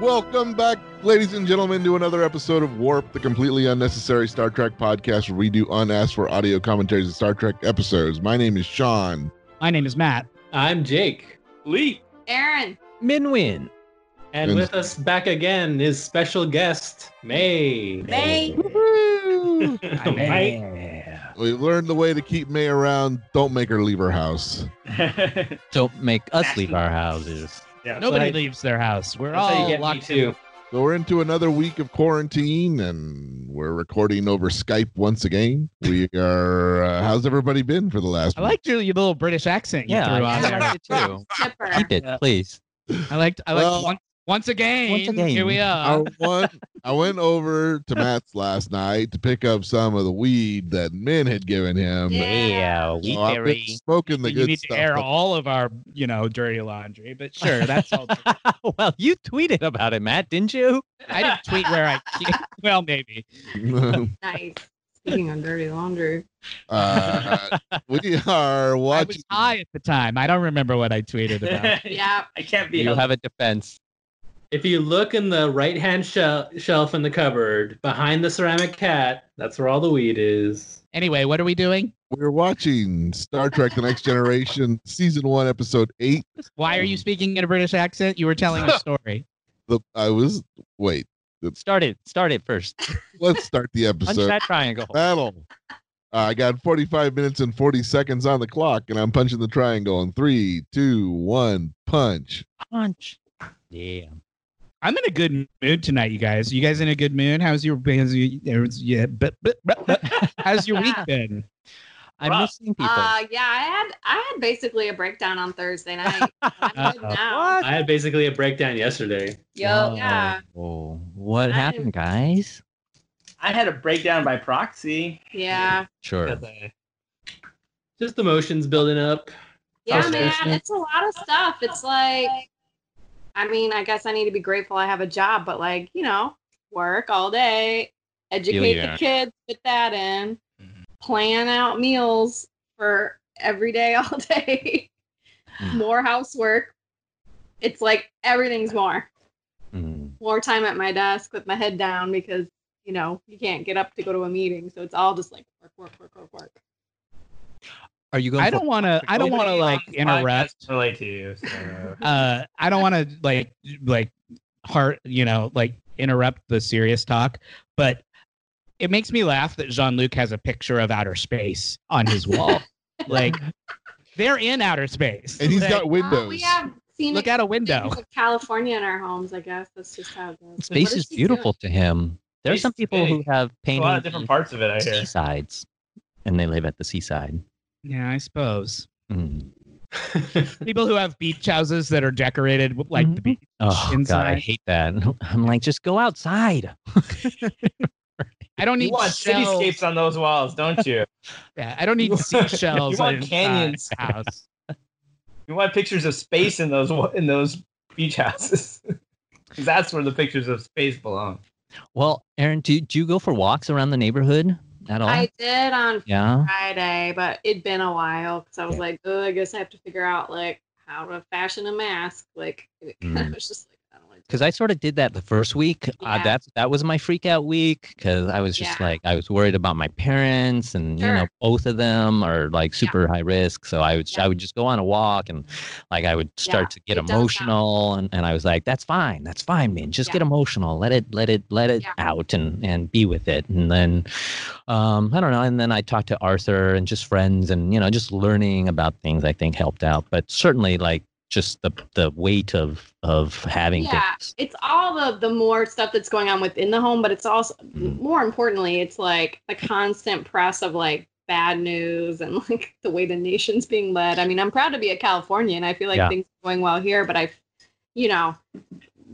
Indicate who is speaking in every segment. Speaker 1: Welcome back, ladies and gentlemen, to another episode of Warp, the completely unnecessary Star Trek podcast where we do unasked for audio commentaries of Star Trek episodes. My name is Sean.
Speaker 2: My name is Matt.
Speaker 3: I'm Jake.
Speaker 4: Lee.
Speaker 5: Aaron.
Speaker 6: Minwin.
Speaker 3: And
Speaker 1: And-
Speaker 3: with us back again is special guest May.
Speaker 5: May.
Speaker 2: Hi, May.
Speaker 3: Right?
Speaker 6: Yeah.
Speaker 1: We've learned the way to keep May around. Don't make her leave her house.
Speaker 6: Don't make us leave our houses.
Speaker 4: yeah.
Speaker 2: Nobody
Speaker 3: like-
Speaker 2: leaves their house. We're
Speaker 3: That's how you
Speaker 2: all
Speaker 3: get me
Speaker 2: locked
Speaker 3: too.
Speaker 2: in.
Speaker 1: So we're into another week of quarantine, and we're recording over Skype once again. We are. Uh, how's everybody been for the last?
Speaker 2: I liked your, your little British accent you
Speaker 6: Yeah,
Speaker 2: threw on
Speaker 6: I
Speaker 2: there.
Speaker 6: liked it too.
Speaker 5: Chipper.
Speaker 6: Keep it, please.
Speaker 2: I liked. I liked
Speaker 1: Well-
Speaker 2: once, once again.
Speaker 6: Once again.
Speaker 2: Here we
Speaker 1: I
Speaker 2: are.
Speaker 1: went, I went over to Matt's last night to pick up some of the weed that Min had given him.
Speaker 5: Yeah.
Speaker 6: Oh,
Speaker 1: So I've been Oh, smoking the
Speaker 2: you
Speaker 1: good
Speaker 2: need
Speaker 1: stuff.
Speaker 2: to air all of our, you know, dirty laundry. But sure, that's all. true.
Speaker 6: well, you tweeted about it, Matt, didn't you?
Speaker 2: I didn't tweet where I. Well, maybe.
Speaker 5: Nice. Speaking on dirty laundry.
Speaker 1: uh, we are
Speaker 2: I
Speaker 1: watching.
Speaker 2: was high at the time. I don't remember what I tweeted about.
Speaker 5: Yeah.
Speaker 4: I can't be
Speaker 6: You
Speaker 4: helped.
Speaker 6: have a defense.
Speaker 3: If you look in the right hand shel- shelf in the cupboard behind the ceramic cat, that's where all the weed is.
Speaker 2: Anyway, what are we doing?
Speaker 1: We're watching Star Trek: The Next Generation, season one, episode eight.
Speaker 2: Why are
Speaker 6: Um,
Speaker 2: you speaking in a British accent? You were telling a story.
Speaker 1: The I was wait.
Speaker 6: Start it. Start it first.
Speaker 1: Let's start the
Speaker 6: Punch
Speaker 1: episode.
Speaker 6: that triangle.
Speaker 1: Battle. I got 45 minutes and 40 seconds on the clock, and I'm punching the triangle in three, two, one, punch.
Speaker 6: Punch. Yeah.
Speaker 2: I'm in a good mood tonight, you guys. You guys in a good mood? How's your how's your, how's- yeah, but, but, but, but- how's your week been?
Speaker 6: I'm
Speaker 4: Rough.
Speaker 6: missing people.
Speaker 5: Uh, yeah, I had I had basically a breakdown on Thursday night. I'm good
Speaker 2: Uh-oh.
Speaker 5: now.
Speaker 6: What?
Speaker 3: I had basically a breakdown yesterday.
Speaker 5: Yo, yeah,
Speaker 6: Oh, what
Speaker 5: I-
Speaker 6: happened, guys?
Speaker 4: I had a breakdown by proxy.
Speaker 5: yeah,
Speaker 6: Sure.
Speaker 3: Just emotions building up.
Speaker 5: yeah,
Speaker 3: Oh,
Speaker 5: man.
Speaker 3: seriously?
Speaker 5: It's a lot of stuff. It's like, I mean, I guess I need to be grateful I have a job, but like, you know, work all day, educate
Speaker 6: yeah.
Speaker 5: the kids, fit that in, plan out meals for every day, all day,
Speaker 6: Hmm.
Speaker 5: more housework. It's like everything's more.
Speaker 6: Mm.
Speaker 5: more time at my desk with my head down because you know you can't get up to go to a meeting so it's all just like work work work work work
Speaker 6: Are you going?
Speaker 2: I don't want to. I don't want to
Speaker 4: Nobody
Speaker 2: like
Speaker 4: on this
Speaker 2: interrupt.
Speaker 4: podcast Relate to you. So.
Speaker 2: Uh, I don't want to like like heart. You know, like interrupt the serious talk. But it makes me laugh that Jean Luc has a picture of outer space on his wall. like they're in outer space.
Speaker 1: And he's
Speaker 2: Like,
Speaker 1: got
Speaker 5: Uh, we
Speaker 1: windows.
Speaker 5: have seen
Speaker 2: look out a window.
Speaker 5: of california in our homes i guess that's just how it goes
Speaker 6: Space
Speaker 5: What
Speaker 6: is
Speaker 5: she
Speaker 6: beautiful to him. There are
Speaker 4: Space
Speaker 6: some
Speaker 4: is
Speaker 6: people who
Speaker 4: big.
Speaker 6: have
Speaker 4: a
Speaker 6: painting
Speaker 4: lot of different parts of it, I hear.
Speaker 6: seasides, and they live at the seaside.
Speaker 2: Yeah, I suppose
Speaker 6: Mm.
Speaker 2: people who have beach houses that are decorated with, like the
Speaker 6: Mhm.
Speaker 2: beach.
Speaker 6: Oh God, I
Speaker 2: Inside.
Speaker 6: hate that. I'm like, just go outside.
Speaker 2: I don't need
Speaker 4: You want
Speaker 2: shells.
Speaker 4: cityscapes on those walls, don't you?
Speaker 2: Yeah, I don't need
Speaker 4: You-
Speaker 2: seashells
Speaker 4: you want
Speaker 2: in my
Speaker 4: canyons.
Speaker 2: house.
Speaker 4: You want pictures of space in those wa- in those beach houses. 'Cause that's where the pictures of space belong.
Speaker 6: Well, Aaron, do, do you go for walks around the neighborhood at all?
Speaker 5: i did on
Speaker 6: yeah.
Speaker 5: friday but it'd been a while because i was
Speaker 6: Yeah.
Speaker 5: like oh i guess i have to figure out like how to fashion a mask like it
Speaker 6: Mm.
Speaker 5: kind of was just like i don't like
Speaker 6: Because I sort of did that the first week. Uh,
Speaker 5: Yeah.
Speaker 6: that that was my freak out week because I was just
Speaker 5: Yeah.
Speaker 6: like I was worried about my parents and you know
Speaker 5: Sure.
Speaker 6: both of them are like super high risk. So I would
Speaker 5: Yeah.
Speaker 6: I would just go on a walk and like I would start to get
Speaker 5: it does sound-
Speaker 6: emotional and, and I was like that's fine that's fine man just
Speaker 5: Yeah.
Speaker 6: get emotional let it let it let it
Speaker 5: Yeah.
Speaker 6: out and and be with it and then um, I don't know. And then I talked to Arthur and just friends and, you know, just learning about things I think helped out. But certainly like just the, the weight of, of having
Speaker 5: Yeah.
Speaker 6: things.
Speaker 5: it's all the the more stuff that's going on within the home but it's also
Speaker 6: Mhm.
Speaker 5: more importantly it's like the constant press of like bad news and like the way the nation's being led i mean i'm proud to be a californian i feel like
Speaker 6: Yeah.
Speaker 5: things are going well here but i you know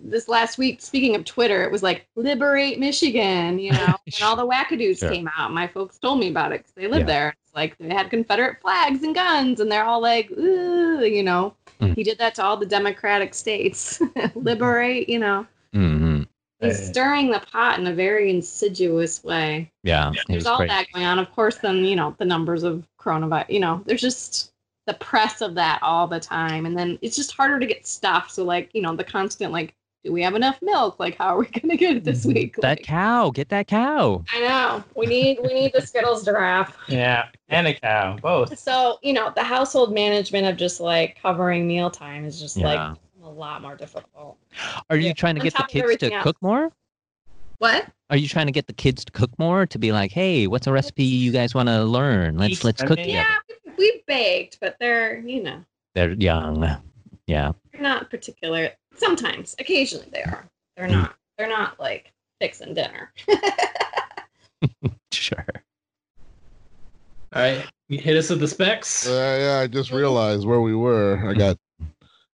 Speaker 5: this last week speaking of twitter it was like liberate michigan you know and all the wackadoos
Speaker 6: Sure.
Speaker 5: came out my folks told me about it because they live
Speaker 6: Yeah.
Speaker 5: there it's like they had confederate flags and guns and they're all like Ooh, you know
Speaker 6: Mm.
Speaker 5: he did that to all the democratic states
Speaker 6: Mm-hmm.
Speaker 5: liberate you know
Speaker 6: hmm
Speaker 5: He's
Speaker 4: Right.
Speaker 5: stirring the pot in a very insidious way.
Speaker 6: Yeah. It was
Speaker 5: There's all
Speaker 6: great.
Speaker 5: that going on. Of course, then, you know, the numbers of coronavirus, you know, there's just the press of that all the time. And then it's just harder to get stuff. So, like, you know, the constant, like, do we have enough milk? Like, how are we gonna get it this week?
Speaker 6: Mm-hmm. That
Speaker 5: Like,
Speaker 6: cow, get that cow.
Speaker 5: I know we need we need the Skittles giraffe.
Speaker 4: Yeah, and a cow, both.
Speaker 5: So you know the household management of just like covering mealtime is just
Speaker 6: Yeah.
Speaker 5: like a lot more difficult.
Speaker 6: Are you
Speaker 5: Yeah.
Speaker 6: trying to
Speaker 5: On
Speaker 6: get the
Speaker 5: top of
Speaker 6: kids to
Speaker 5: everything else.
Speaker 6: cook more?
Speaker 5: What?
Speaker 6: Are you trying to get the kids to cook more? To be like, hey, what's a recipe you guys want to learn? Let's
Speaker 4: Each-
Speaker 6: let's
Speaker 4: I
Speaker 6: cook
Speaker 4: mean-
Speaker 6: together.
Speaker 5: Yeah, we, we baked, but they're you know
Speaker 6: They're young. Yeah.
Speaker 5: they're not particular. Sometimes, occasionally they are. They're
Speaker 6: Mm.
Speaker 5: not. They're not like fixing dinner.
Speaker 6: Sure.
Speaker 3: All right, you hit us with the specs.
Speaker 1: Uh, yeah, I just realized where we were. I got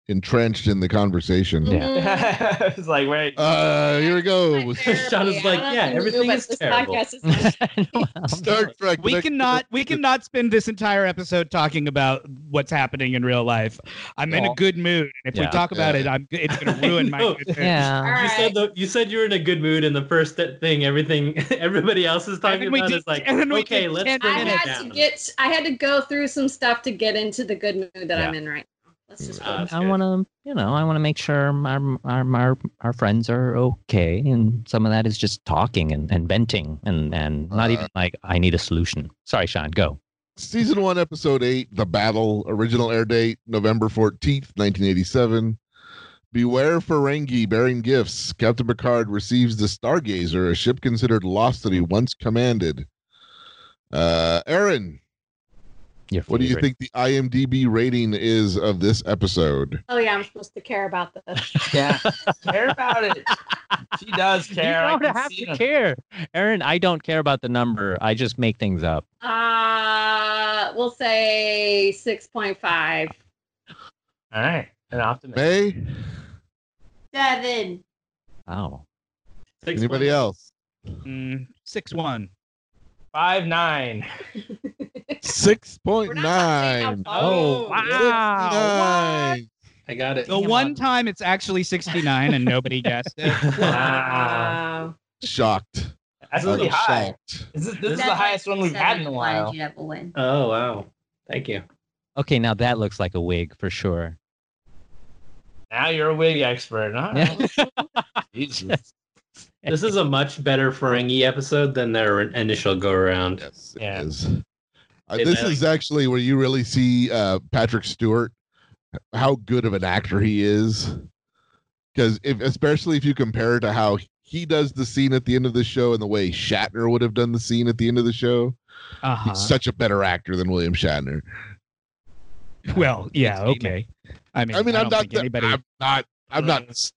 Speaker 1: entrenched in the conversation.
Speaker 6: Yeah.
Speaker 3: Mm-hmm.
Speaker 5: Mhm.
Speaker 4: I was like, wait.
Speaker 1: Uh, here we go.
Speaker 5: It's my therapy.
Speaker 3: Sean is
Speaker 5: I
Speaker 3: like,
Speaker 5: don't know
Speaker 3: yeah,
Speaker 5: if you
Speaker 3: everything
Speaker 5: knew, but
Speaker 3: is
Speaker 5: this
Speaker 3: terrible.
Speaker 5: podcast is not
Speaker 1: Star Trek.
Speaker 2: we
Speaker 1: Next-
Speaker 2: cannot we cannot spend this entire episode talking about what's happening in real life. I'm in
Speaker 6: Well,
Speaker 2: a good mood, and if
Speaker 6: yeah.
Speaker 2: we talk about
Speaker 1: Yeah.
Speaker 2: it, I'm it's gonna ruin
Speaker 3: I know.
Speaker 2: my good mood.
Speaker 5: All
Speaker 6: yeah.
Speaker 3: You
Speaker 5: right.
Speaker 3: said the, you said you were in a good mood, and the first th- thing everything everybody else is
Speaker 2: And
Speaker 3: talking
Speaker 2: then we
Speaker 3: about
Speaker 2: did-
Speaker 3: is like,
Speaker 2: and then we
Speaker 3: okay,
Speaker 2: did
Speaker 3: let's
Speaker 2: 10
Speaker 3: bring
Speaker 5: I
Speaker 3: it
Speaker 2: minutes.
Speaker 5: had to
Speaker 3: down.
Speaker 5: get I had to go through some stuff to get into the good mood that
Speaker 6: Yeah.
Speaker 5: I'm in right now. Let's just
Speaker 4: Oh,
Speaker 3: Uh,
Speaker 5: go.
Speaker 3: that's
Speaker 6: I
Speaker 3: good.
Speaker 6: want to, you know, I want to make sure our, our our our friends are okay, and some of that is just talking and, and venting, and and not even like I need a solution. Sorry, Sean, go.
Speaker 1: Season one, episode eight, The Battle, original air date, November 14th, 1987. Beware Ferengi bearing gifts. Captain Picard receives the Stargazer, a ship considered lost that he once commanded. Uh, Aaron,
Speaker 6: Your
Speaker 1: what do you think
Speaker 6: favorite.
Speaker 1: the IMDb rating is of this episode?
Speaker 5: Oh yeah, I'm supposed to care about this.
Speaker 4: Yeah, care about it. She does care. I
Speaker 6: You
Speaker 4: can
Speaker 6: don't have
Speaker 4: see
Speaker 6: to
Speaker 4: it.
Speaker 6: care, Aaron. I don't care about the number. I just make things up.
Speaker 5: Uh we'll say six point five.
Speaker 4: All right, an optimist.
Speaker 1: May?
Speaker 5: Seven.
Speaker 6: Wow.
Speaker 3: Six
Speaker 1: Anybody
Speaker 3: months.
Speaker 1: else?
Speaker 2: Mm, six one.
Speaker 4: Five nine.
Speaker 5: We're not talking about
Speaker 1: 6.9.
Speaker 5: volume.
Speaker 3: Oh,
Speaker 2: Wow.
Speaker 1: Nine.
Speaker 3: I got it.
Speaker 2: The one time it's actually 69 and nobody guessed it.
Speaker 4: Wow.
Speaker 5: Wow.
Speaker 1: Shocked.
Speaker 4: That's
Speaker 1: I'm
Speaker 4: really high.
Speaker 1: shocked.
Speaker 4: This is, this is the highest one we've had in a while.
Speaker 3: Oh wow, thank you.
Speaker 6: Okay, now that looks like a wig for sure.
Speaker 4: Now you're a wig expert. All right.
Speaker 6: Jesus.
Speaker 3: This is a much better Ferengi episode than their initial go around.
Speaker 1: Yes, it
Speaker 4: Yeah.
Speaker 1: is. Uh,
Speaker 3: Hey,
Speaker 1: this
Speaker 3: Malik.
Speaker 1: is actually where you really see uh, Patrick Stewart, how good of an actor he is. Because if, especially if you compare to how he does the scene at the end of the show and the way Shatner would have done the scene at the end of the show,
Speaker 2: Uh-huh.
Speaker 1: he's such a better actor than William Shatner.
Speaker 2: Well, yeah,
Speaker 6: Good statement.
Speaker 2: okay. I mean,
Speaker 1: I mean,
Speaker 2: I
Speaker 1: I am
Speaker 2: don't
Speaker 1: not,
Speaker 2: think anybody. Uh.
Speaker 1: I'm not, I'm not s-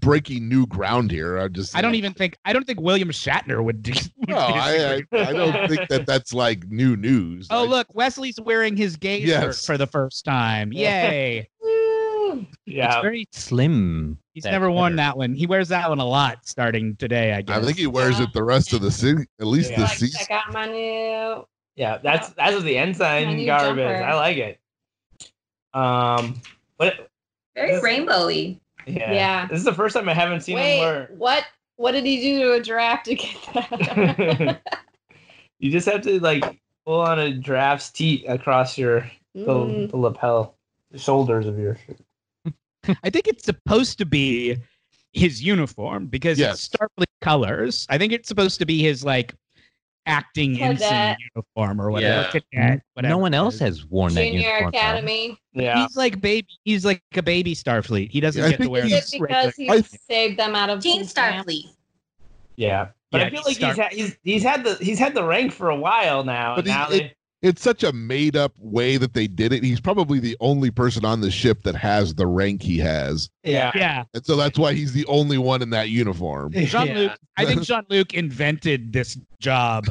Speaker 1: breaking new ground here. I'm just,
Speaker 2: I don't even think. I don't think William Shatner would. Do, would
Speaker 1: No, I, I, I don't think that that's like new news.
Speaker 2: oh,
Speaker 1: Like,
Speaker 2: look, Wesley's wearing his gay shirt
Speaker 1: Yes.
Speaker 2: for the first time. Yay!
Speaker 5: Woo.
Speaker 6: It's
Speaker 4: Yeah.
Speaker 6: very slim.
Speaker 2: He's
Speaker 6: That's
Speaker 2: never worn
Speaker 6: better.
Speaker 2: that one. He wears that one a lot starting today, I guess.
Speaker 1: I think he wears it the rest of the season, at least
Speaker 4: Yeah.
Speaker 1: the
Speaker 5: Like,
Speaker 1: season.
Speaker 5: check out my new
Speaker 4: Yeah, that's that's the
Speaker 5: My
Speaker 4: ensign
Speaker 5: new
Speaker 4: garb is.
Speaker 5: jumper.
Speaker 4: I like it. Um, what?
Speaker 7: Very
Speaker 4: This-
Speaker 7: rainbowy.
Speaker 4: Yeah.
Speaker 5: Yeah.
Speaker 4: This is the first time I haven't seen him
Speaker 5: Wait,
Speaker 4: wear.
Speaker 5: what what did he do to a Mm. giraffe to get that?
Speaker 4: you just have to like pull on a giraffe's teat across your the,
Speaker 5: Mm.
Speaker 4: the lapel, the shoulders of your shirt.
Speaker 2: I think it's supposed to be his uniform because
Speaker 1: Yes.
Speaker 2: it's Starfleet colors. I think it's supposed to be his like acting ensign
Speaker 5: Cadet.
Speaker 2: uniform or whatever.
Speaker 3: Yeah.
Speaker 2: Cadet, whatever
Speaker 6: no one
Speaker 2: it
Speaker 6: else
Speaker 2: is.
Speaker 6: has worn that
Speaker 5: Junior
Speaker 6: uniform. though.
Speaker 5: Academy.
Speaker 4: Yeah.
Speaker 2: He's like baby. He's like a baby Starfleet. He doesn't
Speaker 1: Yeah, I
Speaker 2: get to
Speaker 1: think
Speaker 2: wear
Speaker 5: Is it
Speaker 2: this regular-
Speaker 5: because he
Speaker 1: I-
Speaker 5: saved them out of
Speaker 7: Teen
Speaker 5: Japan?
Speaker 7: Starfleet.
Speaker 4: Yeah. But I
Speaker 2: Yeah,
Speaker 4: feel
Speaker 2: he's
Speaker 4: like he's,
Speaker 2: start-
Speaker 4: ha- he's he's had the he's had the rank for a while now.
Speaker 1: But
Speaker 4: and
Speaker 1: he-
Speaker 4: now
Speaker 1: it- it's such a made up way that they did it. He's probably the only person on the ship that has the rank he has.
Speaker 4: they- yeah.
Speaker 2: Yeah,
Speaker 1: And so that's why he's the only one in that uniform.
Speaker 2: Jean Luc. I think Jean Luc invented this job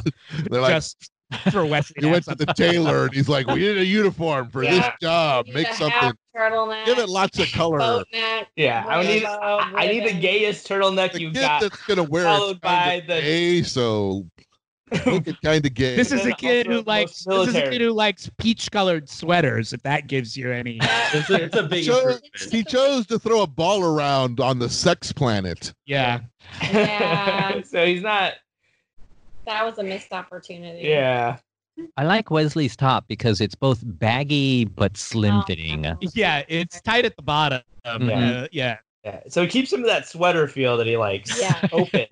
Speaker 1: They're like,
Speaker 2: just for Wesley.
Speaker 1: he
Speaker 2: to
Speaker 1: went
Speaker 2: have
Speaker 1: to
Speaker 2: something.
Speaker 1: the tailor and he's like, We need a uniform for this
Speaker 5: Yeah.
Speaker 1: job.
Speaker 5: Need
Speaker 1: Uh, Make
Speaker 5: a
Speaker 1: something.
Speaker 5: half turtleneck,
Speaker 1: Give it lots of color.
Speaker 5: boat neck,
Speaker 4: Yeah. I
Speaker 5: rainbow
Speaker 4: need I, I need the
Speaker 5: ribbon.
Speaker 4: gayest turtleneck
Speaker 1: The
Speaker 4: you've
Speaker 1: kid
Speaker 4: got.
Speaker 1: that's gonna wear
Speaker 4: followed
Speaker 1: it's
Speaker 4: by
Speaker 1: kind
Speaker 4: the-
Speaker 1: of gay, so looking kind of gay.
Speaker 2: This is
Speaker 4: And
Speaker 2: a kid
Speaker 4: also
Speaker 2: who likes.
Speaker 4: most
Speaker 2: This is a
Speaker 4: military.
Speaker 2: kid who likes peach-colored sweaters. If that gives you any.
Speaker 3: It's a, it's a big
Speaker 1: Sure.
Speaker 3: improvement.
Speaker 1: he chose to throw a ball around on the sex planet.
Speaker 2: Yeah.
Speaker 5: Yeah.
Speaker 4: so he's not.
Speaker 5: That was a missed opportunity.
Speaker 4: Yeah.
Speaker 6: I like Wesley's top because it's both baggy but slim
Speaker 5: Oh,
Speaker 6: fitting.
Speaker 5: no.
Speaker 2: Yeah, it's tight at the bottom.
Speaker 6: Yeah.
Speaker 4: Mm-hmm.
Speaker 2: Uh, yeah.
Speaker 4: Yeah. So it keeps him to that sweater feel that he likes.
Speaker 5: Yeah.
Speaker 4: Open.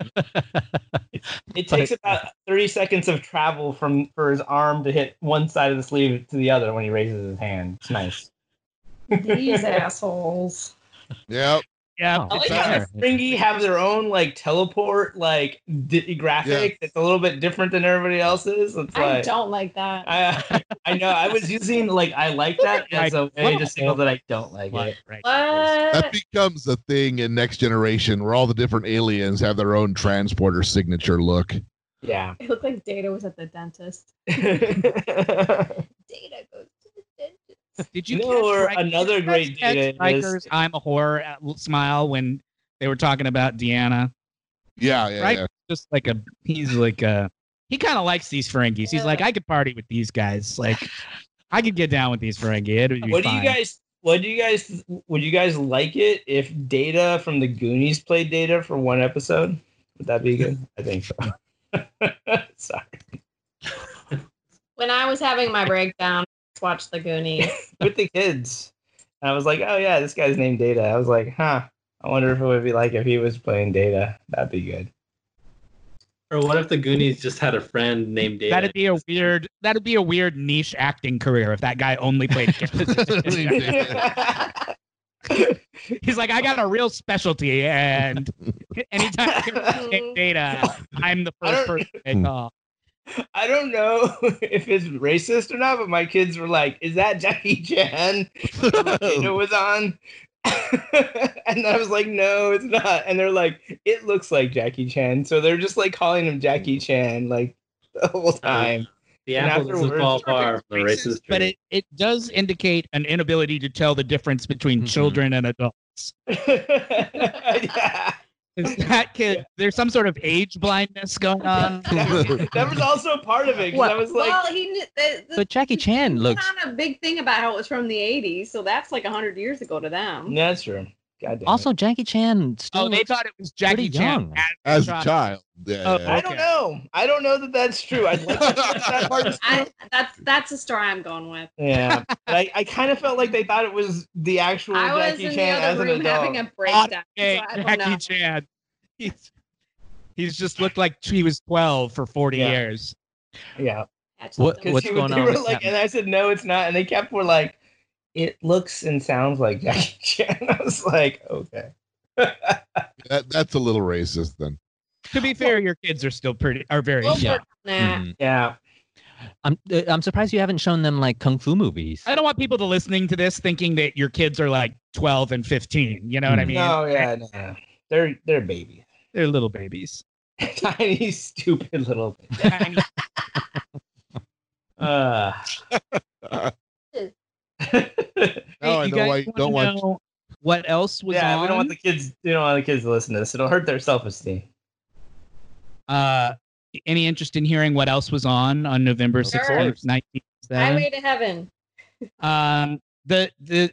Speaker 4: It takes about 30 seconds of travel from for his arm to hit one side of the sleeve to the other when he raises his hand. It's nice.
Speaker 5: These assholes.
Speaker 1: Yep.
Speaker 2: yeah.
Speaker 6: Oh,
Speaker 4: I like
Speaker 1: It's
Speaker 4: how
Speaker 6: there.
Speaker 4: Stringy have their own like teleport like di- graphic that's a little bit different than everybody else's. It's
Speaker 5: I
Speaker 4: like
Speaker 5: don't like that.
Speaker 4: I, I know I was using like I like that as a way to signal that I don't like
Speaker 2: Right,
Speaker 4: it.
Speaker 2: right.
Speaker 1: That
Speaker 5: What?
Speaker 1: becomes a thing in Next Generation where all the different aliens have their own transporter signature look.
Speaker 4: Yeah.
Speaker 5: It looked like Data was at the dentist. Data goes to the dentist.
Speaker 2: Did you
Speaker 4: You know,
Speaker 2: catch
Speaker 4: or
Speaker 2: Riker-
Speaker 4: another
Speaker 2: did you
Speaker 4: great
Speaker 2: guys catch
Speaker 4: data is-
Speaker 2: Riker's I'm a whore at- smile when they were talking about Deanna.
Speaker 1: Yeah, yeah,
Speaker 2: Right.
Speaker 1: yeah.
Speaker 2: Just like a he's like a he kind of likes these Ferengis. He's
Speaker 5: Yeah.
Speaker 2: like I could party with these guys. Like I could get down with these Ferengi. It'd be
Speaker 4: what
Speaker 2: fine.
Speaker 4: do you guys what do you guys would you guys like it if data from the goonies played data for one episode would that be good i think so sorry
Speaker 5: When I was having my breakdown, I watched The Goonies.
Speaker 4: with the kids and i was like oh yeah this guy's named data i was like huh i wonder if it would be like if he was playing data that'd be good
Speaker 3: Or what if the Goonies just had a friend named David?
Speaker 2: That'd be a weird. That'd be a weird niche acting career if that guy only played. characters. He's like, I got a real specialty, and anytime I can take data, I'm the
Speaker 4: I
Speaker 2: first
Speaker 4: don't-
Speaker 2: person they call.
Speaker 4: I don't know if it's racist or not, but my kids were like, "Is that Jackie Chan?" It was on, and I was like, "No, it's not." And they're like, "It looks like Jackie Chan," so they're just like calling him Jackie Chan like the whole time.
Speaker 3: the
Speaker 4: and
Speaker 3: apple doesn't
Speaker 4: afterwards-
Speaker 3: fall far from the racist
Speaker 2: But
Speaker 3: tree.
Speaker 2: it, it does indicate an inability to tell the difference between
Speaker 3: Mm-hmm.
Speaker 6: Mhm.
Speaker 2: children and adults.
Speaker 4: Yeah.
Speaker 2: 'Cause That kid, there's some sort of age blindness going on.
Speaker 4: That was also part of it. 'cause I was like,
Speaker 5: well, he knew, the, the,
Speaker 6: But Jackie Chan
Speaker 5: put
Speaker 6: looks.
Speaker 5: on a big thing about how it was from the 80s, so that's like 100 years ago to them.
Speaker 4: "Yeah, "That's true." God damn
Speaker 6: Also, Jackie Chan still.
Speaker 2: Oh, they
Speaker 6: looks-
Speaker 2: thought it was Jackie
Speaker 6: pretty
Speaker 2: Chan.
Speaker 6: young.
Speaker 2: as
Speaker 1: As a child. Yeah,
Speaker 2: Oh,
Speaker 1: yeah.
Speaker 4: I don't
Speaker 2: okay.
Speaker 4: know. I don't know that that's true. I'd like to that part
Speaker 5: I, that's that's the story I'm going with.
Speaker 4: Yeah, But I, I kind of felt like they thought it was the actual
Speaker 5: I was
Speaker 4: Jackie
Speaker 5: in
Speaker 4: Chan
Speaker 5: the
Speaker 4: as
Speaker 5: other
Speaker 4: an
Speaker 5: room
Speaker 4: adult.
Speaker 5: having a breakdown.
Speaker 2: Hey,
Speaker 5: so I don't
Speaker 2: Jackie
Speaker 5: know.
Speaker 2: Chan. He's, he's just looked like he was 12 for 40
Speaker 4: Yeah.
Speaker 2: years.
Speaker 4: Yeah,
Speaker 5: Catch something.
Speaker 6: What-
Speaker 4: because
Speaker 6: What's
Speaker 4: they
Speaker 6: going on
Speaker 4: were
Speaker 6: with
Speaker 4: like,
Speaker 6: that?
Speaker 4: and I said no, it's not, and they kept were like, it looks and sounds like Jackie Chan. I was like, okay,
Speaker 1: That, that's a little racist then.
Speaker 2: To be fair, your kids are still pretty, are very
Speaker 5: We'll
Speaker 6: Yeah.
Speaker 5: work on that.
Speaker 2: Mm-hmm.
Speaker 6: Mhm.
Speaker 4: yeah,
Speaker 6: I'm uh, I'm surprised you haven't shown them like kung fu movies.
Speaker 2: I don't want people to listening to this thinking that your kids are like 12 and 15. You know what I
Speaker 6: Mm.
Speaker 2: mean?
Speaker 4: no, yeah, no, no. they're they're babies,
Speaker 2: They're little babies.
Speaker 4: tiny, stupid little. Babies.
Speaker 2: I mean,
Speaker 4: Uh.
Speaker 1: Now I
Speaker 2: you
Speaker 1: know
Speaker 2: guys
Speaker 1: why you
Speaker 2: wanna
Speaker 1: don't want-
Speaker 2: know what else was
Speaker 4: yeah,
Speaker 2: on?
Speaker 4: we don't want the kids. We don't want the kids to listen to this. It'll hurt their self esteem.
Speaker 2: uh, any interest in hearing what else was on on November
Speaker 5: Sure.
Speaker 2: 16th, 1997?
Speaker 5: Highway to Heaven.
Speaker 2: Um, the the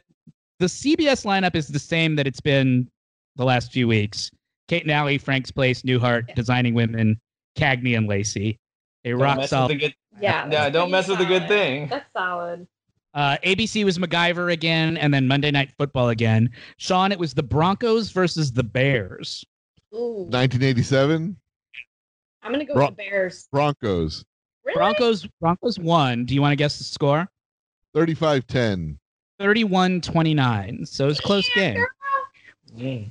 Speaker 2: the CBS lineup is the same that it's been the last few weeks. Kate Nally, Frank's Place, Newhart, Designing Women, Cagney and Lacey. A
Speaker 4: Don't
Speaker 2: rock
Speaker 4: mess with
Speaker 2: solid
Speaker 4: the good-
Speaker 5: Yeah.
Speaker 4: Yeah,
Speaker 5: that's
Speaker 4: don't
Speaker 5: pretty
Speaker 4: mess with the good
Speaker 5: solid.
Speaker 4: thing.
Speaker 5: That's solid.
Speaker 2: Uh, ABC was MacGyver again, and then Monday Night Football again. Sean, it was the Broncos versus the Bears.
Speaker 5: Ooh.
Speaker 1: 1987
Speaker 5: I'm gonna go
Speaker 1: Bro-
Speaker 5: with the Bears.
Speaker 1: Broncos
Speaker 5: Really?
Speaker 2: Broncos Broncos won. Do you want to guess the score?
Speaker 1: 35-10.
Speaker 2: 31-29. So it's a close game.
Speaker 4: Mm.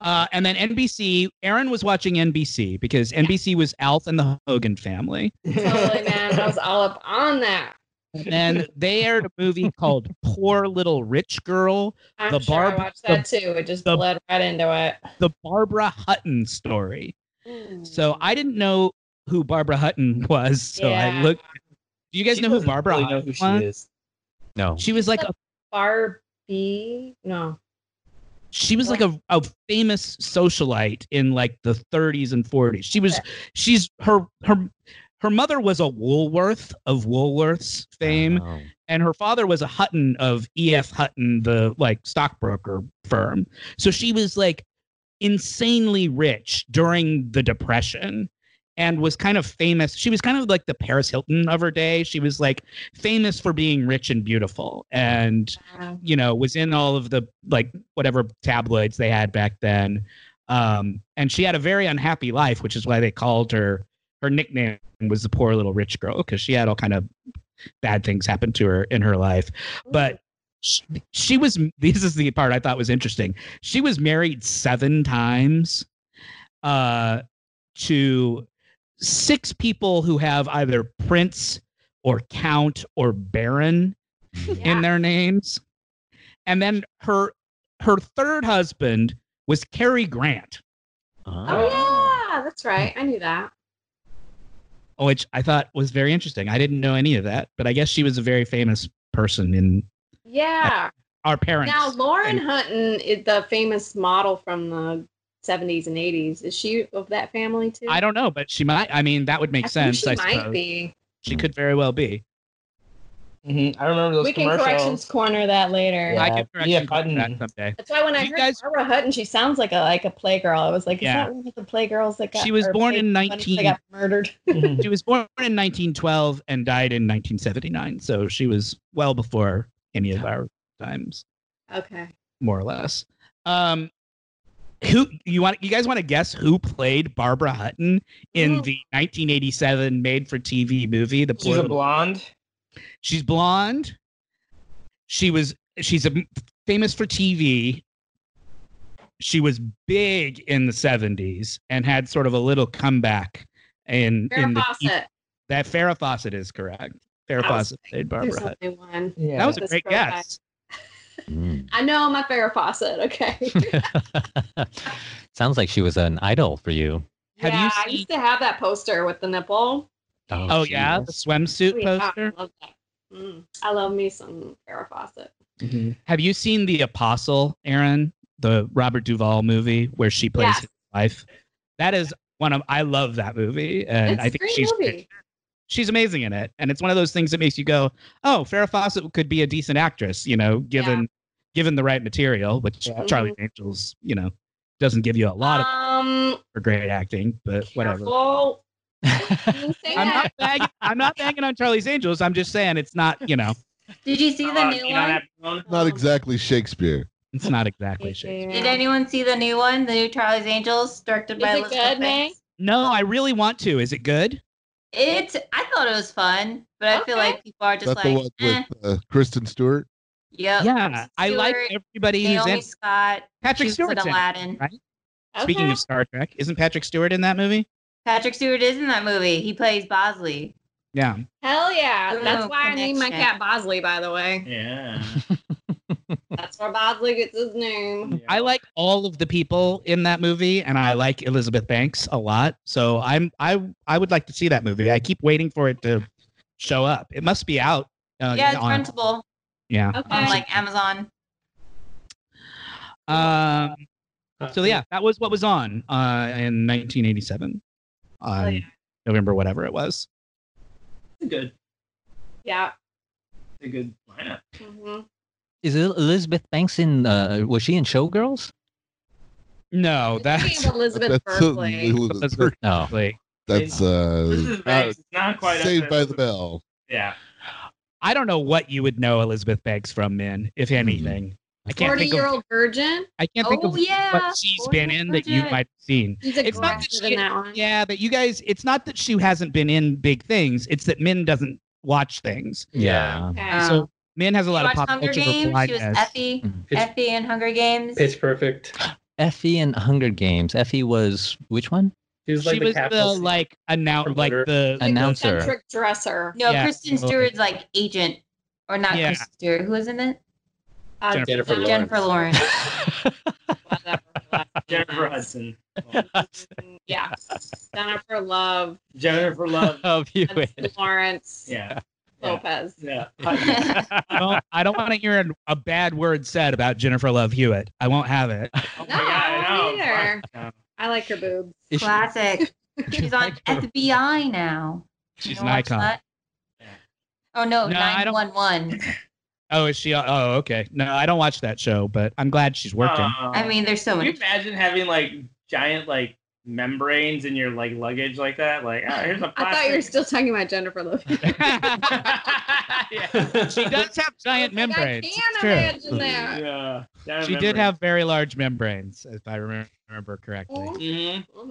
Speaker 2: Uh, and then NBC, Aaron was watching NBC because NBC was Alf and the Hogan family.
Speaker 5: totally, man. I was all up on that.
Speaker 2: And they aired a movie called Poor Little Rich Girl,
Speaker 5: I'm
Speaker 2: The
Speaker 5: sure
Speaker 2: Barb-
Speaker 5: I watched that too. It just
Speaker 2: the-
Speaker 5: bled right into
Speaker 2: the Barbara Hutton story.
Speaker 5: it.
Speaker 2: So I didn't know who Barbara Hutton was. So I
Speaker 5: Yeah.
Speaker 2: looked. Do you guys
Speaker 4: She
Speaker 2: know who
Speaker 4: doesn't
Speaker 2: Barbara
Speaker 4: really know
Speaker 2: Hutton
Speaker 4: who
Speaker 2: was?
Speaker 4: she is.
Speaker 6: No.
Speaker 2: She was like a
Speaker 5: Barbie. No.
Speaker 2: she was like a, a famous socialite in like the 30s and 40s. She was she's her her her mother was a Woolworth of Woolworth's fame,
Speaker 6: Oh.
Speaker 2: and her father was a Hutton of E.F. Hutton, the like stockbroker firm. So she was like insanely rich during the Depression. and was kind of famous. She was kind of like the Paris Hilton of her day. She was like famous for being rich and beautiful and,
Speaker 5: Wow.
Speaker 2: you know, was in all of the like whatever tabloids they had back then. Um, and she had a very unhappy life, which is why they called her her nickname was the poor little rich girl because she had all kind of bad things happen to her in her life. But she, she was this is the part I thought was interesting. She was married seven times uh to six people who have either prince or count or baron
Speaker 5: Yeah.
Speaker 2: in their names. And then her her third husband was Cary Grant,
Speaker 5: Oh yeah, that's right. I knew that.
Speaker 2: which I thought was very interesting. I didn't know any of that, but I guess she was a very famous person in
Speaker 5: Yeah.
Speaker 2: our parents.
Speaker 5: Now Lauren
Speaker 2: And-
Speaker 5: Hutton is the famous model from the 70s and 80s. Is she of that family too?
Speaker 2: I don't know, but she might. I mean, that would make
Speaker 5: I think
Speaker 2: sense.
Speaker 5: she
Speaker 2: I
Speaker 5: might
Speaker 2: suppose.
Speaker 5: be.
Speaker 2: She could very well be.
Speaker 4: Mhm, I remember those
Speaker 5: We can
Speaker 4: commercials.
Speaker 5: corrections corner that later.
Speaker 4: Yeah.
Speaker 2: I could correction
Speaker 4: Mia
Speaker 2: correct
Speaker 4: Hutton.
Speaker 2: that someday.
Speaker 5: That's why when I
Speaker 2: You
Speaker 5: heard
Speaker 2: guys-
Speaker 5: Barbara Hutton, she sounds like a like a playgirl. I was like, is
Speaker 2: Yeah.
Speaker 5: that one of the playgirls that got
Speaker 2: She was
Speaker 5: or
Speaker 2: born
Speaker 5: played-
Speaker 2: in
Speaker 5: when
Speaker 2: 19
Speaker 5: They got murdered.
Speaker 4: Mhm.
Speaker 2: She was born in 1912 and died in 1979, so she was well before any of our times.
Speaker 5: Okay.
Speaker 2: more or less. Um, who you want? You guys want to guess who played Barbara Hutton in
Speaker 5: Ooh.
Speaker 2: the 1987 made-for-TV movie? The
Speaker 4: She's a
Speaker 2: Poor-
Speaker 4: blonde.
Speaker 2: she's blonde. She was she's a, famous for TV. She was big in the 70s and had sort of a little comeback in
Speaker 5: Farrah
Speaker 2: in the
Speaker 5: Fawcett.
Speaker 2: that Farrah Fawcett is correct. Farrah
Speaker 5: That was-
Speaker 2: Fawcett played
Speaker 5: There's
Speaker 2: Barbara Hutton.
Speaker 5: only one.
Speaker 4: Yeah.
Speaker 2: That was a
Speaker 5: This
Speaker 2: great
Speaker 5: throwback.
Speaker 2: guess.
Speaker 6: Mm.
Speaker 5: I know my Farrah Fawcett. Okay.
Speaker 6: Ah. Sounds like she was an idol for you.
Speaker 2: Have you
Speaker 5: yeah, I
Speaker 2: seen-
Speaker 5: used to have that poster with the nipple.
Speaker 2: Oh yeah, the
Speaker 6: geez.
Speaker 2: swimsuit
Speaker 5: Oh, Yeah,
Speaker 2: poster.
Speaker 5: I love that. Mm, I love me some Farrah Fawcett.
Speaker 4: Mm-hmm.
Speaker 2: Have you seen The Apostle, Aaron? The Robert Duvall movie where she plays
Speaker 5: Yes.
Speaker 2: his wife. That is one of I love that movie, and
Speaker 5: it's
Speaker 2: I
Speaker 5: a
Speaker 2: think
Speaker 5: great
Speaker 2: she's
Speaker 5: movie.
Speaker 2: she's amazing in it. And it's one of those things that makes you go, "Oh, Farrah Fawcett could be a decent actress," you know, given given the right material. Which
Speaker 4: Yeah.
Speaker 2: Charlie Angels, you know, doesn't give you a lot of
Speaker 5: um,
Speaker 2: for great acting, but whatever.
Speaker 5: Careful. Didn't say
Speaker 2: I'm
Speaker 5: that.
Speaker 2: not bagging, I'm not bagging on Charlie's Angels. I'm just saying it's not, you know,
Speaker 7: Did you see the
Speaker 4: Uh,
Speaker 7: new
Speaker 4: you know
Speaker 7: one?
Speaker 4: that blonde?
Speaker 1: Not
Speaker 5: Um,
Speaker 1: exactly Shakespeare.
Speaker 2: it's not exactly Shakespeare.
Speaker 7: Did anyone see the new one? The new Charlie's Angels, directed
Speaker 5: Is
Speaker 7: by
Speaker 5: it
Speaker 7: Elizabeth
Speaker 5: good, May?
Speaker 7: Banks.
Speaker 2: No, I really want to. Is it good?
Speaker 7: It's. I thought it was fun, but I feel
Speaker 5: Okay.
Speaker 7: like people are
Speaker 1: Is
Speaker 7: just
Speaker 1: that the
Speaker 7: like,
Speaker 1: one
Speaker 7: eh,
Speaker 1: with uh, Kristen Stewart?
Speaker 7: yep.
Speaker 2: yeah, I like
Speaker 7: Stewart,
Speaker 2: everybody who's
Speaker 7: Naomi
Speaker 2: in.
Speaker 7: Scott,
Speaker 2: Patrick
Speaker 7: she was in
Speaker 2: Stewart's in. it.
Speaker 7: Aladdin.
Speaker 2: right? Speaking
Speaker 5: Mm-hmm.
Speaker 2: of Star Trek, isn't Patrick Stewart in that movie?
Speaker 7: Patrick Stewart is in that movie. He plays Bosley.
Speaker 2: Yeah.
Speaker 5: Hell yeah. That's
Speaker 7: Ooh,
Speaker 5: why I named my
Speaker 7: connection.
Speaker 5: cat Bosley, by the way.
Speaker 3: Yeah.
Speaker 5: That's where Bosley gets his name.
Speaker 2: I like all of the people in that movie and I like Elizabeth Banks a lot. So I'm I I would like to see that movie. I keep waiting for it to show up. It must be out. Uh,
Speaker 7: yeah, it's
Speaker 2: on-
Speaker 7: rentable
Speaker 2: Yeah.
Speaker 7: on
Speaker 5: Okay.
Speaker 7: like Amazon.
Speaker 2: Um
Speaker 3: Uh,
Speaker 2: so yeah, that was what was on uh in 1987 on
Speaker 5: Oh, yeah.
Speaker 2: November whatever it was.
Speaker 3: It's a good,
Speaker 5: Yeah.
Speaker 3: it's a good lineup.
Speaker 5: hmm
Speaker 2: Oh,
Speaker 6: Is El- Elizabeth Banks in? Uh, was she in Showgirls?
Speaker 2: No, that's
Speaker 5: Elizabeth
Speaker 1: that's uh,
Speaker 5: Berkley.
Speaker 1: Elizabeth Berkley.
Speaker 6: No.
Speaker 2: like
Speaker 1: That's
Speaker 3: This
Speaker 1: uh,
Speaker 3: is Banks. It's not quite
Speaker 1: uh,
Speaker 3: up
Speaker 1: Saved
Speaker 3: there.
Speaker 1: by the Bell.
Speaker 3: Yeah.
Speaker 2: I don't know what you would know Elizabeth Banks from, man, if anything. I can't
Speaker 5: Forty
Speaker 2: think of
Speaker 5: year old virgin.
Speaker 2: I can't think
Speaker 7: Oh,
Speaker 2: of
Speaker 7: yeah,
Speaker 2: what she's
Speaker 7: 40
Speaker 2: been in that you
Speaker 7: Virgin.
Speaker 2: might have seen.
Speaker 5: She's
Speaker 2: It's not that
Speaker 5: aggressive in
Speaker 2: she-
Speaker 5: that one.
Speaker 2: Yeah, but you guys, it's not that she hasn't been in big things. It's that Min doesn't watch things.
Speaker 6: Yeah.
Speaker 5: Okay.
Speaker 2: So Min has a
Speaker 7: She
Speaker 2: lot of
Speaker 7: watched
Speaker 2: pop
Speaker 7: Hunger
Speaker 2: culture
Speaker 7: Games. She was
Speaker 2: blindness. Mm-hmm.
Speaker 7: Effie.
Speaker 3: Pitch-
Speaker 7: Effie in Hunger Games.
Speaker 3: Pitch Perfect.
Speaker 6: Effie and Hunger Games. Effie was which one?
Speaker 3: She was like
Speaker 2: she
Speaker 3: the
Speaker 2: was
Speaker 3: capital.
Speaker 2: the like announce like
Speaker 3: Promoter.
Speaker 2: the
Speaker 6: Announcer.
Speaker 5: Eccentric dresser.
Speaker 7: No,
Speaker 2: Yeah,
Speaker 7: Kristen
Speaker 2: totally.
Speaker 7: Stewart's like agent, or not
Speaker 2: Yeah.
Speaker 7: Kristen Stewart. Who was in it?
Speaker 5: Uh,
Speaker 3: Jennifer
Speaker 5: Jennifer
Speaker 3: Lawrence.
Speaker 7: Jennifer Lawrence.
Speaker 5: whatever her last name
Speaker 3: Jennifer
Speaker 5: is.
Speaker 3: Hudson.
Speaker 5: Mm, Yeah. Jennifer Love.
Speaker 3: Jennifer Love.
Speaker 6: Of you.
Speaker 5: Hudson Lawrence
Speaker 3: Yeah.
Speaker 5: Lopez.
Speaker 3: Yeah.
Speaker 4: Oh
Speaker 2: I don't, I don't want to hear an, a bad word said about Jennifer Love Hewitt. I won't have it.
Speaker 3: Oh my
Speaker 5: No,
Speaker 3: God, I know.
Speaker 5: neither.
Speaker 3: No.
Speaker 5: I like her boobs.
Speaker 6: Is she-
Speaker 7: Classic. She's on
Speaker 6: like her?
Speaker 7: FBI now.
Speaker 2: She's
Speaker 7: You
Speaker 2: an
Speaker 7: watch
Speaker 2: icon.
Speaker 7: that? Oh no,
Speaker 2: No, I
Speaker 7: nine
Speaker 2: don't-
Speaker 7: one one.
Speaker 2: Oh, is she? Oh, okay. No, I don't watch that show, but I'm glad she's working.
Speaker 3: Oh.
Speaker 7: I mean, there's so
Speaker 3: Can you
Speaker 7: many.
Speaker 3: imagine having like giant like
Speaker 8: membranes in your like luggage like that. Like, oh, here's a
Speaker 5: I thought you were
Speaker 8: plastic.
Speaker 5: still talking about Jennifer Lopez.
Speaker 8: yeah.
Speaker 2: she does have giant
Speaker 5: I was like,
Speaker 2: membranes. It's
Speaker 5: I
Speaker 2: true.
Speaker 5: can imagine that.
Speaker 8: yeah. That
Speaker 2: She did
Speaker 8: membrane.
Speaker 2: have very large membranes, if I remem- remember correctly.
Speaker 5: Mhm,
Speaker 4: Mm-hmm.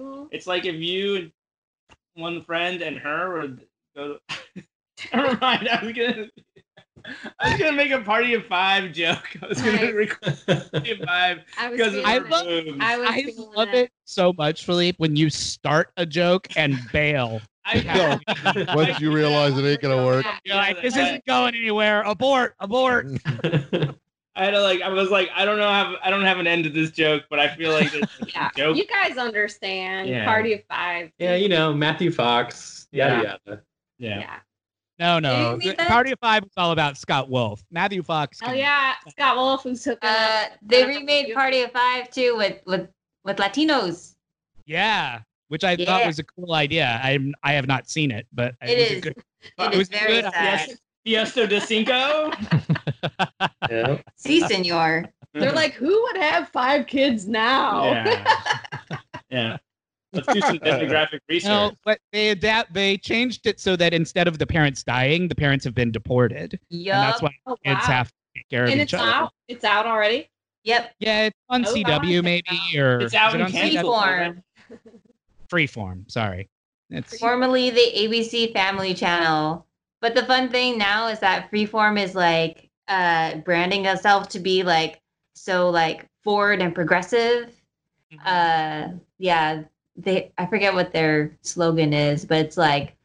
Speaker 8: Mhm.
Speaker 5: mhm.
Speaker 8: It's like if you, and one friend, and her would go. Never mind. I was gonna. I was gonna make a party of five joke. I was gonna
Speaker 5: Right.
Speaker 8: record party of five
Speaker 5: I was
Speaker 8: because of
Speaker 5: feeling
Speaker 2: I
Speaker 8: her
Speaker 5: it.
Speaker 2: love-
Speaker 8: boobs.
Speaker 5: I was
Speaker 2: I
Speaker 5: feeling
Speaker 2: love
Speaker 5: it.
Speaker 2: it so much, Philippe, when you start a joke and bail.
Speaker 8: I
Speaker 1: Yeah. Once you realize it ain't gonna work.
Speaker 2: You're like, this isn't going anywhere. Abort, abort.
Speaker 8: I had to, like I was like I don't know have I don't have an end to this joke, but I feel like there's a
Speaker 5: Yeah.
Speaker 8: joke.
Speaker 5: You guys understand.
Speaker 3: Yeah.
Speaker 5: Party of five.
Speaker 3: yeah, you know Matthew Fox. Yada yada.
Speaker 5: Yeah.
Speaker 8: Mm-hmm.
Speaker 2: No, no.
Speaker 7: Did you read that?
Speaker 2: Party of Five was all about Scott Wolf. Matthew Fox.
Speaker 5: Hell yeah. Scott Wolf who's hooking up.
Speaker 7: Uh, they remade Party of Five too with with with Latinos.
Speaker 2: Yeah. Which I thought
Speaker 7: Yeah.
Speaker 2: was a cool idea. I am I have not seen it, but
Speaker 7: It
Speaker 2: was a
Speaker 7: is.
Speaker 2: good-
Speaker 7: It
Speaker 2: It
Speaker 7: is
Speaker 2: was
Speaker 7: very
Speaker 2: good.
Speaker 7: sad.
Speaker 8: Yes. Fiesta de Cinco.
Speaker 3: Yeah.
Speaker 7: See, senor.
Speaker 5: They're like, who would have five kids
Speaker 8: Oh.
Speaker 5: now?
Speaker 8: Yeah. yeah. Let's do
Speaker 3: Uh,
Speaker 8: some demographic research.
Speaker 2: No, but they adapt. They changed it so that instead of the parents dying, the parents have been deported, and
Speaker 7: Yup.
Speaker 2: that's why
Speaker 5: Oh,
Speaker 2: kids
Speaker 5: wow.
Speaker 2: have to take care of
Speaker 5: and
Speaker 2: each
Speaker 5: it's
Speaker 2: other.
Speaker 5: out. It's out already.
Speaker 7: Yep.
Speaker 2: Yeah, it's on
Speaker 5: Oh, I
Speaker 2: CW
Speaker 5: wanna
Speaker 2: maybe
Speaker 5: check it
Speaker 2: or
Speaker 8: It's out
Speaker 2: is it
Speaker 8: in
Speaker 2: on
Speaker 8: Canada.
Speaker 2: CW?
Speaker 7: Freeform.
Speaker 2: Freeform. Sorry, it's
Speaker 7: formerly the ABC Family Channel. But the fun thing now is that Freeform is like uh, branding itself to be like so like forward and progressive. Uh, yeah, they I forget what their slogan is, but it's like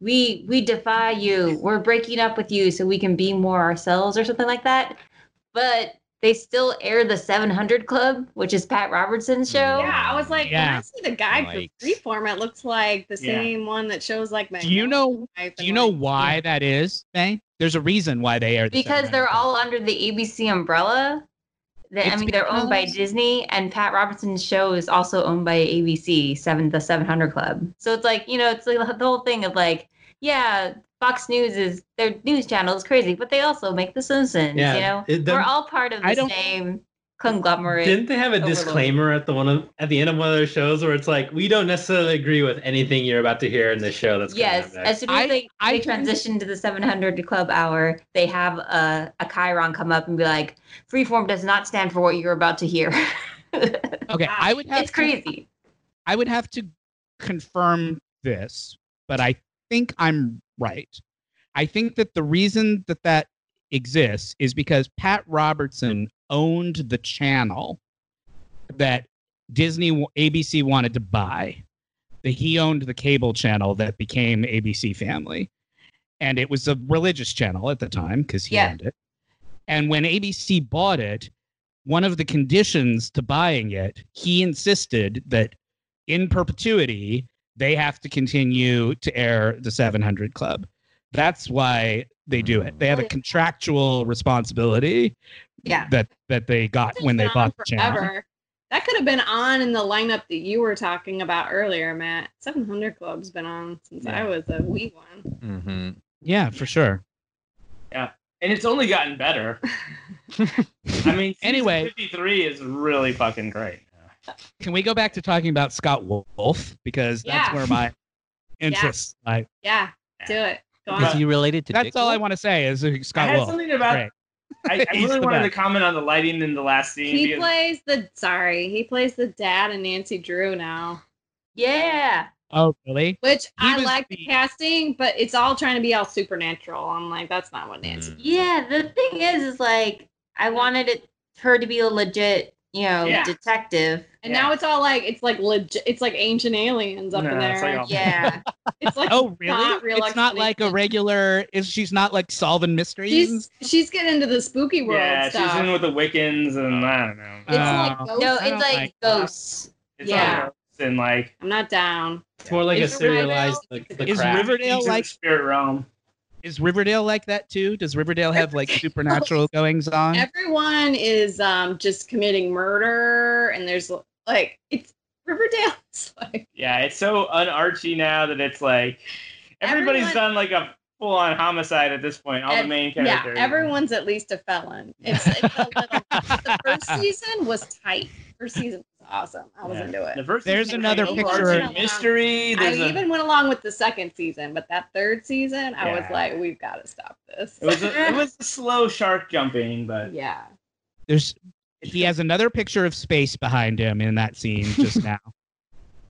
Speaker 7: we we defy you. We're breaking up with you so we can be more ourselves or something like that. But they still air the 700 Club, which is Pat Robertson's show.
Speaker 5: Yeah, I was like, when
Speaker 2: Yeah.
Speaker 5: I see the guide
Speaker 6: Yikes.
Speaker 5: for Freeform, it looks like the
Speaker 8: Yeah.
Speaker 5: same one that shows like.
Speaker 2: Do you know?
Speaker 5: Life
Speaker 2: Do
Speaker 5: and,
Speaker 2: you know
Speaker 5: like-
Speaker 2: why that is? May there's a reason why they are the
Speaker 7: because
Speaker 2: Saturday
Speaker 7: they're
Speaker 2: Night
Speaker 7: all under the ABC umbrella. They- I
Speaker 2: It's
Speaker 7: mean, they're owned by
Speaker 2: because-
Speaker 7: Disney, and Pat Robertson's show is also owned by ABC Seven, the Seven Hundred Club. So it's like you know, it's like the whole thing of like, yeah, Fox News is their news channel is crazy, but they also make The Simpsons.
Speaker 3: Yeah,
Speaker 7: You know,
Speaker 3: it- the-
Speaker 7: we're all part of
Speaker 2: I
Speaker 7: the
Speaker 2: don't-
Speaker 7: same conglomerate.
Speaker 3: Didn't they have a
Speaker 7: overload.
Speaker 3: disclaimer at the one of, at the end of one of those shows where it's like we don't necessarily agree with anything you're about to hear in this show? That's coming
Speaker 7: yes,
Speaker 3: up
Speaker 7: as
Speaker 3: next.
Speaker 7: soon as
Speaker 2: I-
Speaker 7: they,
Speaker 2: I
Speaker 7: they
Speaker 2: think-
Speaker 7: transition to the 700 Club Hour, they have a, a Chiron come up and be like, Freeform does not stand for what you're about to hear.
Speaker 2: Live. Okay, I would have
Speaker 7: it's
Speaker 2: to-
Speaker 7: crazy.
Speaker 2: I would have to confirm this, but I think I'm right. I think that the reason that that exists is because Pat Robertson owned the channel that Disney ABC wanted to buy. That he owned the cable channel that became ABC Family, and it was a religious channel at the time because he
Speaker 7: Yeah.
Speaker 2: owned it. And when ABC bought it, one of the conditions to buying it, he insisted that in perpetuity, they have to continue to air the 700 Club. That's why they do it. They have a contractual responsibility
Speaker 5: Yeah.
Speaker 2: that that they got
Speaker 5: It's
Speaker 2: when they
Speaker 5: been on
Speaker 2: bought the channel.
Speaker 5: forever. That could have been on in the lineup that you were talking about earlier, Matt. 700 Club's been on since I was a wee one.
Speaker 6: Mm-hmm.
Speaker 2: Yeah, for sure.
Speaker 8: and it's only gotten better. I mean, season
Speaker 2: Anyway.
Speaker 8: 53 is really fucking great.
Speaker 2: Can we go back to talking about Scott Wolf because that's
Speaker 5: Yeah.
Speaker 2: where my interests lie.
Speaker 5: Yeah, do it. Go
Speaker 6: Is
Speaker 5: on.
Speaker 6: he related to?
Speaker 2: That's
Speaker 6: Dick
Speaker 2: all I
Speaker 6: Wolf?
Speaker 2: want to say is uh,
Speaker 8: I
Speaker 2: Scott
Speaker 8: had
Speaker 2: Wolf.
Speaker 8: something about.
Speaker 2: Great.
Speaker 8: I, I
Speaker 2: He's
Speaker 8: really
Speaker 2: the
Speaker 8: wanted to
Speaker 2: best.
Speaker 8: comment on the lighting in the last scene.
Speaker 5: He
Speaker 8: because-
Speaker 5: plays the sorry, he plays the dad and Nancy Drew now,
Speaker 7: Yeah.
Speaker 2: Oh, really?
Speaker 5: which I
Speaker 2: was
Speaker 5: like the
Speaker 2: the-
Speaker 5: casting, but it's all trying to be all supernatural. I'm like, that's not what Nancy.
Speaker 7: Yeah. The thing is, is like, I wanted it, her to be a legit, you know,
Speaker 8: Yeah.
Speaker 7: detective.
Speaker 5: And
Speaker 8: Yeah.
Speaker 5: now it's all like it's like legit. It's like ancient aliens up
Speaker 8: No,
Speaker 5: in there.
Speaker 8: it's like all-
Speaker 7: Yeah.
Speaker 5: It's like
Speaker 2: Oh, really?
Speaker 5: Not real
Speaker 2: it's not like a
Speaker 5: explanation.
Speaker 2: regular. Is she's not like solving mysteries?
Speaker 5: she's she's getting into the spooky world
Speaker 8: yeah,
Speaker 5: stuff.
Speaker 8: she's in with the Wiccans, and I don't know.
Speaker 5: it's
Speaker 2: Oh.
Speaker 5: like ghosts.
Speaker 2: I
Speaker 7: no,
Speaker 2: don't
Speaker 7: it's like
Speaker 2: like that.
Speaker 7: ghosts.
Speaker 8: It's
Speaker 5: yeah.
Speaker 8: all ghosts and like
Speaker 5: I'm not down.
Speaker 3: It's more like
Speaker 2: Is
Speaker 3: a
Speaker 2: Riverdale-
Speaker 3: serialized like the
Speaker 2: is
Speaker 3: crack.
Speaker 2: Riverdale
Speaker 8: into the
Speaker 2: like-
Speaker 8: spirit realm.
Speaker 2: Is Riverdale like that too? Does Riverdale have like supernatural goings on?
Speaker 5: Everyone is um just committing murder, and there's like it's Riverdale. It's like
Speaker 8: Yeah, it's so unarchy now that it's like everybody's
Speaker 5: Everyone-
Speaker 8: done like a full on homicide at this point. All the
Speaker 5: Ev-
Speaker 8: main
Speaker 5: yeah,
Speaker 8: characters.
Speaker 5: everyone's at least a felon. It's, it's a little, the first season was tight. First season was awesome. I was
Speaker 4: Yeah.
Speaker 5: into
Speaker 4: The
Speaker 5: it.
Speaker 4: first
Speaker 2: There's
Speaker 4: season
Speaker 2: another
Speaker 4: had
Speaker 2: picture-
Speaker 4: overarching mystery.
Speaker 5: I
Speaker 4: There's a,
Speaker 5: even went along with the second season, but that third season, I was
Speaker 4: Yeah.
Speaker 5: like, we've got to stop this.
Speaker 4: it was a, it was a slow shark jumping, but
Speaker 5: yeah.
Speaker 2: There's he has another picture of space behind him in that scene just now.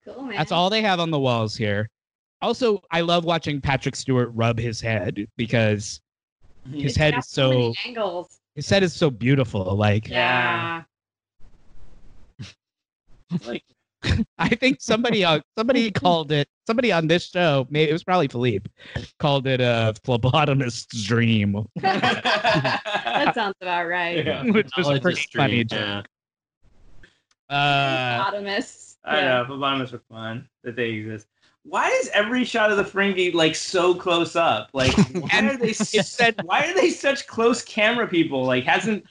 Speaker 5: Cool, man.
Speaker 2: That's all they have on the walls here. Also, I love watching Patrick Stewart rub his head because his head
Speaker 5: Got
Speaker 2: is so
Speaker 5: many angles.
Speaker 2: his head is so beautiful. Like
Speaker 5: Yeah.
Speaker 4: Yeah.
Speaker 2: I think somebody uh, somebody called it somebody on this show. Maybe it was probably Philippe called it a phlebotomist's dream,
Speaker 5: That sounds about right.
Speaker 4: Yeah.
Speaker 2: which was a
Speaker 3: Knowledge
Speaker 2: pretty
Speaker 3: is
Speaker 2: funny.
Speaker 3: stream, yeah.
Speaker 2: Uh,
Speaker 5: Phlebotomist.
Speaker 4: I know, Phlebotomists are fun that they exist. Why is every shot of the Ferengi like so close up? Like, why are they? Said, why are they such close camera people? Like, hasn't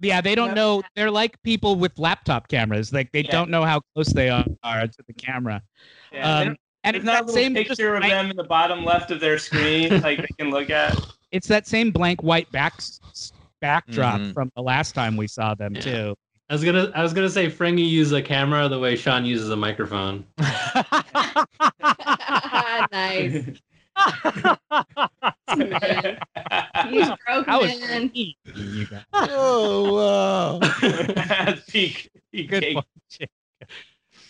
Speaker 2: yeah, they don't
Speaker 4: Yep.
Speaker 2: know. They're like people with laptop cameras. Like they
Speaker 4: Yeah.
Speaker 2: don't know how close they are to the camera.
Speaker 4: yeah,
Speaker 2: um, and it's
Speaker 4: there's not
Speaker 2: that
Speaker 4: a little
Speaker 2: same just
Speaker 4: picture of
Speaker 2: blank-
Speaker 4: them in the bottom left of their screen, like they can look at.
Speaker 2: It's that same blank white back s- backdrop
Speaker 6: Mhm.
Speaker 2: from the last time we saw them
Speaker 3: Yeah.
Speaker 2: too.
Speaker 3: I was gonna I was gonna say Ferengi uses a camera the way Sean uses a microphone.
Speaker 5: Yeah. nice. Man. He's broke,
Speaker 2: That was
Speaker 5: man.
Speaker 2: great, you guys.
Speaker 1: oh wow!
Speaker 4: That's peak, peak
Speaker 2: Good
Speaker 4: cake.
Speaker 2: one.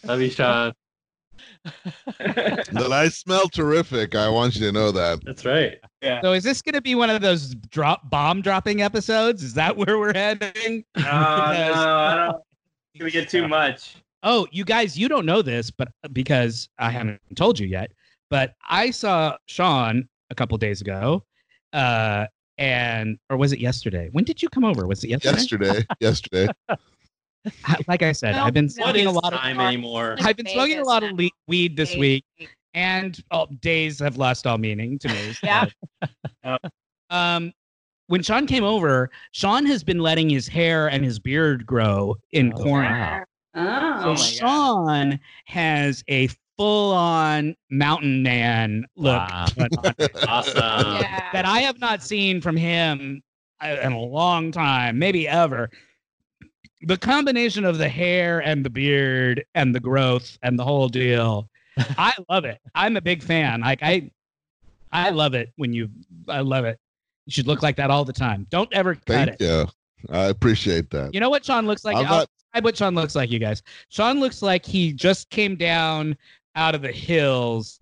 Speaker 3: Love you, Sean.
Speaker 1: that I smell terrific. I want you to know that.
Speaker 3: That's right.
Speaker 2: So is this going to be one of those drop bomb dropping episodes? Is that where we're heading?
Speaker 4: Oh, no, I don't. Can we get too much?
Speaker 2: Oh, you guys, you don't know this, but uh, because I haven't told you yet, but I saw Sean a couple days ago, uh, and or was it yesterday? When did you come over? Was it yesterday?
Speaker 1: Yesterday, yesterday.
Speaker 2: I- like I said,
Speaker 5: No,
Speaker 2: I've been
Speaker 5: no.
Speaker 3: What
Speaker 2: smoking
Speaker 3: is
Speaker 2: a lot of
Speaker 3: time
Speaker 5: of-
Speaker 3: anymore?
Speaker 2: I've been smoking a
Speaker 5: Vegas
Speaker 2: lot of
Speaker 5: now.
Speaker 2: le- weed this
Speaker 5: Vegas.
Speaker 2: week, and all days have lost all meaning to me. so-
Speaker 5: Yeah.
Speaker 4: Oh.
Speaker 2: um, when Sean came over, Sean has been letting his hair and his beard grow in
Speaker 6: Oh,
Speaker 2: quarantine.
Speaker 6: Wow.
Speaker 7: Uh-huh.
Speaker 4: Oh my
Speaker 5: Oh.
Speaker 4: God.
Speaker 2: Sean has a full-on mountain man look
Speaker 6: Wow.
Speaker 2: going on
Speaker 4: Uh,
Speaker 3: Awesome.
Speaker 5: yeah.
Speaker 2: that I have not seen from him uh, in a long time, maybe ever. The combination of the hair and the beard and the growth and the whole deal, I love it. I'm a big fan. Like I, I love it when you. I love it. You should look like that all the time. Don't ever cut
Speaker 1: Thank
Speaker 2: it.
Speaker 1: you. I appreciate that.
Speaker 2: You know what Sean looks like?
Speaker 1: I'm
Speaker 2: I'll
Speaker 1: not-
Speaker 2: describe what Sean looks like, you guys. Sean looks like he just came down out of the hills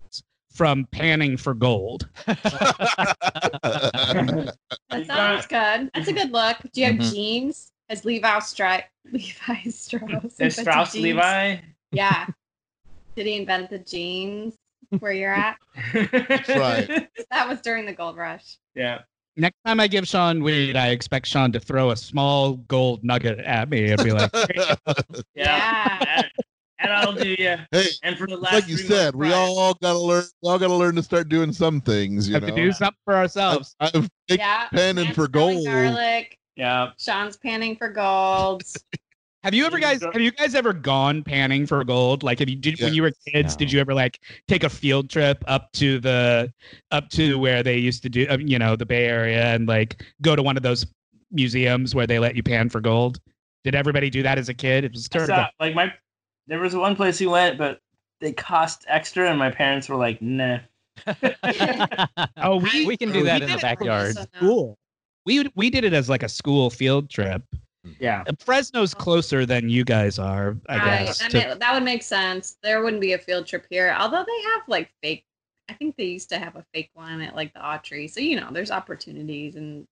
Speaker 2: from panning for gold.
Speaker 5: That sounds good. That's a good look. Do you have
Speaker 2: Mm-hmm.
Speaker 6: Mhm.
Speaker 5: jeans? As Levi Stri- Levi Strauss.
Speaker 4: There's
Speaker 5: invented
Speaker 4: Strauss
Speaker 5: jeans?
Speaker 4: Levi.
Speaker 5: Yeah. Did he invent the jeans where you're at?
Speaker 1: right.
Speaker 5: That was during the gold rush.
Speaker 4: Yeah.
Speaker 2: Next time I give Sean weed, I expect Sean to throw a small gold nugget at me and be like,
Speaker 4: Yeah.
Speaker 5: Yeah.
Speaker 4: And I'll do yeah.
Speaker 1: hey,
Speaker 4: And for the
Speaker 1: it's
Speaker 4: last
Speaker 1: like you
Speaker 4: three
Speaker 1: said,
Speaker 4: months
Speaker 1: we
Speaker 4: prior-
Speaker 1: all gotta learn. We all gotta learn to start doing some things. You
Speaker 2: have
Speaker 1: know,
Speaker 2: to do something for
Speaker 1: I've,
Speaker 2: ourselves.
Speaker 1: I've picked
Speaker 5: yeah.
Speaker 1: pen and
Speaker 5: Sam's
Speaker 1: for
Speaker 5: throwing
Speaker 1: gold.
Speaker 5: Garlic.
Speaker 4: Yeah.
Speaker 5: Sean's panning for gold.
Speaker 2: Have you ever guys have you guys ever gone panning for gold? Like have you did when you were kids, did
Speaker 6: No.
Speaker 2: you ever like take a field trip up to the up to where they used to do uh, you know, the Bay Area and like go to one of those museums where they let you pan for gold? Did everybody do that as a kid? It was
Speaker 4: I
Speaker 2: sort of
Speaker 4: saw-
Speaker 2: a-
Speaker 4: like my there was one place we went, but they cost extra and my parents were like, nah.
Speaker 2: oh we
Speaker 6: we can
Speaker 2: we
Speaker 6: do that
Speaker 2: did
Speaker 6: in the
Speaker 2: it
Speaker 6: backyard.
Speaker 5: So now-
Speaker 2: School. We would- we did it as like a school field trip.
Speaker 4: Yeah.
Speaker 2: Fresno's closer than you guys are, I
Speaker 5: Right.
Speaker 2: guess.
Speaker 5: That,
Speaker 2: to-
Speaker 5: ma- that would make sense. There wouldn't be a field trip here, although they have like fake. I think they used to have a fake one at like the Autry. So you know, there's opportunities and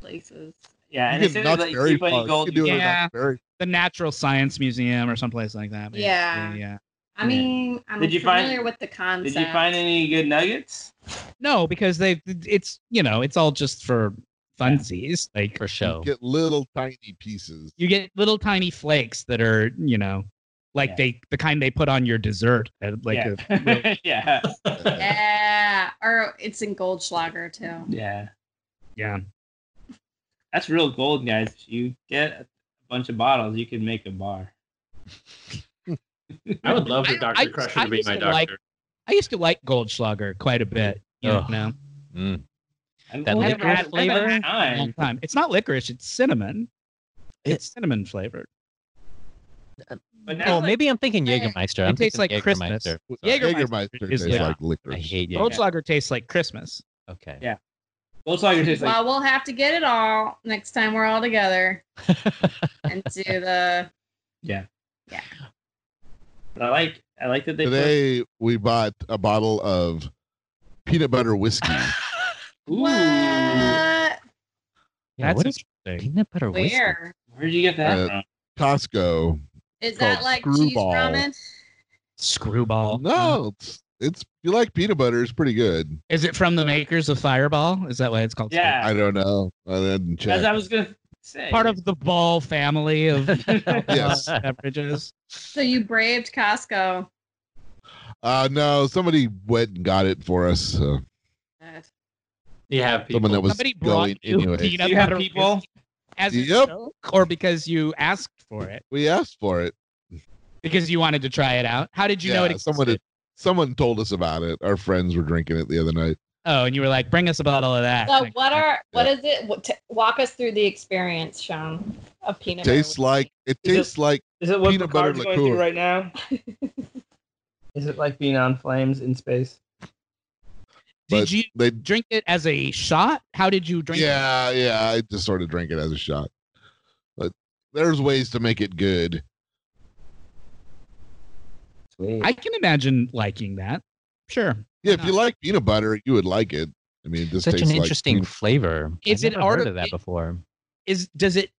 Speaker 5: places.
Speaker 4: Yeah. And
Speaker 1: You
Speaker 4: they
Speaker 1: can
Speaker 4: said
Speaker 1: Knott's
Speaker 4: that you
Speaker 1: Berry
Speaker 4: keep any
Speaker 1: Park.
Speaker 4: gold
Speaker 1: You can do
Speaker 4: you
Speaker 1: it in
Speaker 4: get.
Speaker 2: Yeah.
Speaker 1: Knott's Berry.
Speaker 2: the Natural Science Museum or someplace like that. basically,
Speaker 5: Yeah.
Speaker 2: Yeah.
Speaker 5: I mean, I'm
Speaker 4: Did you find-
Speaker 5: familiar with the concept.
Speaker 4: Did you find any good nuggets?
Speaker 2: No, because they it's you know it's all just for funsies. Like
Speaker 6: For show.
Speaker 1: Get little tiny pieces.
Speaker 2: you get little tiny flakes that are you know like
Speaker 4: Yeah.
Speaker 2: they the kind they put on your dessert. uh, Like
Speaker 4: yeah.
Speaker 2: a real-
Speaker 4: yeah.
Speaker 5: Yeah, or it's in Goldschlager too.
Speaker 4: Yeah.
Speaker 2: Yeah.
Speaker 4: That's real gold, guys. If you get a bunch of bottles, you can make a bar.
Speaker 3: I would love for
Speaker 2: I-
Speaker 3: Dr.
Speaker 2: I-
Speaker 3: Crusher
Speaker 2: I
Speaker 3: to be
Speaker 2: used
Speaker 3: my
Speaker 2: to
Speaker 3: doctor.
Speaker 2: like- I used to like Goldschlager quite a bit. You
Speaker 6: Ugh.
Speaker 2: know,
Speaker 6: Mm.
Speaker 4: And
Speaker 6: That
Speaker 4: I've
Speaker 6: licorice
Speaker 4: had- I've
Speaker 6: flavor?
Speaker 2: long
Speaker 4: had nine.
Speaker 2: time. It's not licorice. It's cinnamon. It's cinnamon flavored.
Speaker 8: But now,
Speaker 6: Oh, maybe I'm thinking
Speaker 5: Eh,
Speaker 6: Jägermeister.
Speaker 2: it
Speaker 6: I'm
Speaker 2: tastes like
Speaker 6: thinking
Speaker 2: Christmas. Oh,
Speaker 6: Jägermeister.
Speaker 2: Jägermeister
Speaker 1: Jägermeister
Speaker 2: is
Speaker 1: tastes
Speaker 2: like-
Speaker 1: like licorice.
Speaker 6: I hate you.
Speaker 2: Goldschlager tastes like Christmas.
Speaker 6: Okay.
Speaker 8: Yeah.
Speaker 1: Oh,
Speaker 8: Volkswagen tastes like
Speaker 5: well, we'll have to get it all next time we're all together and do the.
Speaker 8: But I like I like that they
Speaker 1: Today we bought a bottle of peanut butter whiskey.
Speaker 8: put- Ooh,
Speaker 5: What?
Speaker 6: Yeah,
Speaker 2: That's
Speaker 6: what is
Speaker 2: interesting.
Speaker 6: peanut butter whiskey?
Speaker 5: Where?
Speaker 8: where'd you get that
Speaker 1: Uh,
Speaker 8: from?
Speaker 1: Costco.
Speaker 5: Is
Speaker 1: called
Speaker 5: that like cheese
Speaker 1: Screwball.
Speaker 5: ramen?
Speaker 2: Screwball.
Speaker 1: No, it's it's if you like peanut butter, it's pretty good.
Speaker 2: Is it from the makers of Fireball? Is that why it's called?
Speaker 8: Yeah.
Speaker 1: I don't know. I didn't
Speaker 8: As I
Speaker 1: check.
Speaker 8: was gonna say,
Speaker 2: Part of the Ball family of
Speaker 1: Yes.
Speaker 2: beverages.
Speaker 5: So you braved Costco.
Speaker 1: Uh no, somebody went and got it for us. Uh,
Speaker 5: Good.
Speaker 3: You have people.
Speaker 1: someone that was
Speaker 2: Somebody brought
Speaker 1: going
Speaker 2: you
Speaker 1: anyway.
Speaker 2: peanut
Speaker 8: Do you have
Speaker 2: butter
Speaker 8: people?
Speaker 2: whiskey as a
Speaker 1: Yep.
Speaker 2: joke, or because you asked for it,
Speaker 1: We asked for it.
Speaker 2: because you wanted to try it out. How did you know it? Existed?
Speaker 1: someone had- someone told us about it. Our friends were drinking it the other night.
Speaker 2: Oh, and you were like, "Bring us a bottle of that."
Speaker 5: So
Speaker 2: Like,
Speaker 5: what are what is it? What, t- walk us through the experience, Sean, of peanut. butter
Speaker 1: tastes
Speaker 5: whiskey.
Speaker 1: like it
Speaker 4: Is it-
Speaker 1: tastes like
Speaker 4: Is it what
Speaker 1: Peanut
Speaker 4: Peanut
Speaker 1: butter
Speaker 4: Picard's going through
Speaker 1: liqueur.
Speaker 4: right now? Is it like being on flames in space?
Speaker 2: Did
Speaker 1: but
Speaker 2: you
Speaker 1: they
Speaker 2: drink it as a shot? How did you drink? it?
Speaker 1: yeah, yeah. I just sort of drank it as a shot. But there's ways to make it good.
Speaker 4: Sweet.
Speaker 2: I can imagine liking that. Sure.
Speaker 1: Yeah,
Speaker 2: Why
Speaker 1: if you
Speaker 2: not?
Speaker 1: like peanut butter, you would like it. I mean, this
Speaker 6: Such
Speaker 1: tastes
Speaker 6: an
Speaker 1: like
Speaker 6: interesting
Speaker 1: peanut-
Speaker 6: flavor.
Speaker 2: Is
Speaker 6: I've
Speaker 2: it
Speaker 6: never
Speaker 2: arti-
Speaker 6: heard of that before?
Speaker 2: Is does it?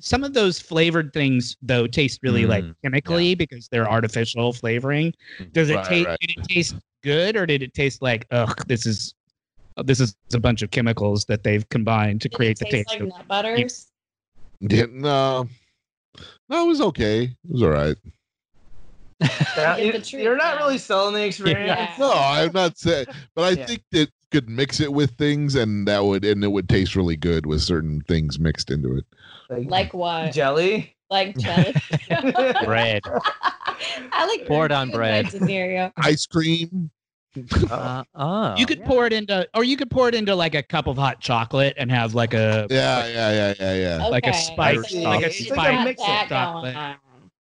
Speaker 2: Some of those flavored things though taste really like
Speaker 6: Mm,
Speaker 2: chemically because they're artificial flavoring.
Speaker 6: Mm,
Speaker 2: Does it
Speaker 1: right,
Speaker 2: taste?
Speaker 1: right.
Speaker 2: Did it taste good or did it taste like ugh? This is this is a bunch of chemicals that they've combined to
Speaker 5: Did it
Speaker 2: create the
Speaker 5: taste
Speaker 2: taste.
Speaker 5: like
Speaker 2: of-
Speaker 5: nut butters.
Speaker 1: Yeah, no, no, it was okay. It was all right.
Speaker 4: Now,
Speaker 5: Get
Speaker 4: you,
Speaker 5: the truth
Speaker 4: are not
Speaker 5: now.
Speaker 4: really selling the experience.
Speaker 5: Yeah.
Speaker 1: No, I'm not saying, but I
Speaker 4: Yeah.
Speaker 1: think that you could mix it with things, and that would and it would taste really good with certain things mixed into it.
Speaker 5: Like what?
Speaker 4: jelly.
Speaker 5: like jelly.
Speaker 6: Bread.
Speaker 5: I like
Speaker 6: Poured on
Speaker 5: green
Speaker 6: bread.
Speaker 5: scenario.
Speaker 1: Ice cream.
Speaker 6: Uh, oh,
Speaker 2: you could
Speaker 6: yeah.
Speaker 2: pour it into, or you could pour it into like a cup of hot chocolate and have like a
Speaker 1: Yeah, yeah, yeah, yeah, yeah.
Speaker 2: like a
Speaker 5: Okay.
Speaker 2: spice,
Speaker 1: It's like-
Speaker 2: like a
Speaker 4: it's like a
Speaker 2: spice
Speaker 4: mix-up.
Speaker 5: Got that
Speaker 2: chocolate.
Speaker 5: going on.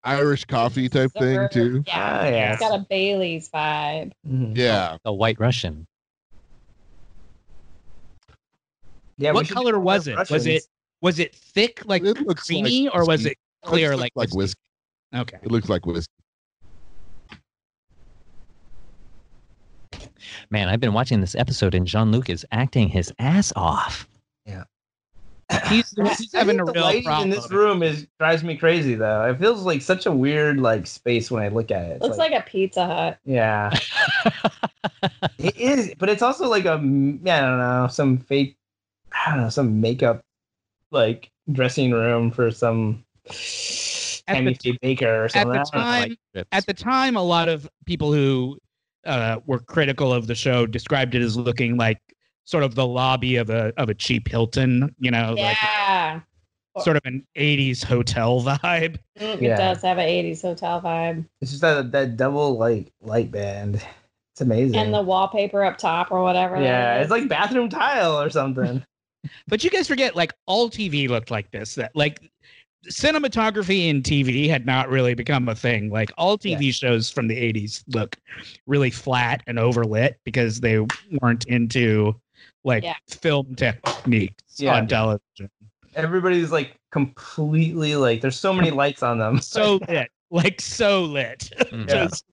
Speaker 1: Irish coffee type thing
Speaker 5: Suburb-
Speaker 1: too.
Speaker 5: Yeah,
Speaker 4: Ah, yeah.
Speaker 5: it's got a Bailey's vibe.
Speaker 4: Mhm.
Speaker 1: Yeah,
Speaker 6: a White Russian.
Speaker 4: Yeah, we
Speaker 2: What
Speaker 4: should
Speaker 2: color
Speaker 4: do all
Speaker 2: was
Speaker 4: the
Speaker 2: it? Was
Speaker 4: Russians.
Speaker 2: Was it thick, like
Speaker 1: It looks like
Speaker 2: creamy, or was
Speaker 1: whiskey.
Speaker 2: it clear,
Speaker 1: It
Speaker 2: like,
Speaker 1: looks like
Speaker 2: whiskey?
Speaker 1: whiskey.
Speaker 2: Okay.
Speaker 1: It looks like whiskey.
Speaker 6: Man, I've been watching this episode and Jean Luc is acting his ass off.
Speaker 2: He's, he's
Speaker 4: I
Speaker 2: having
Speaker 4: think
Speaker 2: a
Speaker 4: the
Speaker 2: real
Speaker 4: lighting
Speaker 2: problem.
Speaker 4: in this room is drives me crazy though. It feels like such a weird like space when I look at it. It's
Speaker 5: Looks like, a Pizza Hut.
Speaker 4: yeah, it is, but it's also like a I don't know some fake I don't know some makeup like dressing room for some
Speaker 2: At
Speaker 4: Tammy
Speaker 2: the-
Speaker 4: Faye Baker or
Speaker 2: At the
Speaker 4: something. I don't know.
Speaker 2: time, at the time, a lot of people who uh, were critical of the show described it as looking like sort of the lobby of a of a cheap Hilton, you know,
Speaker 5: yeah.
Speaker 2: like sort of an '80s hotel vibe.
Speaker 5: Mm,
Speaker 4: Yeah.
Speaker 5: It does have an 80s hotel vibe.
Speaker 4: It's just that that double like light band. It's amazing.
Speaker 5: And the wallpaper up top or whatever.
Speaker 4: yeah,
Speaker 5: that
Speaker 4: it's
Speaker 5: is.
Speaker 4: like bathroom tile or something.
Speaker 2: But you guys forget, like all TV looked like this. That like cinematography in TV had not really become a thing. Like all TV shows from the '80s look really flat and overlit because they weren't into like
Speaker 5: Yeah.
Speaker 2: film techniques
Speaker 4: Yeah.
Speaker 2: on television.
Speaker 4: Everybody's like completely like there's so many lights on them.
Speaker 2: So lit, like so lit,
Speaker 1: Mm-hmm.
Speaker 4: Yeah.
Speaker 2: just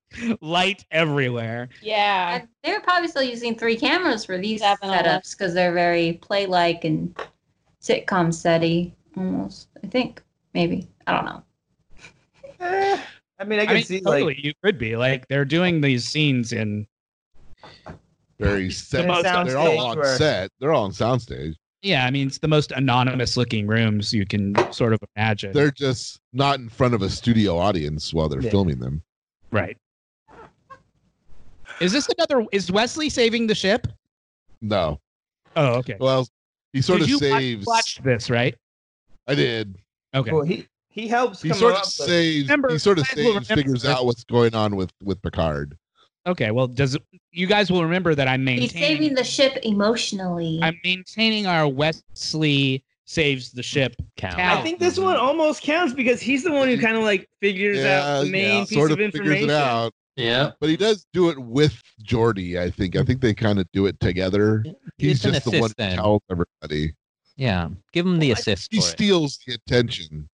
Speaker 2: light everywhere.
Speaker 5: yeah.
Speaker 7: And They were probably still using three cameras for these
Speaker 5: Definitely.
Speaker 7: setups because they're very play-like and sitcom steady almost. I think maybe I don't know.
Speaker 4: Eh, I mean, I can
Speaker 2: I mean,
Speaker 4: see
Speaker 2: totally,
Speaker 4: like
Speaker 2: you could be like they're doing these scenes in
Speaker 1: Very set.
Speaker 2: most-
Speaker 1: They're all
Speaker 4: soundstage
Speaker 1: on
Speaker 4: where-
Speaker 1: set. They're all on soundstage.
Speaker 2: yeah. I mean, it's the most anonymous looking rooms you can sort of imagine.
Speaker 1: They're just not in front of a studio audience while they're
Speaker 4: Yeah.
Speaker 1: filming them.
Speaker 2: Right. Is this another? Is Wesley saving the ship?
Speaker 1: No.
Speaker 2: Oh, okay.
Speaker 1: Well, he sort
Speaker 2: Did
Speaker 1: of
Speaker 2: you watch-
Speaker 1: saves.
Speaker 2: Watch this, right?
Speaker 1: I did.
Speaker 2: Okay.
Speaker 4: Well, he he helps.
Speaker 1: He
Speaker 4: come
Speaker 1: sort of
Speaker 4: up, but-
Speaker 1: saves.
Speaker 2: Remember-
Speaker 1: he sort of
Speaker 2: Glad we'll
Speaker 1: saves.
Speaker 2: remember
Speaker 1: Figures
Speaker 2: that.
Speaker 1: out what's going on with with Picard.
Speaker 2: Okay. Well, does you guys will remember that I'm
Speaker 7: He's
Speaker 2: maintaining.
Speaker 7: saving the ship emotionally.
Speaker 2: I'm maintaining our Wesley saves the ship.
Speaker 6: Count.
Speaker 2: Count.
Speaker 8: I think this one almost counts because he's the one who kind of like figures out the main piece
Speaker 1: sort
Speaker 8: of,
Speaker 1: figures
Speaker 8: information.
Speaker 1: it out.
Speaker 3: Yeah.
Speaker 1: But he does do it with Jordy, I think. I think they kind of do it together. He's
Speaker 6: It's an
Speaker 1: just the one
Speaker 6: assist
Speaker 1: who
Speaker 6: then.
Speaker 1: tells everybody.
Speaker 6: Yeah, give him the assist.
Speaker 1: He
Speaker 6: for it.
Speaker 1: steals the attention.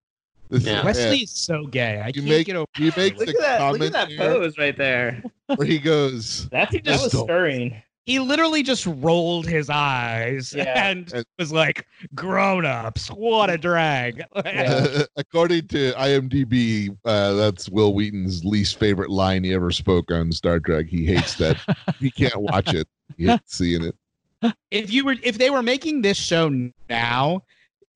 Speaker 1: This is
Speaker 3: Yeah.
Speaker 1: bad.
Speaker 2: Wesley is so gay. I
Speaker 1: You
Speaker 2: can't
Speaker 1: make-
Speaker 2: get over.
Speaker 1: he makes
Speaker 4: Look
Speaker 1: the
Speaker 4: at that! Look at
Speaker 1: comment
Speaker 4: that
Speaker 1: here
Speaker 4: pose right there.
Speaker 1: where he goes,
Speaker 4: That's that was
Speaker 1: Just-
Speaker 4: stirring.
Speaker 2: He literally just rolled his eyes
Speaker 4: Yeah.
Speaker 2: and was like, "Grown ups, what a drag!"
Speaker 1: according to IMDb, uh, that's Will Wheaton's least favorite line he ever spoke on Star Trek. He hates that. he can't watch it. He hates seeing it.
Speaker 2: if you were, if they were making this show now,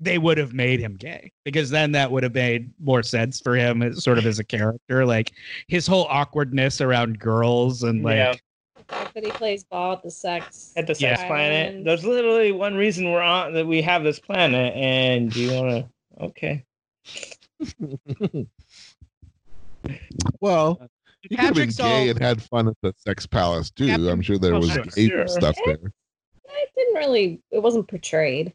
Speaker 2: they would have made him gay because then that would have made more sense for him, as, sort of as a character. Like his whole awkwardness around girls and like.
Speaker 4: yeah,
Speaker 5: But he plays ball at the sex.
Speaker 4: at the sex
Speaker 5: Yeah.
Speaker 4: planet. There's literally one reason we're on that we have this planet, and do you want to? Okay.
Speaker 1: Well, he could have been
Speaker 2: Patrick's
Speaker 1: gay
Speaker 2: all-
Speaker 1: and had fun at the sex palace too.
Speaker 2: Captain-
Speaker 1: I'm sure there
Speaker 2: Oh,
Speaker 1: was
Speaker 2: sure,
Speaker 1: gay
Speaker 4: sure.
Speaker 1: stuff there.
Speaker 5: It didn't really. It wasn't portrayed.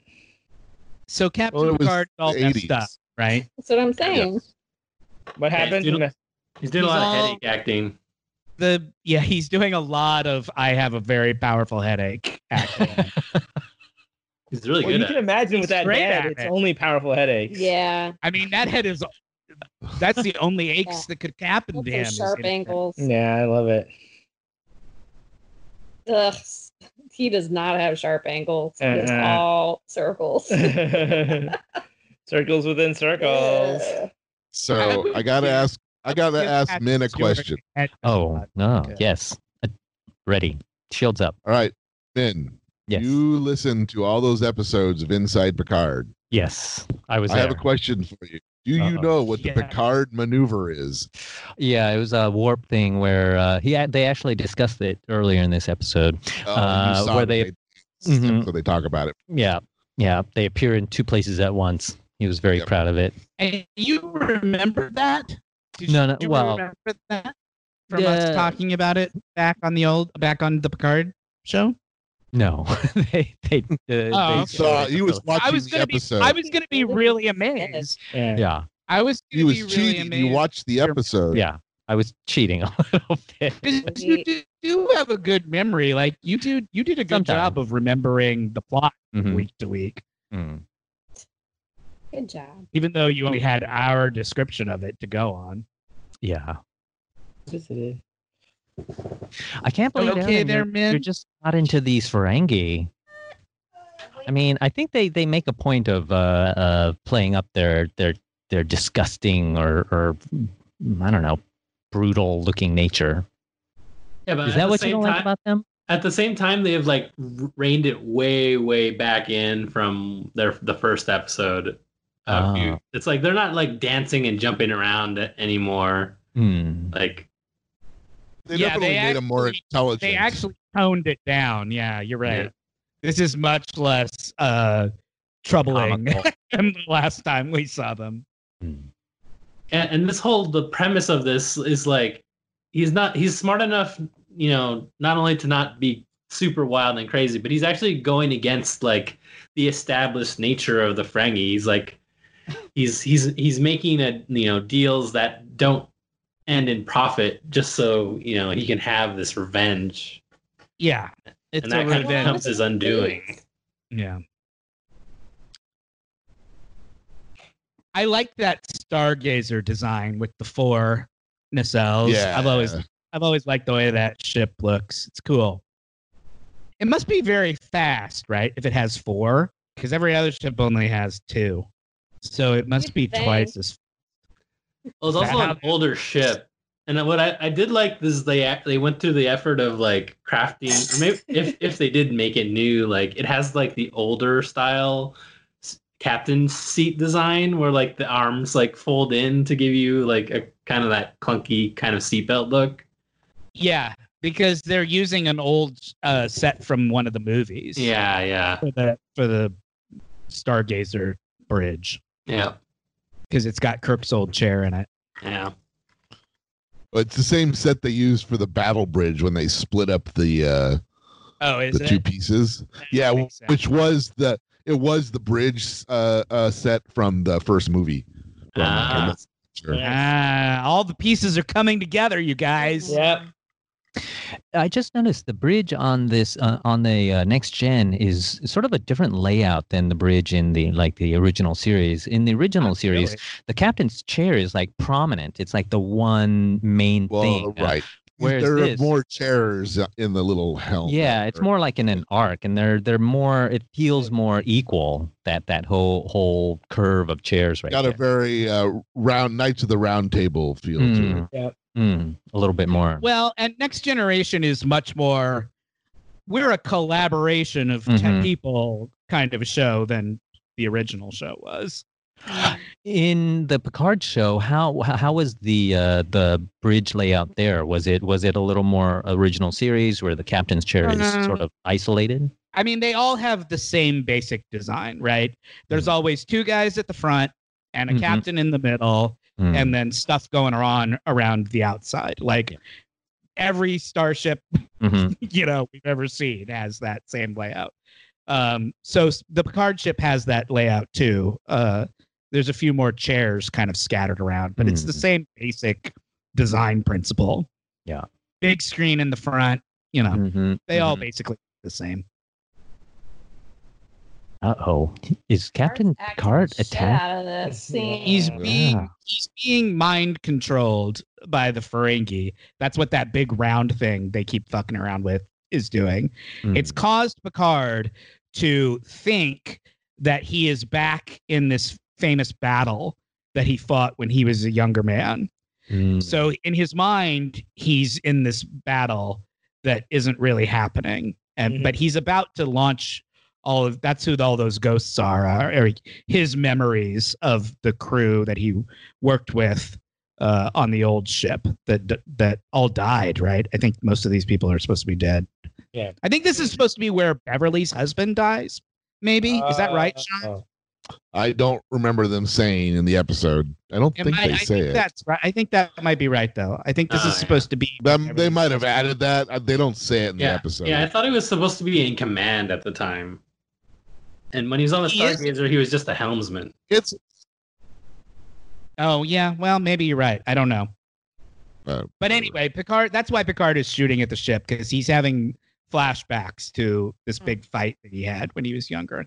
Speaker 2: So Captain
Speaker 1: Well, it was
Speaker 2: Picard's all
Speaker 1: the
Speaker 2: messed
Speaker 1: 80s.
Speaker 2: up, right?
Speaker 5: That's what I'm saying.
Speaker 4: What
Speaker 3: Yeah,
Speaker 4: happened?
Speaker 3: do not- He's doing a
Speaker 2: He's
Speaker 3: lot
Speaker 2: all-
Speaker 3: of headache acting.
Speaker 2: The yeah, he's doing a lot of I have a very powerful headache. Acting.
Speaker 3: He's really
Speaker 4: well,
Speaker 3: good
Speaker 4: you
Speaker 3: at
Speaker 4: can
Speaker 3: it.
Speaker 4: imagine with that
Speaker 2: Straight
Speaker 4: dad,
Speaker 2: at
Speaker 4: it's
Speaker 2: it.
Speaker 4: only powerful headaches.
Speaker 5: Yeah.
Speaker 2: I mean, that head is that's the only aches that could happen to
Speaker 5: Those
Speaker 2: him. is
Speaker 5: sharp
Speaker 2: getting that.
Speaker 5: angles.
Speaker 4: Yeah, I love it.
Speaker 5: Ugh. He does not have sharp angles. It's
Speaker 4: Uh-uh.
Speaker 5: all circles.
Speaker 4: circles within circles.
Speaker 5: Ugh.
Speaker 1: So I gotta ask. I gotta
Speaker 2: Give
Speaker 1: ask
Speaker 2: Patrick
Speaker 1: men a
Speaker 2: Stewart
Speaker 1: question.
Speaker 2: head-
Speaker 6: Oh no!
Speaker 2: Okay.
Speaker 6: Yes, Uh, ready. Shields up.
Speaker 1: All right, Ben.
Speaker 6: Yes.
Speaker 1: You listen to all those episodes of Inside Picard.
Speaker 6: Yes, I was
Speaker 1: I
Speaker 6: there.
Speaker 1: have a question for you. Do you
Speaker 6: Uh-oh.
Speaker 1: know what the
Speaker 2: Yeah.
Speaker 1: Picard maneuver is? uh,
Speaker 6: Yeah, it was a warp thing where uh, he had, they actually discussed it earlier in this episode.
Speaker 1: Oh,
Speaker 6: Uh, where
Speaker 1: it.
Speaker 6: they-
Speaker 2: Mm-hmm.
Speaker 6: Mhm.
Speaker 1: so they talk about it.
Speaker 6: Yeah, yeah, they appear in two places at once. He was very
Speaker 1: Yep.
Speaker 6: proud of it.
Speaker 2: And you remember that? Did
Speaker 6: No, no,
Speaker 2: You
Speaker 6: well-
Speaker 2: remember that from us
Speaker 6: Yeah.
Speaker 2: talking about it back on the old back on the Picard show.
Speaker 6: No, they they, uh,
Speaker 2: okay.
Speaker 6: they
Speaker 1: So he was watching
Speaker 2: I was
Speaker 1: the
Speaker 2: gonna be
Speaker 1: episode.
Speaker 2: I was gonna be really amazed.
Speaker 4: Yeah.
Speaker 6: yeah
Speaker 2: I was gonna
Speaker 1: he was
Speaker 2: be really
Speaker 1: cheating.
Speaker 2: amazed.
Speaker 1: you watched the
Speaker 2: You're-
Speaker 1: episode.
Speaker 6: yeah. I was cheating a little bit.
Speaker 2: Because you do, do have a good memory. Like you do, you did a good
Speaker 6: Sometimes.
Speaker 2: job of remembering the plot
Speaker 6: Mhm.
Speaker 2: week to week,
Speaker 6: Mm.
Speaker 5: Good job.
Speaker 2: even though you only had our description of it to go on.
Speaker 6: Yeah,
Speaker 4: Yes, it is.
Speaker 6: I can't believe
Speaker 2: Okay
Speaker 6: Aaron,
Speaker 2: there,
Speaker 6: you're-
Speaker 2: men.
Speaker 6: You're just not into these Ferengi. I mean, I think they they make a point of uh, uh, playing up their their their disgusting or or mm, I don't know brutal looking nature.
Speaker 3: Yeah, but
Speaker 6: Is
Speaker 3: at
Speaker 6: that
Speaker 3: the
Speaker 6: what you
Speaker 3: same
Speaker 6: don't like
Speaker 3: time-
Speaker 6: about them?
Speaker 3: At the same time, they have like r- reined it way, way back in from their the first episode. Uh,
Speaker 6: Ah.
Speaker 3: It's like they're not like dancing and jumping around anymore.
Speaker 6: Hmm.
Speaker 3: Like
Speaker 1: They
Speaker 2: Yeah,
Speaker 1: definitely
Speaker 2: they
Speaker 1: made him more
Speaker 2: actually-
Speaker 1: intelligent.
Speaker 2: They actually toned it down. Yeah, you're right.
Speaker 3: Yeah.
Speaker 2: This is much less uh, troubling
Speaker 6: Comical.
Speaker 2: than the last time we saw them.
Speaker 3: and, and this whole the premise of this is like he's not he's smart enough you know not only to not be super wild and crazy but he's actually going against like the established nature of the Ferengi. he's like he's he's he's making a you know deals that don't end in profit just so you know he can have this revenge
Speaker 2: Yeah, it's
Speaker 3: and that
Speaker 2: a
Speaker 3: kind of
Speaker 2: revenge.
Speaker 3: becomes his undoing
Speaker 2: Yeah. I like that stargazer design with the four nacelles.
Speaker 1: yeah.
Speaker 2: I've always I've always liked the way that ship looks. It's cool. It must be very fast, right? If it has four, because every other ship only has two. So it must
Speaker 5: You'd
Speaker 2: be
Speaker 5: think.
Speaker 2: twice as
Speaker 3: Well, it's also
Speaker 2: That-
Speaker 3: an older ship, and what I, I did like is they act- they went through the effort of like crafting. Maybe if if they did make it new, like it has like the older style s- captain's seat design, where like the arms like fold in to give you like a kind of that clunky kind of seatbelt look.
Speaker 2: Yeah, because they're using an old uh, set from one of the movies.
Speaker 3: Yeah, yeah,
Speaker 2: For the for the stargazer bridge.
Speaker 3: yeah,
Speaker 2: Because it's got Kirk's old chair in it.
Speaker 3: yeah.
Speaker 1: It's the same set they used for the battle bridge when they split up the uh,
Speaker 2: Oh, is
Speaker 1: the two pieces. Yeah,
Speaker 2: makes sense.
Speaker 1: which was the it was the bridge uh, uh, set from the first movie. From,
Speaker 3: Ah.
Speaker 1: I'm not sure.
Speaker 2: Ah, all the pieces are coming together, you guys.
Speaker 4: Yep.
Speaker 6: I just noticed the bridge on this uh, on the uh, next gen is sort of a different layout than the bridge in the like the original series. In the original series, the captain's chair is like prominent. It's like the one main
Speaker 1: Well,
Speaker 6: thing. uh,
Speaker 1: right.
Speaker 6: whereas
Speaker 1: there
Speaker 6: this-
Speaker 1: are more chairs in the little helm.
Speaker 6: Yeah, it's more like in an arc, and they're they're more. It feels more equal that that whole whole curve of chairs right
Speaker 1: got a
Speaker 6: there.
Speaker 1: very uh, round Knights of the Round Table feel to it.
Speaker 6: Mm,
Speaker 4: Yep.
Speaker 6: mm, a little bit more.
Speaker 2: Well, and Next Generation is much more. We're a collaboration of ten
Speaker 1: Mm-hmm.
Speaker 6: Mhm.
Speaker 2: people kind of a show than the original show was.
Speaker 6: in the Picard show, how how how was the uh, the bridge layout there? Was it was it a little more original series where the captain's chair is
Speaker 2: Uh,
Speaker 6: sort of isolated?
Speaker 2: I mean, they all have the same basic design, right? There's
Speaker 6: Mhm.
Speaker 2: always two guys at the front and a
Speaker 6: Mhm.
Speaker 2: captain in the middle,
Speaker 6: Mm.
Speaker 2: and then stuff going on around the outside. Like
Speaker 6: Yeah.
Speaker 2: every starship
Speaker 6: Mhm.
Speaker 2: you know we've ever seen has that same layout. Um, so s- the Picard ship has that layout too. Uh, there's a few more chairs kind of scattered around, but it's the
Speaker 6: Mm.
Speaker 2: same basic design principle.
Speaker 6: Yeah.
Speaker 2: big screen in the front. You know,
Speaker 6: Mhm.
Speaker 2: they all
Speaker 6: Mhm.
Speaker 2: basically the same.
Speaker 6: Uh-oh. Is Captain
Speaker 5: Picard's acting
Speaker 6: Picard
Speaker 5: the shit
Speaker 6: attacked?
Speaker 5: out of this scene.
Speaker 2: He's
Speaker 4: Yeah.
Speaker 2: being
Speaker 6: Yeah.
Speaker 2: he's being mind controlled by the Ferengi. That's what that big round thing they keep fucking around with is doing. It's
Speaker 6: Mm.
Speaker 2: caused Picard to think that he is back in this famous battle that he fought when he was a younger man.
Speaker 6: Mm.
Speaker 2: So in his mind, he's in this battle that isn't really happening, and
Speaker 4: Mhm.
Speaker 2: but he's about to launch all of that's who all those ghosts are, are or his memories of the crew that he worked with uh, on the old ship that d- that all died. Right? I think most of these people are supposed to be dead.
Speaker 4: Yeah.
Speaker 2: I think this is supposed to be where Beverly's husband dies. Maybe is that right,
Speaker 4: Uh,
Speaker 2: Sean?
Speaker 4: oh.
Speaker 1: I don't remember them saying in the episode. I don't
Speaker 2: It
Speaker 1: think
Speaker 2: might-
Speaker 1: they
Speaker 2: I
Speaker 1: say
Speaker 2: think
Speaker 1: it.
Speaker 2: that's right. I think that might be right though. I think this
Speaker 3: Oh,
Speaker 2: is
Speaker 3: yeah.
Speaker 2: supposed to be.
Speaker 1: Them- they
Speaker 2: Beverly's
Speaker 1: might have added that. Uh, They don't say it in
Speaker 3: Yeah,
Speaker 1: the episode.
Speaker 3: Yeah, I thought he was supposed to be in command at the time. And when he was on the
Speaker 2: He is-
Speaker 3: Stargazer, he was just a helmsman.
Speaker 1: It's
Speaker 2: Oh yeah, well maybe you're right. I don't know.
Speaker 1: Uh,
Speaker 2: but anyway, Picard. That's why Picard is shooting at the ship because he's having flashbacks to
Speaker 6: Hmm.
Speaker 2: this big fight that he had when he was younger. In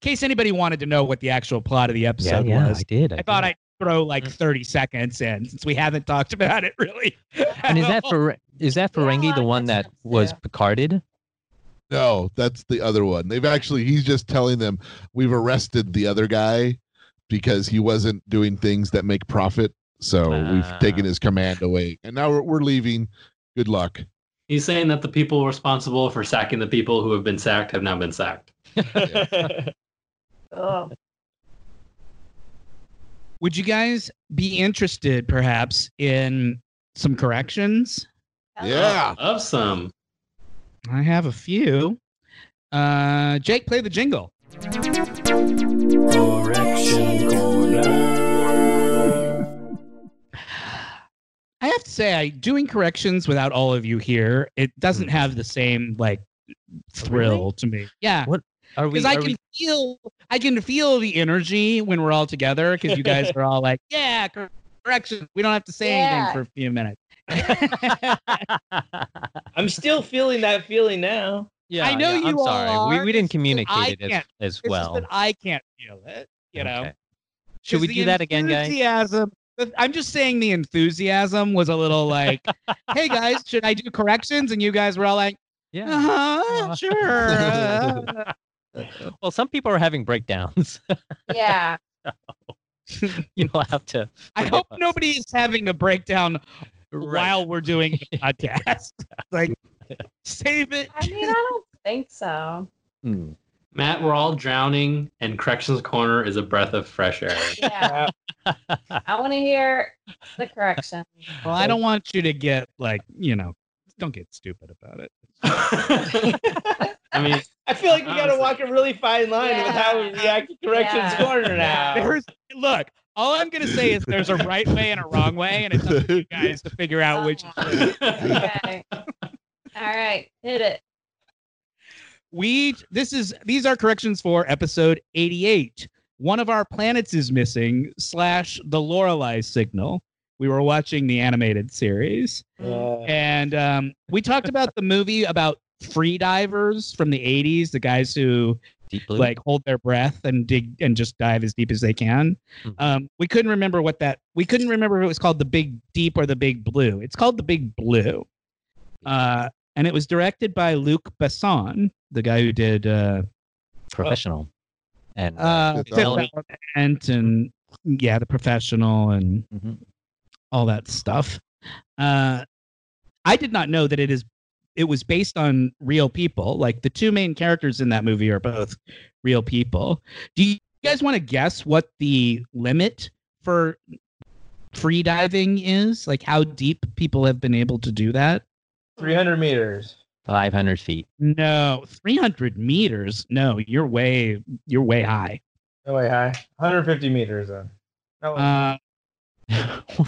Speaker 2: case anybody wanted to know what the actual plot of the
Speaker 6: yeah,
Speaker 2: episode
Speaker 6: yeah, I
Speaker 2: was,
Speaker 6: did. I,
Speaker 2: I thought
Speaker 6: did. Hmm.
Speaker 2: I'd throw like 30 seconds in since we haven't talked about it really.
Speaker 6: And is that for is that
Speaker 5: Yeah,
Speaker 6: Ferengi
Speaker 5: well,
Speaker 6: the
Speaker 5: I
Speaker 6: one
Speaker 5: guess
Speaker 6: that
Speaker 5: that's
Speaker 6: was
Speaker 5: true.
Speaker 6: Picarded?
Speaker 1: no, that's the other one. They've actually he's just telling them we've arrested the other guy because he wasn't doing things that make profit. So
Speaker 6: Ah.
Speaker 1: we've taken his command away, and now we're, we're leaving. Good luck.
Speaker 3: He's saying that the people responsible for sacking the people who have been sacked have now been sacked.
Speaker 4: oh.
Speaker 5: Ugh.
Speaker 2: Would you guys be interested perhaps in some corrections?
Speaker 1: Yeah.
Speaker 3: Of some.
Speaker 2: I have a few. Uh, Jake, play the jingle. I have to say, I doing corrections without all of you here, it
Speaker 6: Mm-hmm.
Speaker 2: doesn't have the same like thrill to me. Yeah,
Speaker 6: Oh, Are we
Speaker 2: because I
Speaker 6: are
Speaker 2: can
Speaker 6: we-
Speaker 2: feel, I can feel the energy when we're all together. Because you guys are all like, "Yeah, cor- correction. We don't have to say
Speaker 5: Yeah.
Speaker 2: anything for a few minutes."
Speaker 4: I'm still feeling that feeling now.
Speaker 6: yeah,
Speaker 2: I know
Speaker 6: yeah, I'm
Speaker 2: you all
Speaker 6: sorry.
Speaker 2: are.
Speaker 6: We, we didn't
Speaker 2: It's just that I
Speaker 6: communicate it as,
Speaker 2: can't-
Speaker 6: as
Speaker 2: It's just
Speaker 6: well.
Speaker 2: that I can't feel it. You know.
Speaker 6: Okay. Should we
Speaker 2: Because
Speaker 6: do
Speaker 2: the
Speaker 6: that again, guys?
Speaker 2: Enthusiasm. the- I'm just saying the enthusiasm was a little like, "Hey guys, should I do corrections?" And you guys were all like,
Speaker 6: Yeah.
Speaker 2: "Uh-huh,
Speaker 6: Uh.
Speaker 2: sure." uh."
Speaker 6: Well, some people are having breakdowns.
Speaker 5: Yeah.
Speaker 6: You'll have to.
Speaker 2: I hope nobody is having a breakdown while we're doing the podcast. like, save it.
Speaker 5: I mean, I don't think so.
Speaker 6: Hmm.
Speaker 3: Matt, we're all drowning, and Corrections Corner is a breath of fresh air.
Speaker 5: Yeah. I want to hear the correction.
Speaker 2: Well, I don't want you to get like, you know, don't get stupid about it.
Speaker 3: I mean,
Speaker 4: I feel like we got to
Speaker 3: Honestly.
Speaker 4: walk a really fine line with how we react to Corrections
Speaker 5: Yeah.
Speaker 4: Corner now.
Speaker 2: There's, look, all I'm gonna say is there's a right way and a wrong way, and it's up to you guys to figure
Speaker 3: Oh.
Speaker 2: out which.
Speaker 5: Okay. All right. Hit it.
Speaker 2: we this is these are corrections for episode 88 one of our planets is missing slash the lorelei signal we were watching the animated series and um, we talked about the movie about free divers from the 80s the guys who
Speaker 6: Deep blue.
Speaker 2: like hold their breath and dig and just dive as deep as they can
Speaker 6: Mhm.
Speaker 2: um, we couldn't remember what that we couldn't remember if it was called the big deep or the big blue it's called the big blue uh, and it was directed by luc besson the guy who did uh,
Speaker 6: professional. And
Speaker 2: uh,
Speaker 1: Fifth
Speaker 6: Element.
Speaker 2: Fifth Element and yeah, the professional and
Speaker 6: Mhm.
Speaker 2: all that stuff. Uh, I did not know that it is. It was based on real people. Like the two main characters in that movie are both real people. Do you guys want to guess what the limit for free diving is? Like how deep people have been able to do that?
Speaker 4: 300 meters.
Speaker 6: 500 feet.
Speaker 2: No, three hundred meters. No, you're way you're way high.
Speaker 4: No way high. 150 meters then. No, wait.
Speaker 2: Uh,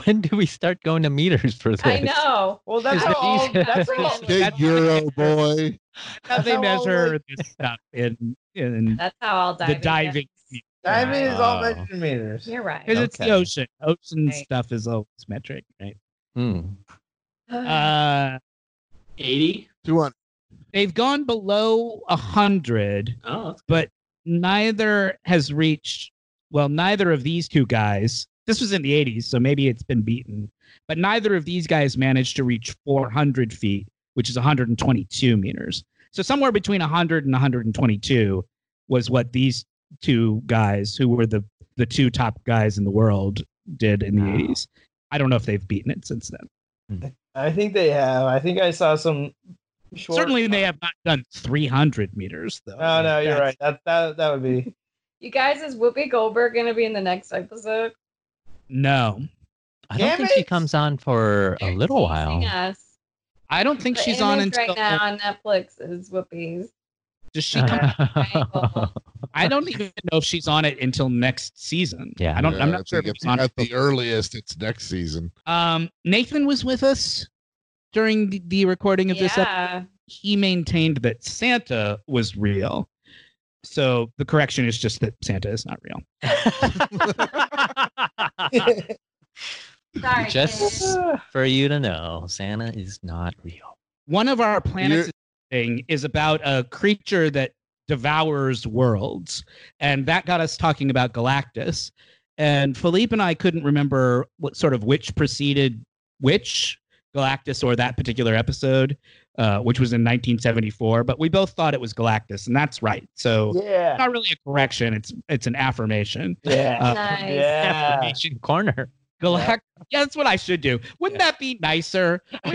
Speaker 6: when do we start going to meters for this?
Speaker 5: I know.
Speaker 4: well, that's
Speaker 6: is
Speaker 4: how
Speaker 6: it
Speaker 4: all.
Speaker 6: easy?
Speaker 4: That's how all.
Speaker 1: Big Euro boy.
Speaker 2: how they
Speaker 4: how all,
Speaker 2: measure
Speaker 4: like,
Speaker 2: this stuff in in
Speaker 5: That's how I'll dive.
Speaker 2: the diving
Speaker 5: Yes.
Speaker 4: Diving is all
Speaker 6: Wow.
Speaker 4: measured in meters.
Speaker 5: You're right.
Speaker 2: because it's the
Speaker 6: Okay.
Speaker 2: ocean. Ocean
Speaker 5: Right.
Speaker 2: stuff is always metric, right?
Speaker 6: Hmm.
Speaker 5: Mm-hmm.
Speaker 2: Uh,
Speaker 3: 80?
Speaker 1: 200.
Speaker 2: they've gone below a hundred,
Speaker 3: Oh, that's
Speaker 2: but neither has reached. Well, neither of these two guys. This was in the 80s, so maybe it's been beaten. But neither of these guys managed to reach 400 feet, which is 122 meters. So somewhere between 100 and 122 was what these two guys, who were the the two top guys in the world, did in the
Speaker 8: Wow.
Speaker 2: 80s. I don't know if they've beaten it since then.
Speaker 4: I think they have. I think I saw some. Short
Speaker 2: Certainly, they have not done 300 meters, though.
Speaker 4: No, no, you're
Speaker 2: That's-
Speaker 4: right. That that that would be.
Speaker 5: You guys, is Whoopi Goldberg gonna be in the next episode?
Speaker 2: No,
Speaker 6: I don't
Speaker 4: Damn
Speaker 6: think she
Speaker 4: it.
Speaker 6: comes on for a little while.
Speaker 5: Teasing Us.
Speaker 2: I don't think
Speaker 5: The
Speaker 2: she's on
Speaker 5: image
Speaker 2: until.
Speaker 5: right now on Netflix is Whoopi's.
Speaker 2: Does she come?
Speaker 5: triangle.
Speaker 2: I don't even know if she's on it until next season.
Speaker 6: Yeah.
Speaker 2: I don't. I'm
Speaker 1: Yeah, I
Speaker 2: not sure if
Speaker 1: think
Speaker 2: she's on.
Speaker 1: at,
Speaker 2: it
Speaker 1: at the earliest, it's next season.
Speaker 2: till- Um, Nathan was with us during the, the recording of this. Episode.
Speaker 5: Yeah.
Speaker 2: He maintained that Santa was real. So the correction is just that Santa is not real.
Speaker 5: Sorry.
Speaker 6: Just-
Speaker 5: kids.
Speaker 6: for you to know, Santa is not real.
Speaker 2: one of our planets
Speaker 1: You're-
Speaker 2: thing is about a creature that devours worlds and that got us talking about galactus and philippe and i couldn't remember what sort of which preceded which galactus or that particular episode uh, which was in 1974 but we both thought it was galactus and that's right so it's
Speaker 4: Yeah.
Speaker 2: not really a correction it's it's an affirmation
Speaker 4: Yeah.
Speaker 2: Uh,
Speaker 5: nice.
Speaker 4: Yeah.
Speaker 6: Affirmation corner.
Speaker 2: galact yeah that's what i should do wouldn't that be nicer
Speaker 5: I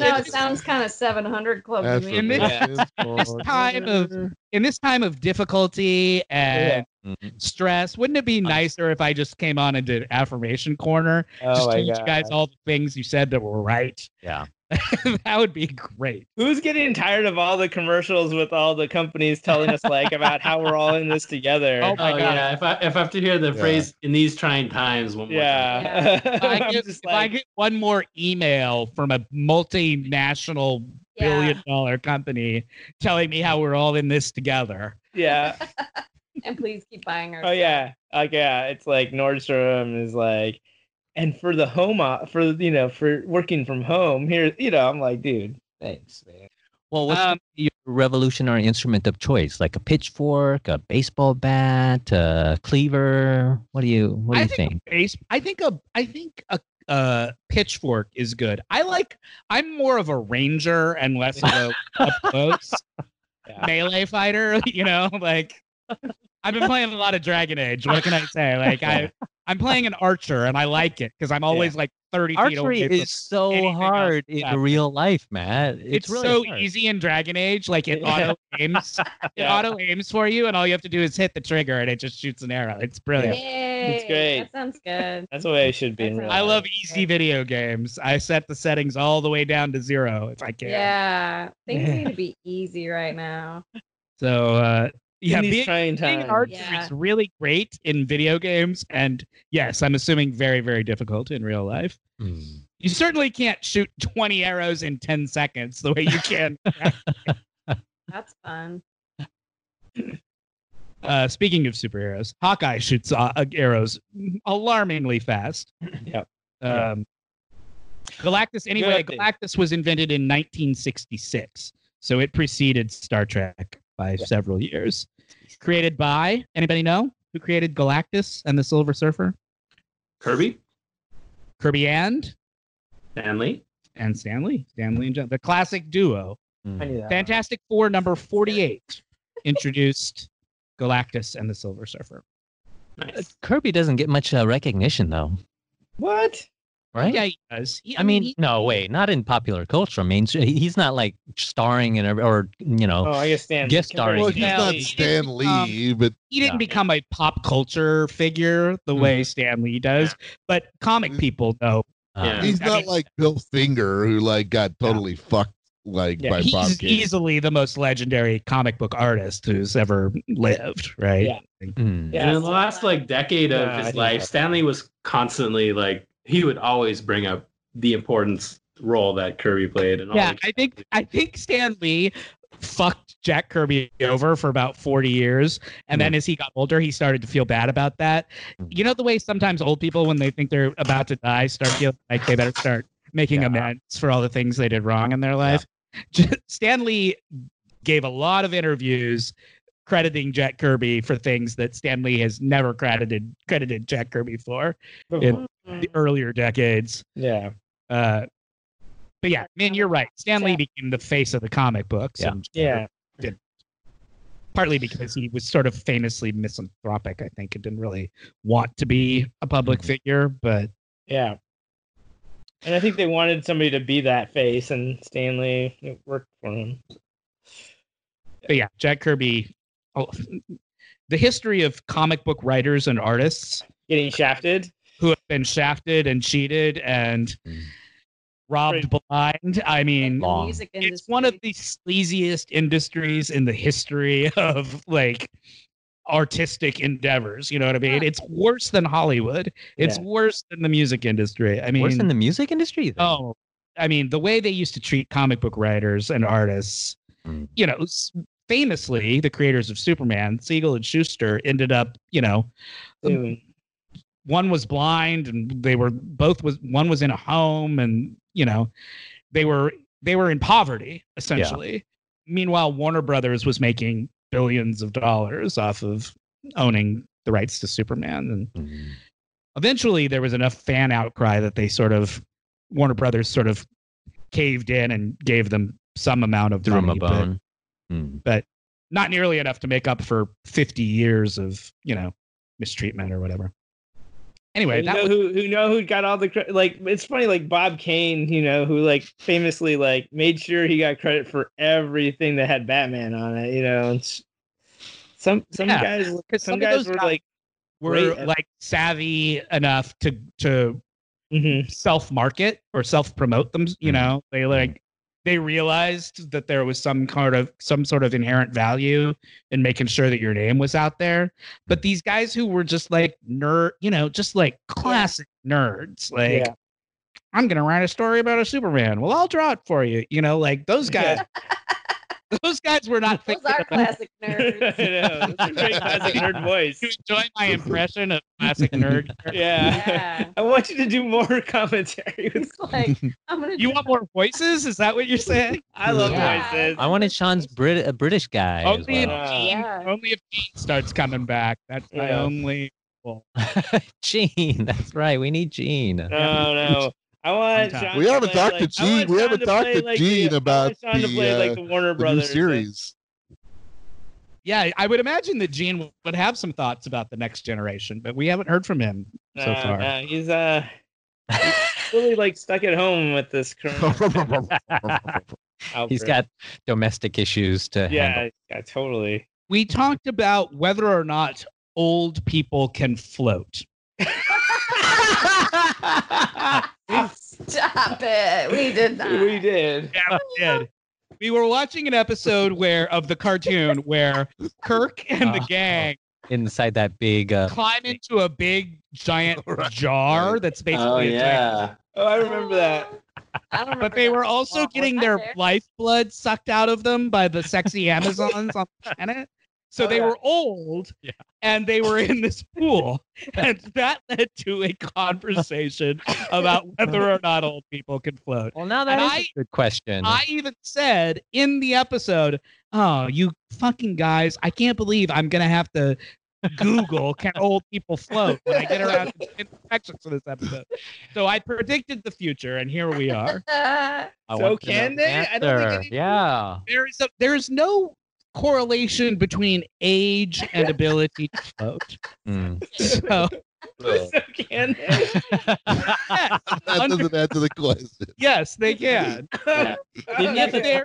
Speaker 5: know. It sounds kind of 700 Club to me.
Speaker 2: Affirmation. this time of in this time of difficulty and
Speaker 6: Mhm.
Speaker 2: stress, wouldn't it be nicer if I just came on and did affirmation corner?
Speaker 4: Oh
Speaker 2: just
Speaker 4: my
Speaker 2: told you guys
Speaker 4: god.
Speaker 2: all the things you said that were right.
Speaker 6: Yeah.
Speaker 2: that would be great.
Speaker 4: Who's getting tired of all the commercials with all the companies telling us like about how we're all in this together?
Speaker 2: Oh my
Speaker 3: Oh,
Speaker 2: god.
Speaker 3: yeah. If I, if I have to hear the
Speaker 1: Yeah.
Speaker 3: phrase in these trying times one more time.
Speaker 2: If I,
Speaker 4: yeah. I'm
Speaker 2: get,
Speaker 4: just
Speaker 2: if I
Speaker 4: like,
Speaker 2: get one more email from a multinational
Speaker 5: Yeah.
Speaker 2: billion dollar company telling me how we're all in this together.
Speaker 4: yeah.
Speaker 5: And please keep buying her.
Speaker 4: Oh yeah. Like yeah, it's like Nordstrom is like and for the home o- for you know, for working from home here, you know, I'm like, dude, thanks, man.
Speaker 6: Well, what's
Speaker 2: Um,
Speaker 6: your revolutionary instrument of choice? Like a pitchfork, a baseball bat, a cleaver? What do you What do
Speaker 2: I
Speaker 6: you
Speaker 2: think,
Speaker 6: think?
Speaker 2: a base. I think a. I think a. Uh, pitchfork is good. I like. I'm more of a ranger and less of a up close
Speaker 4: Yeah.
Speaker 2: melee fighter. You know, like I've been playing a lot of Dragon Age. What can I say? Like I, I'm playing an archer and I like it because I'm always like 30 feet away.
Speaker 6: Archery
Speaker 2: from-
Speaker 6: is so
Speaker 2: anything else
Speaker 6: hard
Speaker 2: that's
Speaker 6: in
Speaker 2: happening.
Speaker 6: real life, Matt.
Speaker 2: It's,
Speaker 6: It's, really
Speaker 2: so
Speaker 6: hard.
Speaker 2: easy in Dragon Age. Like it
Speaker 4: Yeah.
Speaker 2: auto aims. It
Speaker 4: Yeah.
Speaker 2: auto aims for you, and all you have to do is hit the trigger, and it just shoots an arrow. It's brilliant.
Speaker 5: Yay.
Speaker 4: It's great.
Speaker 5: That sounds good.
Speaker 4: That's the way it should be in real
Speaker 2: I
Speaker 4: life.
Speaker 2: love easy video games. I set the settings all the way down to zero if I can.
Speaker 5: Yeah. Things need to be easy right now.
Speaker 2: So uh, yeah,
Speaker 4: in these
Speaker 2: being, being
Speaker 4: trying times.
Speaker 2: an archer
Speaker 5: Yeah.
Speaker 2: is really great in video games, and yes, I'm assuming very very difficult in real life.
Speaker 6: Mm.
Speaker 2: You certainly can't shoot 20 arrows in 10 seconds the way you can.
Speaker 5: That's fun. fun.
Speaker 2: Uh, speaking of superheroes, Hawkeye shoots uh, arrows alarmingly fast.
Speaker 4: Yep.
Speaker 2: Um, Galactus, anyway,
Speaker 4: Good.
Speaker 2: Galactus was invented in 1966, so it preceded Star Trek by several years. Created by anybody know who created Galactus and the Silver Surfer?
Speaker 3: Kirby,
Speaker 2: Kirby and
Speaker 3: Stanley.
Speaker 2: and Stanley, Stanley and John, the classic duo.
Speaker 4: I knew that.
Speaker 2: Fantastic Four number 48 introduced Galactus and the Silver Surfer.
Speaker 3: Nice.
Speaker 6: Uh, Kirby doesn't get much uh, recognition though,
Speaker 4: What?
Speaker 6: right?
Speaker 2: Yeah, he does. He-
Speaker 6: I mean,
Speaker 2: he-
Speaker 6: no, wait, not in popular culture. I mean, he's not like starring in a, or you know,
Speaker 4: Oh, I guess Stan.
Speaker 6: Guest
Speaker 4: Kimberly
Speaker 1: Well,
Speaker 6: starring.
Speaker 1: he's
Speaker 2: Well,
Speaker 1: not
Speaker 4: Kelly.
Speaker 1: Stan
Speaker 2: become-
Speaker 1: Lee, but
Speaker 2: he didn't
Speaker 6: Yeah.
Speaker 2: become a pop culture figure the
Speaker 6: Mm.
Speaker 2: way Stan Lee does, but comic
Speaker 1: Mm.
Speaker 2: people know.
Speaker 6: uh,
Speaker 3: Yeah.
Speaker 1: he's
Speaker 2: I
Speaker 1: not
Speaker 2: mean-
Speaker 1: like Bill Finger, who like got totally fucked like
Speaker 2: Yeah,
Speaker 1: by
Speaker 2: he's
Speaker 1: Bob Kane.
Speaker 2: easily the most legendary comic book artist who's ever lived, right?
Speaker 4: Yeah.
Speaker 6: mm.
Speaker 4: Yeah.
Speaker 3: And in the last like decade of
Speaker 4: Yeah, I
Speaker 3: his
Speaker 4: think
Speaker 3: life,
Speaker 4: so.
Speaker 3: Stanley was constantly like he would always bring up the importance role that Kirby played and all
Speaker 2: Yeah,
Speaker 3: the-
Speaker 2: I think I think Stan Lee fucked Jack Kirby over for about 40 years. And then as he got older, he started to feel bad about that. You know the way sometimes old people when they think they're about to die start feeling like they better start making
Speaker 6: Yeah.
Speaker 2: amends for all the things they did wrong in their life. Stanley Stan Lee gave a lot of interviews crediting Jack Kirby for things that Stan Lee has never credited credited Jack Kirby for in the earlier decades.
Speaker 4: Yeah.
Speaker 2: Uh, but yeah, man, you're right. Stan Lee
Speaker 5: Yeah.
Speaker 2: became the face of the comic books.
Speaker 6: Yeah.
Speaker 2: and-
Speaker 4: Yeah.
Speaker 2: Partly because he was sort of famously misanthropic, I think, and didn't really want to be a public
Speaker 6: Mm-hmm.
Speaker 2: figure. But
Speaker 4: Yeah. And I think they wanted somebody to be that face, and Stanley it worked for him.
Speaker 2: but yeah, Jack Kirby. Oh, the history of comic book writers and artists
Speaker 4: Getting shafted.
Speaker 2: who have been shafted and cheated and
Speaker 6: Mm.
Speaker 2: robbed blind. I mean,
Speaker 6: Long.
Speaker 5: Music industry.
Speaker 2: it's one of the sleaziest industries in the history of like artistic endeavors. You know what I mean?
Speaker 5: Yeah.
Speaker 2: It's worse than Hollywood. It's
Speaker 4: Yeah.
Speaker 2: worse than the music industry. I mean,
Speaker 6: worse than the music industry. then.
Speaker 2: oh, I mean, the way they used to treat comic book writers and artists,
Speaker 6: Mm.
Speaker 2: you know, s- famously, the creators of Superman, Siegel and Schuster, ended up, you know,
Speaker 4: Soon.
Speaker 2: one was blind and they were both was one was in a home and you know they were they were in poverty essentially meanwhile warner brothers was making billions of dollars off of owning the rights to superman and
Speaker 6: Mm.
Speaker 2: eventually there was enough fan outcry that they sort of warner brothers sort of caved in and gave them some amount of
Speaker 6: threw him a
Speaker 2: money, but
Speaker 6: bone. Mm.
Speaker 2: not nearly enough to make up for 50 years of you know mistreatment or whatever anyway
Speaker 4: you
Speaker 2: that
Speaker 4: know
Speaker 2: was
Speaker 4: who who know who got all the credit? Like it's funny, like Bob Kane, you know, who like famously like made sure he got credit for everything that had Batman on it. You know, and s- some some
Speaker 2: Yeah,
Speaker 4: guys
Speaker 2: 'cause
Speaker 4: some,
Speaker 2: some of
Speaker 4: guys
Speaker 2: those
Speaker 4: were
Speaker 2: guys-
Speaker 4: like,
Speaker 2: were
Speaker 4: Great.
Speaker 2: like savvy enough to to
Speaker 4: mhm,
Speaker 2: self market or self promote them you
Speaker 4: Mm-hmm.
Speaker 6: Mhm.
Speaker 2: know they like they realized that there was some kind of some sort of inherent value in making sure that your name was out there but these guys who were just like nerd you know just like classic nerds like
Speaker 4: yeah,
Speaker 2: i'm gonna write a story about a superman well i'll draw it for you you know like those guys those guys were not
Speaker 5: Those
Speaker 2: thinking
Speaker 5: are
Speaker 2: about
Speaker 5: classic
Speaker 4: I
Speaker 5: nerds.
Speaker 4: know, that's a great classic nerd voice.
Speaker 2: you enjoy my impression of classic nerd
Speaker 4: Yeah.
Speaker 5: Yeah.
Speaker 4: I want you to do more commentary. With,
Speaker 5: It's like I'm gonna.
Speaker 2: you
Speaker 5: do
Speaker 2: want more voices is that what you're saying
Speaker 4: I love
Speaker 5: Yeah.
Speaker 4: voices.
Speaker 6: I wanted Sean's Uh, Brit- a British guy. as
Speaker 2: Only
Speaker 6: well.
Speaker 2: if Gene,
Speaker 5: Yeah.
Speaker 2: only if Gene starts coming back. That's my
Speaker 4: Yeah.
Speaker 2: only.
Speaker 6: Gene, that's right. We need Gene.
Speaker 2: Oh,
Speaker 4: No, no. I want
Speaker 2: Sometime.
Speaker 4: Sean
Speaker 1: We
Speaker 4: to
Speaker 1: haven't
Speaker 4: play,
Speaker 1: talked
Speaker 4: like,
Speaker 1: to
Speaker 4: I want
Speaker 1: Gene- we
Speaker 4: Sean
Speaker 1: haven't
Speaker 4: to
Speaker 1: talked
Speaker 4: play,
Speaker 1: to
Speaker 4: like,
Speaker 1: Gene
Speaker 4: the, I
Speaker 1: about
Speaker 4: want Sean to
Speaker 1: the,
Speaker 4: play
Speaker 1: uh,
Speaker 4: like the Warner
Speaker 1: The new
Speaker 4: Brothers like,
Speaker 1: series.
Speaker 2: Yeah, I would imagine that Gene would have some thoughts about the next generation, but we haven't heard from him so
Speaker 4: Nah,
Speaker 2: far.
Speaker 4: nah, he's uh really like stuck at home with this corona outbreak.
Speaker 6: He's got domestic issues to handle.
Speaker 4: yeah, yeah, totally.
Speaker 2: We talked about whether or not old people can float.
Speaker 5: that. Stop it. We did that.
Speaker 4: We did.
Speaker 2: Yeah, we did. We were watching an episode where of the cartoon where Kirk and the
Speaker 6: Oh.
Speaker 2: gang
Speaker 6: inside that big. Uh,
Speaker 2: climb into a big giant
Speaker 1: Right.
Speaker 2: jar that's basically
Speaker 3: Oh
Speaker 2: a giant
Speaker 3: yeah,
Speaker 4: Oh, I remember that.
Speaker 5: I don't remember
Speaker 2: But they
Speaker 5: that.
Speaker 2: were also
Speaker 5: Well,
Speaker 2: getting
Speaker 5: was I
Speaker 2: their
Speaker 5: there?
Speaker 2: lifeblood sucked out of them by the sexy Amazons on the planet. So
Speaker 4: Oh,
Speaker 2: they
Speaker 4: yeah.
Speaker 2: were old
Speaker 6: Yeah.
Speaker 2: and they were in this pool. and that led to a conversation about whether or not old people can float.
Speaker 6: Well, now
Speaker 2: And
Speaker 6: that is
Speaker 2: I-
Speaker 6: a good question.
Speaker 2: I even said in the episode, "Oh, you fucking guys! I can't believe I'm gonna have to Google can old people float when I get around to doing sections for this episode." So I predicted the future, and here we are.
Speaker 5: Uh,
Speaker 6: I
Speaker 4: So
Speaker 6: want to
Speaker 4: can
Speaker 6: know the
Speaker 4: they? I don't think
Speaker 6: answer.
Speaker 4: any-
Speaker 6: Yeah.
Speaker 2: There is a, there is no correlation between age and ability to float.
Speaker 6: Mm.
Speaker 2: So
Speaker 1: Uh,
Speaker 4: So can they?
Speaker 2: yes,
Speaker 1: that doesn't answer the question.
Speaker 2: yes, they can.
Speaker 3: Didn't
Speaker 2: If
Speaker 3: that the,
Speaker 2: there-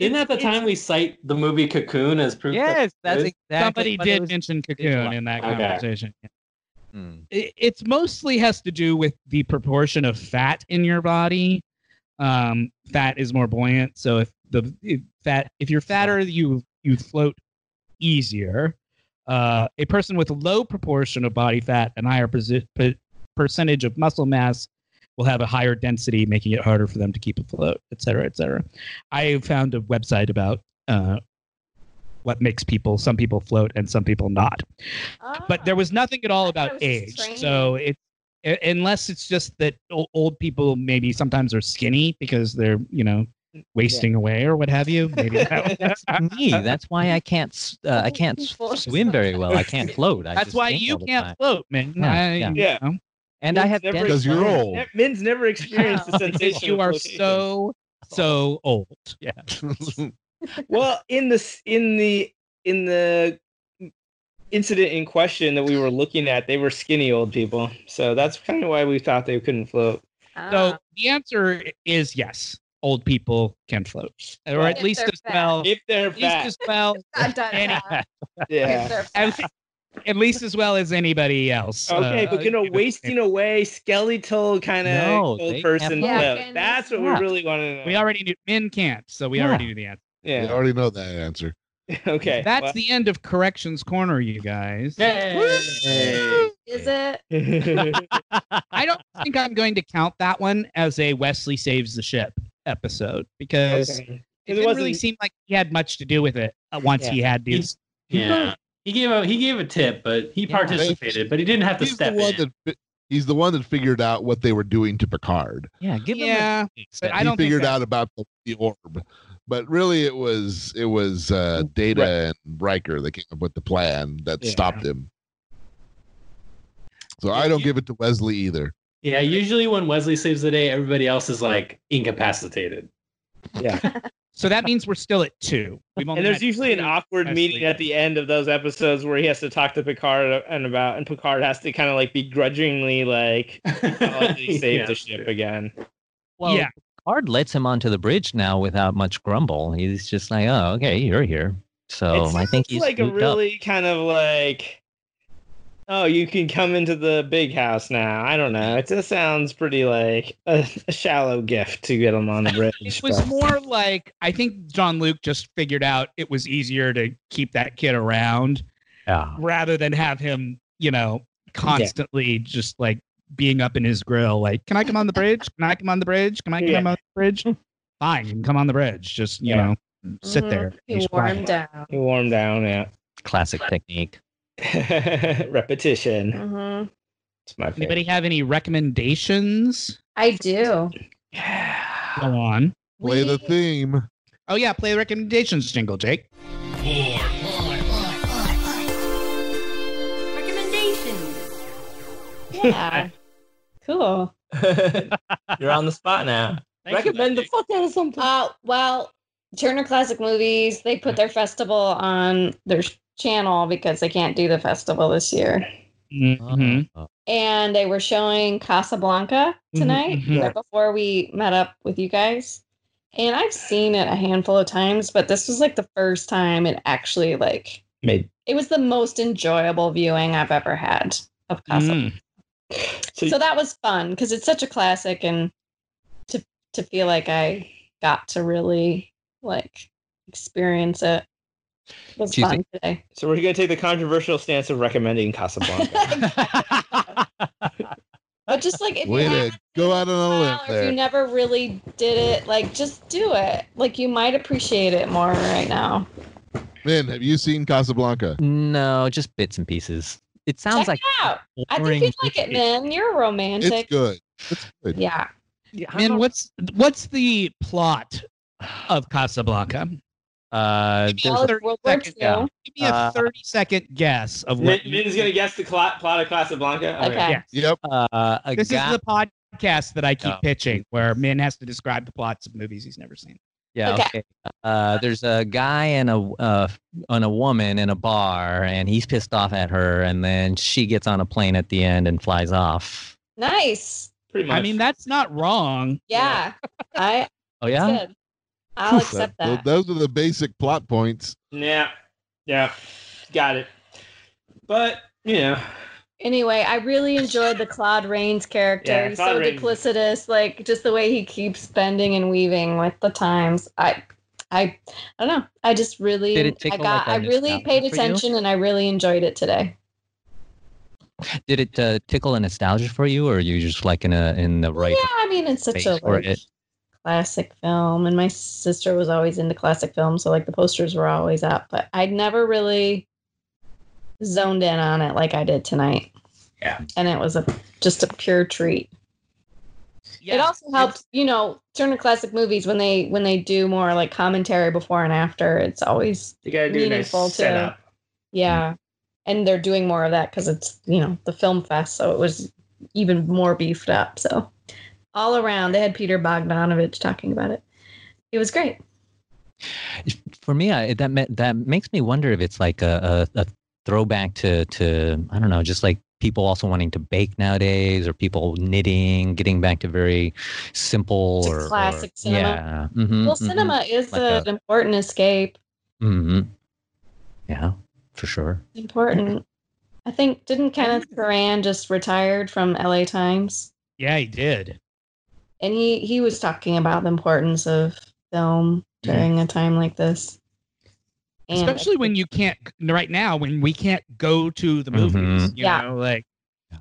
Speaker 3: isn't that the
Speaker 2: it's-
Speaker 3: time we cite the movie Cocoon as proof?
Speaker 6: Yes, that's
Speaker 3: Good.
Speaker 6: exactly.
Speaker 2: somebody
Speaker 6: what it
Speaker 2: did
Speaker 6: was-
Speaker 2: mention cocoon in that
Speaker 3: Okay.
Speaker 2: conversation.
Speaker 6: Mm.
Speaker 2: it- it's mostly has to do with the proportion of fat in your body. Um, fat is more buoyant, so if the if fat if you're fatter, you you float easier. Uh, a person with low proportion of body fat and higher posi- per- percentage of muscle mass will have a higher density, making it harder for them to keep afloat, et cetera, et cetera. I found a website about uh, what makes people some people float and some people not but there was nothing at all
Speaker 5: I thought
Speaker 2: about
Speaker 5: it was
Speaker 2: age.
Speaker 5: just
Speaker 2: So it, u- unless it's just that o- old people maybe sometimes are skinny because they're you know wasting away or what have you. Maybe that, that's,
Speaker 6: Me. That's why I can't. s- Uh, I
Speaker 5: Old
Speaker 6: can't s-
Speaker 5: people
Speaker 6: swim very well. I can't float. I
Speaker 2: that's
Speaker 6: just
Speaker 2: why
Speaker 6: sink
Speaker 2: you
Speaker 6: all the
Speaker 2: can't
Speaker 6: time.
Speaker 2: float, man.
Speaker 6: Yeah,
Speaker 2: I-
Speaker 6: yeah.
Speaker 2: you
Speaker 4: Yeah.
Speaker 2: know,
Speaker 6: And I
Speaker 4: It's
Speaker 6: have
Speaker 4: never-
Speaker 6: dense
Speaker 1: Because you're
Speaker 6: bones.
Speaker 1: old.
Speaker 4: Ne- Men's never experienced the
Speaker 5: Wow.
Speaker 2: because
Speaker 4: sensation.
Speaker 2: you
Speaker 4: of
Speaker 2: are
Speaker 4: flotation.
Speaker 2: so so old. Yeah.
Speaker 4: well in this in the in the incident in question that we were looking at. They were skinny old people, so that's kind of why we thought they couldn't float.
Speaker 5: Ah. Uh-huh.
Speaker 2: So the answer is yes. Old people can float, or at
Speaker 5: If
Speaker 2: least
Speaker 5: they're
Speaker 2: as
Speaker 5: fat.
Speaker 2: well.
Speaker 4: If they're Uh,
Speaker 2: At least
Speaker 4: fat,
Speaker 2: as well. Any,
Speaker 4: yeah.
Speaker 2: at, at least as well as anybody else.
Speaker 4: Okay,
Speaker 2: Uh,
Speaker 4: but you know, wasting away skeletal kind of
Speaker 6: No, they
Speaker 4: old
Speaker 6: have
Speaker 4: person.
Speaker 6: Yeah,
Speaker 4: float.
Speaker 5: and-
Speaker 4: that's what
Speaker 6: yeah.
Speaker 4: we really want to know.
Speaker 2: We already knew men can't, so we
Speaker 6: Yeah.
Speaker 2: already knew the answer.
Speaker 1: I
Speaker 4: Yeah.
Speaker 1: already know that answer.
Speaker 4: Okay.
Speaker 2: That's
Speaker 4: well-
Speaker 2: the end of Corrections Corner, you guys.
Speaker 3: Yay.
Speaker 5: Is it?
Speaker 2: I don't think I'm going to count that one as a Wesley Saves the Ship episode because
Speaker 4: Okay.
Speaker 2: it
Speaker 4: It
Speaker 2: didn't really
Speaker 4: wasn't-
Speaker 2: seem like he had much to do with it uh, once
Speaker 4: Yeah.
Speaker 2: he had
Speaker 3: He-
Speaker 2: these.
Speaker 3: Yeah. He gave a he gave a tip, but he
Speaker 6: Yeah.
Speaker 3: participated, but he didn't have to
Speaker 1: He's the
Speaker 3: step
Speaker 1: one
Speaker 3: in.
Speaker 1: that fi- he's the one that figured out what they were doing to Picard.
Speaker 6: Yeah, give them.
Speaker 2: yeah, but I
Speaker 1: he
Speaker 2: don't
Speaker 1: figured
Speaker 2: think
Speaker 1: out about the, the orb, but really it was it was uh, Data and Riker that came up with the plan that
Speaker 2: Yeah.
Speaker 1: stopped him. So
Speaker 3: Yeah,
Speaker 1: I don't
Speaker 3: you-
Speaker 1: give it to Wesley either.
Speaker 3: Yeah, usually when Wesley saves the day, everybody else is like incapacitated.
Speaker 2: so. That means we're still at two. We've only
Speaker 4: And there's
Speaker 2: had
Speaker 4: usually an
Speaker 2: two.
Speaker 4: awkward
Speaker 2: Wesley.
Speaker 4: meeting at the end of those episodes where he has to talk to Picard and about, and Picard has to kind of like begrudgingly like oh, they saved
Speaker 3: Yeah.
Speaker 4: the ship again.
Speaker 6: Well,
Speaker 2: Yeah.
Speaker 6: Picard lets him onto the bridge now without much grumble. He's just like, oh, okay, you're here. So
Speaker 4: it
Speaker 6: I think
Speaker 4: sounds
Speaker 6: he's
Speaker 4: like a
Speaker 6: moved up.
Speaker 4: really kind of like, oh, you can come into the big house now. I don't know. It just sounds pretty like a, a shallow gift to get him on the bridge.
Speaker 2: It was
Speaker 4: but-
Speaker 2: more like I think John Luke just figured out it was easier to keep that kid around
Speaker 6: Yeah.
Speaker 2: rather than have him, you know, constantly just like being up in his grill, like, can I come on the bridge? Can I come on the bridge? Can I come
Speaker 4: Yeah.
Speaker 2: on the bridge? Fine, you can come on the bridge. Just, you
Speaker 4: Yeah.
Speaker 2: know, sit there.
Speaker 5: He
Speaker 2: He's quiet.
Speaker 5: warmed down.
Speaker 4: He warmed down,
Speaker 6: Classic technique.
Speaker 4: yeah. Repetition.
Speaker 5: hmm
Speaker 4: It's my favorite.
Speaker 2: Anybody have any recommendations?
Speaker 5: I do.
Speaker 2: Go on.
Speaker 1: Play the
Speaker 5: We-
Speaker 1: theme.
Speaker 2: Oh, yeah, play the recommendations jingle, Jake.
Speaker 7: Recommendations.
Speaker 5: Yeah. cool.
Speaker 4: You're on the spot now. Recommend the fuck out of something.
Speaker 5: Uh, well, Turner Classic Movies, they put their festival on their channel because they can't do the festival this year.
Speaker 2: Mhm.
Speaker 6: Uh,
Speaker 5: And they were showing Casablanca tonight,
Speaker 2: Mhm, mhm.
Speaker 5: right before we met up with you guys. And I've seen it a handful of times, but this was like the first time it actually like
Speaker 4: Made.
Speaker 5: it was the most enjoyable viewing I've ever had of Casablanca.
Speaker 2: Mm.
Speaker 4: So,
Speaker 5: So that was fun because it's such a classic and to to feel like I got to really like experience it was
Speaker 6: Do you
Speaker 5: fun
Speaker 6: think-
Speaker 5: today.
Speaker 4: so
Speaker 6: Oh.
Speaker 4: we're gonna take the controversial stance of recommending Casablanca.
Speaker 5: But just like if
Speaker 1: Way
Speaker 5: you
Speaker 1: to
Speaker 5: have
Speaker 1: go out on a limb
Speaker 5: Wow, if you
Speaker 1: there.
Speaker 5: never really did it, like just do it. Like you might appreciate it more right now.
Speaker 1: Min, have you seen Casablanca?
Speaker 6: No, just bits and pieces. It sounds
Speaker 5: Check
Speaker 6: like
Speaker 5: it out. I think you'd like it, man. You're romantic.
Speaker 1: It's good.
Speaker 5: Yeah.
Speaker 2: Man, what's what's the plot of Casablanca?
Speaker 6: uh,
Speaker 2: Give me
Speaker 6: there's
Speaker 5: Well,
Speaker 2: a
Speaker 5: it's
Speaker 2: thirty second
Speaker 5: World War
Speaker 2: guess.
Speaker 5: II.
Speaker 2: Give me a
Speaker 6: Uh,
Speaker 2: thirty second guess of
Speaker 4: Min,
Speaker 2: what.
Speaker 4: Min's gonna guess the cl- plot of
Speaker 6: Oh,
Speaker 4: Casablanca.
Speaker 5: Okay.
Speaker 2: Yeah.
Speaker 1: Yep.
Speaker 6: uh, a
Speaker 2: this
Speaker 6: guy.
Speaker 2: is the podcast that I keep
Speaker 6: Oh.
Speaker 2: pitching, where Min has to describe the plots of movies he's never seen.
Speaker 6: Yeah.
Speaker 5: Okay.
Speaker 6: Okay. Uh, there's a guy and a uh, and a woman in a bar, and he's pissed off at her, and then she gets on a plane at the end and flies off.
Speaker 5: Nice.
Speaker 4: Pretty much.
Speaker 2: I mean, that's not wrong.
Speaker 5: Yeah. I
Speaker 6: Oh
Speaker 5: that's
Speaker 6: yeah.
Speaker 5: good. I'll
Speaker 1: That-
Speaker 5: accept
Speaker 1: tho-
Speaker 5: that.
Speaker 1: Those are the basic plot points.
Speaker 4: yeah, yeah, got it. But you know,
Speaker 5: Anyway, I really enjoyed the Claude Rains character.
Speaker 4: Yeah,
Speaker 5: He's
Speaker 4: Claude
Speaker 5: so
Speaker 4: Rains.
Speaker 5: duplicitous, like just the way he keeps bending and weaving with the times. I I I don't know. I just really
Speaker 6: Did it tickle,
Speaker 5: I got
Speaker 6: like, a
Speaker 5: I really
Speaker 6: nostalgia
Speaker 5: paid
Speaker 6: for you?
Speaker 5: attention and I really enjoyed it today.
Speaker 6: Did it uh, tickle a nostalgia for you, or you just like in a in the right?
Speaker 5: Yeah, I mean it's such
Speaker 6: space
Speaker 5: a
Speaker 6: for
Speaker 5: like,
Speaker 6: it.
Speaker 5: classic film, and my sister was always into classic films, so like the posters were always up. But I'd never really zoned in on it like I did tonight.
Speaker 4: Yeah.
Speaker 5: and it was a just a pure treat. it also helps, you know, Turner Classic Movies when they when they do more like commentary before and after. It's always
Speaker 4: you gotta do a nice
Speaker 5: Meaningful, too.
Speaker 4: setup.
Speaker 5: yeah, and they're doing more of that because it's you know the film fest, so it was even more beefed up. So all around, they had Peter Bogdanovich talking about it. It was great.
Speaker 6: For me, I, that ma- that makes me wonder if it's like a, a, a throwback to to I don't know, just like people also wanting to bake nowadays, or people knitting, getting back to very simple
Speaker 5: To
Speaker 6: or
Speaker 5: classic
Speaker 6: or,
Speaker 5: cinema.
Speaker 6: Yeah. mhm,
Speaker 5: Well,
Speaker 6: mhm,
Speaker 5: cinema is
Speaker 6: Like
Speaker 5: an important escape.
Speaker 6: mhm. Yeah, for sure.
Speaker 5: Important. I think didn't Kenneth Turan just retired from LA Times,
Speaker 2: Yeah, he did.
Speaker 5: and he he was talking about the importance of film during a time like this. And-
Speaker 2: Mm. Especially when you can't right now when we can't go to the
Speaker 1: Mm-hmm.
Speaker 2: movies. You
Speaker 5: Yeah.
Speaker 2: know, like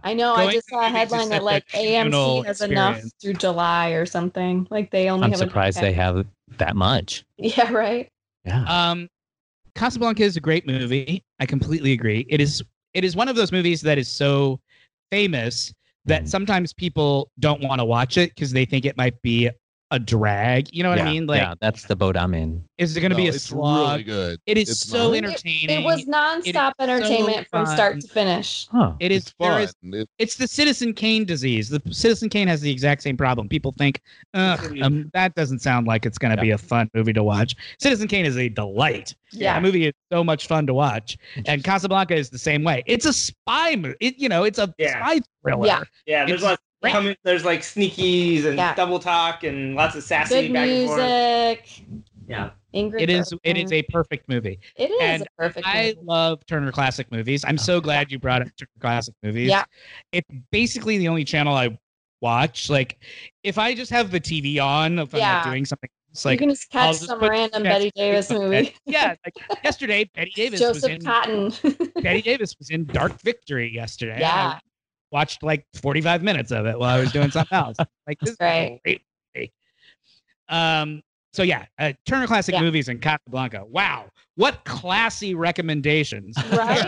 Speaker 5: I know, I
Speaker 2: going
Speaker 5: just
Speaker 2: to
Speaker 5: saw a
Speaker 2: movies is
Speaker 5: headline
Speaker 2: such
Speaker 5: that
Speaker 2: a
Speaker 5: like
Speaker 2: communal
Speaker 5: AMC has enough
Speaker 2: experience.
Speaker 5: through July or something. Like they only
Speaker 6: I'm
Speaker 5: have
Speaker 6: surprised they have that much.
Speaker 5: Yeah, right.
Speaker 6: Yeah.
Speaker 2: um Casablanca is a great movie. I completely agree. It is it is one of those movies that is so famous that
Speaker 1: Mm.
Speaker 6: Mhm.
Speaker 2: sometimes people don't want to watch it because they think it might be a drag. You know what
Speaker 6: yeah,
Speaker 2: I mean? Like,
Speaker 6: yeah, that's the boat I'm in.
Speaker 2: is it going to be
Speaker 1: No,
Speaker 2: a
Speaker 1: it's
Speaker 2: slog?
Speaker 1: really good.
Speaker 2: it is
Speaker 1: it's
Speaker 2: so
Speaker 1: not. It- it
Speaker 2: entertaining.
Speaker 5: It was
Speaker 2: so
Speaker 5: nonstop entertainment from
Speaker 2: fun.
Speaker 5: start to finish.
Speaker 6: Huh.
Speaker 2: It
Speaker 1: It's
Speaker 2: is there
Speaker 1: fun.
Speaker 2: is
Speaker 1: It-
Speaker 2: it's the Citizen Kane disease. The Citizen Kane has the exact same problem. People think, Ugh, um, that doesn't sound like it's going to be a fun movie to watch. Citizen Kane is a delight.
Speaker 5: Yeah.
Speaker 2: That movie is so much fun to watch. And Casablanca is the same way. It's a spy movie. It, you know, it's a
Speaker 4: Yeah.
Speaker 2: spy thriller.
Speaker 5: Yeah.
Speaker 4: Yeah, there's
Speaker 2: It's
Speaker 4: lots.
Speaker 2: great.
Speaker 4: coming- there's like sneakies and
Speaker 5: Yeah.
Speaker 4: double talk and lots of sassy
Speaker 5: Good
Speaker 4: back and forth.
Speaker 5: music.
Speaker 4: Yeah.
Speaker 5: Ingrid.
Speaker 2: It is it is
Speaker 5: Bergman.
Speaker 2: a perfect movie.
Speaker 5: It is
Speaker 2: and
Speaker 5: a perfect.
Speaker 2: I
Speaker 5: movie.
Speaker 2: love Turner Classic Movies. I'm so glad you brought up Turner Classic Movies.
Speaker 5: Yeah.
Speaker 2: It's basically the only channel I watch. Like if I just have the TV on, if I'm not
Speaker 5: Yeah.
Speaker 2: doing something it's like
Speaker 5: you can just
Speaker 2: I'll
Speaker 5: catch
Speaker 2: just
Speaker 5: some
Speaker 2: put-
Speaker 5: random
Speaker 2: yeah,
Speaker 5: Betty Davis
Speaker 2: Okay.
Speaker 5: movie.
Speaker 2: yeah, like yesterday, Betty Davis was
Speaker 5: Joseph
Speaker 2: in
Speaker 5: Cotton.
Speaker 2: Betty Davis was in Dark Victory yesterday.
Speaker 5: Yeah.
Speaker 2: I watched like 45 minutes of it while I was doing something else. Like this is
Speaker 5: Right.
Speaker 2: a great movie. Um so yeah, uh, Turner Classic
Speaker 5: Yeah.
Speaker 2: Movies and Casablanca. Wow, what classy recommendations.
Speaker 5: right?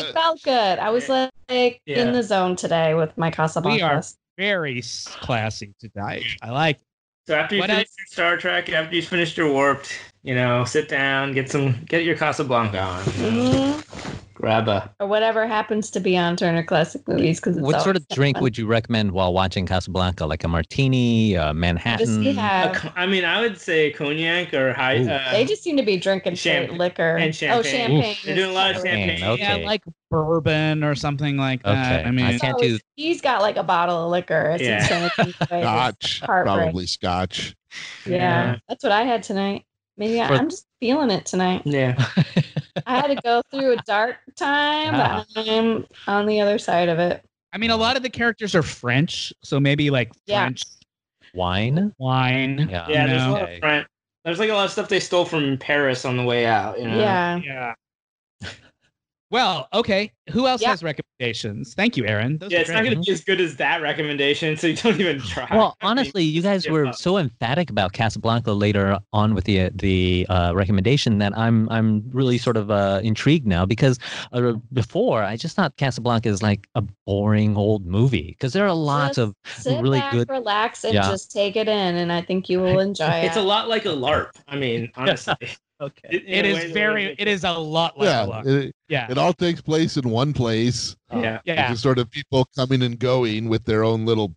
Speaker 5: it felt good. I was like
Speaker 4: Yeah.
Speaker 5: in the zone today with my Casablanca.
Speaker 2: We are- Very s- classy tonight. I like
Speaker 4: So after you
Speaker 2: What
Speaker 4: finish
Speaker 2: else?
Speaker 4: your Star Trek, after you finish your Warped, you know, sit down, get some, get your Casablanca on, you know,
Speaker 5: Mhm.
Speaker 4: grab a.
Speaker 5: Or whatever happens to be on Turner Classic Movies because
Speaker 6: What sort of drink would you recommend while watching Casablanca? Like a martini, a Manhattan?
Speaker 5: whiskey
Speaker 4: a
Speaker 5: have?
Speaker 4: co- I mean, I would say cognac or high.
Speaker 6: Ooh.
Speaker 4: Uh,
Speaker 5: They just seem to be drinking straight
Speaker 4: Champ-
Speaker 5: liquor
Speaker 4: and
Speaker 5: Oh,
Speaker 4: champagne.
Speaker 5: champagne.
Speaker 4: They're doing a lot of
Speaker 5: is-
Speaker 4: champagne.
Speaker 6: Man, okay.
Speaker 2: yeah, I like bourbon or something like that.
Speaker 6: Okay,
Speaker 2: I mean,
Speaker 6: I can't do-
Speaker 5: He's got like a bottle of liquor. As
Speaker 4: Yeah.
Speaker 5: he's trying to drink away his
Speaker 1: Scotch,
Speaker 5: heartbreak.
Speaker 1: probably Scotch.
Speaker 5: Yeah.
Speaker 4: Yeah.
Speaker 5: that's what I had tonight. Maybe I,
Speaker 6: For-
Speaker 5: I'm just feeling it tonight.
Speaker 4: Yeah.
Speaker 5: I had to go through a dark time, but I'm on the other side of it.
Speaker 2: I mean, a lot of the characters are French, so maybe like
Speaker 5: Yeah.
Speaker 2: French
Speaker 6: Wine?
Speaker 2: wine.
Speaker 6: Yeah.
Speaker 4: Yeah. There's a
Speaker 2: No.
Speaker 4: lot of front. There's like a lot of stuff they stole from Paris on the way out. You know?
Speaker 5: Yeah.
Speaker 2: Yeah. Well, okay. Who else
Speaker 5: Yeah.
Speaker 2: has recommendations? Thank you, Aaron. Those
Speaker 4: yeah,
Speaker 2: were
Speaker 4: it's not
Speaker 2: great.
Speaker 4: going to be as good as that recommendation, so you don't even try.
Speaker 6: Well, honestly, you guys
Speaker 4: yeah.
Speaker 6: were so emphatic about Casablanca later on with the the uh, recommendation that I'm I'm really sort of uh, intrigued now because uh, before I just thought Casablanca is like a boring old movie because there are lots of
Speaker 5: Sit
Speaker 6: really
Speaker 5: back,
Speaker 6: good-
Speaker 5: relax, and
Speaker 6: Yeah.
Speaker 5: just take it in, and I think you will enjoy it.
Speaker 4: it's a lot like a LARP. I mean, honestly,
Speaker 6: okay.
Speaker 4: In-
Speaker 2: It
Speaker 4: in a
Speaker 2: is
Speaker 4: way, the
Speaker 2: very.
Speaker 4: way
Speaker 2: It is a lot like
Speaker 1: yeah,
Speaker 2: yeah,
Speaker 1: it,
Speaker 2: yeah.
Speaker 1: it all takes place in one place.
Speaker 5: Oh,
Speaker 4: they- yeah.
Speaker 2: yeah.
Speaker 1: It's sort of people coming and going with their own little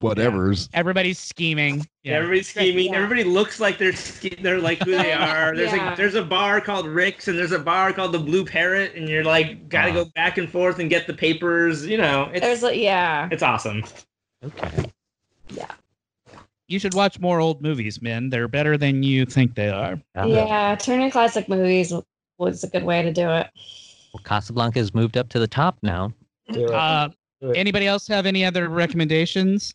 Speaker 1: whatever's.
Speaker 2: Everybody's scheming. Yeah.
Speaker 4: Everybody's scheming.
Speaker 5: Yeah.
Speaker 4: Everybody looks like they're ske- they're like who they are. There's
Speaker 5: Yeah.
Speaker 4: like there's a bar called Rick's and there's a bar called the Blue Parrot, and you're like gotta go back and forth and get the papers. You know, it's
Speaker 5: There's a, yeah.
Speaker 4: it's awesome.
Speaker 6: Okay.
Speaker 2: you should watch more old movies, men. They're better than you think they are.
Speaker 6: Uh,
Speaker 5: Yeah, turning classic movies was a good way to do it.
Speaker 6: well, Casablanca has moved up to the top now.
Speaker 3: Do it.
Speaker 2: Uh,
Speaker 3: Good.
Speaker 2: anybody else have any other recommendations?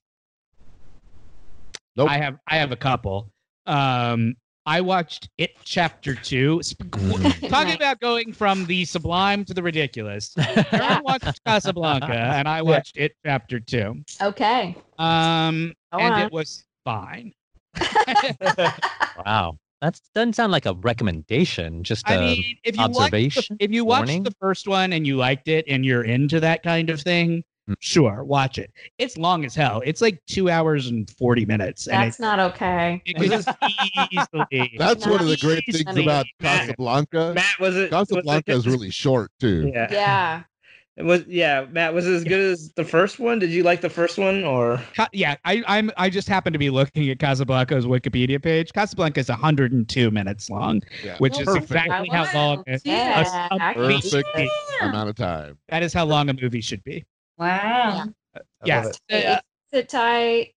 Speaker 1: Nope.
Speaker 2: I have. I have a couple. Um, I watched It Chapter Two. Sp- Talking
Speaker 6: Mm,
Speaker 5: Nice.
Speaker 2: about going from the sublime to the ridiculous.
Speaker 5: Yeah.
Speaker 2: Aaron watched Casablanca, and I watched It Chapter Two.
Speaker 5: Okay.
Speaker 2: Um,
Speaker 5: Go
Speaker 2: and
Speaker 5: on.
Speaker 2: it was fine.
Speaker 6: Wow, that doesn't sound like a recommendation. Just uh,
Speaker 2: I
Speaker 6: a-
Speaker 2: mean, if you watch the,
Speaker 6: observation,
Speaker 2: if you watch
Speaker 6: warning.
Speaker 2: the first one and you liked it and you're into that kind of thing,
Speaker 6: Hmm.
Speaker 2: sure, watch it. It's long as hell. It's like two hours and forty minutes, and
Speaker 5: That's not okay.
Speaker 2: it, it goes easily.
Speaker 1: That's one of the
Speaker 5: Nice.
Speaker 1: great things
Speaker 5: Nice.
Speaker 1: about
Speaker 4: Matt-
Speaker 1: Casablanca.
Speaker 4: Matt was it? was it
Speaker 1: Casablanca
Speaker 4: good-
Speaker 1: is really short too.
Speaker 4: Yeah.
Speaker 5: Yeah.
Speaker 4: It was yeah. Matt was it as good as the first one. Did you like the first one or?
Speaker 2: Ca- yeah, I, I'm. I just happened to be looking at Casablanca's Wikipedia page. Casablanca is 102 minutes long,
Speaker 1: Yeah.
Speaker 2: which is
Speaker 1: Perfect.
Speaker 2: exactly
Speaker 9: Wow.
Speaker 2: how long. a-
Speaker 7: Yeah.
Speaker 2: a- a movie
Speaker 1: Perfect
Speaker 2: should be.
Speaker 1: amount of time.
Speaker 2: That is how long a movie should be.
Speaker 7: Wow.
Speaker 3: I
Speaker 2: Yeah.
Speaker 3: love
Speaker 2: Uh,
Speaker 5: Sit tight.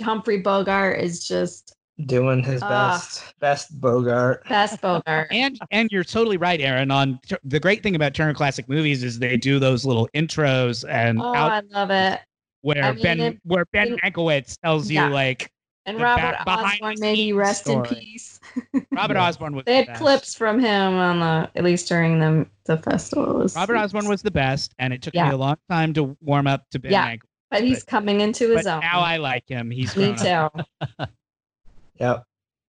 Speaker 5: Humphrey Bogart is just
Speaker 3: it. Doing his
Speaker 5: Ah.
Speaker 3: best. Best Bogart.
Speaker 5: best Bogart.
Speaker 2: and and you're totally right, Aaron. On t- the great thing about Turner Classic Movies is they do those little intros and
Speaker 5: Oh,
Speaker 2: out
Speaker 5: I love it.
Speaker 2: where
Speaker 5: I mean,
Speaker 2: Ben
Speaker 5: it-
Speaker 2: where Ben
Speaker 5: it-
Speaker 2: Mankiewicz tells you
Speaker 5: Yeah.
Speaker 2: like
Speaker 5: And
Speaker 2: The
Speaker 5: Robert
Speaker 2: back- behind
Speaker 5: Osborne,
Speaker 2: the
Speaker 5: may he
Speaker 2: scenes
Speaker 5: rest in
Speaker 2: story.
Speaker 5: peace.
Speaker 2: Robert Osborne was
Speaker 5: They
Speaker 2: the
Speaker 5: had
Speaker 2: best.
Speaker 5: clips from him on the, at least during the, the festival. It was-
Speaker 2: Robert Osborne was the best, and it took me
Speaker 5: Yeah.
Speaker 2: a long time to warm up to Ben
Speaker 5: Yeah,
Speaker 2: Mankiewicz.
Speaker 5: But he's coming into
Speaker 2: But
Speaker 5: his own.
Speaker 2: now I like him. He's
Speaker 5: Me
Speaker 2: grown up.
Speaker 5: too.
Speaker 3: Yep.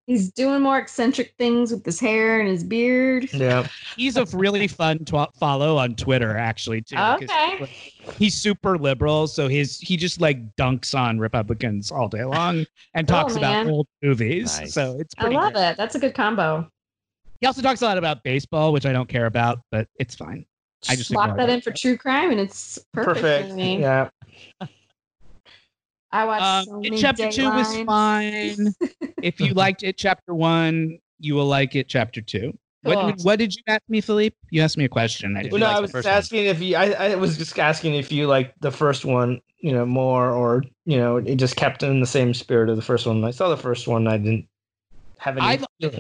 Speaker 5: He's doing more eccentric things with his hair and his beard.
Speaker 3: Yep.
Speaker 2: he's a really fun tw- follow on Twitter actually too. 'cause
Speaker 5: Okay.
Speaker 2: He's super liberal, so his he just like dunks on Republicans all day long and
Speaker 5: Cool,
Speaker 2: talks about
Speaker 5: man.
Speaker 2: old movies.
Speaker 6: Nice.
Speaker 2: So it's
Speaker 5: I
Speaker 2: pretty.
Speaker 5: love
Speaker 2: great.
Speaker 5: it. That's a good combo.
Speaker 2: He also talks a lot about baseball, which I don't care about, but it's fine. I just
Speaker 5: Just lock
Speaker 2: ignore
Speaker 5: that
Speaker 2: that.
Speaker 5: in for true crime, and it's perfect.
Speaker 3: Perfect.
Speaker 5: For me.
Speaker 3: Yeah.
Speaker 5: I watched
Speaker 2: Um,
Speaker 5: so
Speaker 2: It
Speaker 5: many
Speaker 2: chapter two was
Speaker 5: Datelines.
Speaker 2: fine. if you liked it, chapter one, you will like it, chapter two.
Speaker 5: Cool.
Speaker 2: What, did, what did you ask me, Philippe? You asked me a question. I
Speaker 6: Did
Speaker 2: didn't
Speaker 6: you
Speaker 3: Well, no, I
Speaker 6: like the
Speaker 3: was
Speaker 6: first
Speaker 3: just
Speaker 6: one?
Speaker 3: asking if you. I, I was just asking if you like the first one, you know, more, or you know, it just kept in the same spirit of the first one. When I saw the first one. I didn't have any.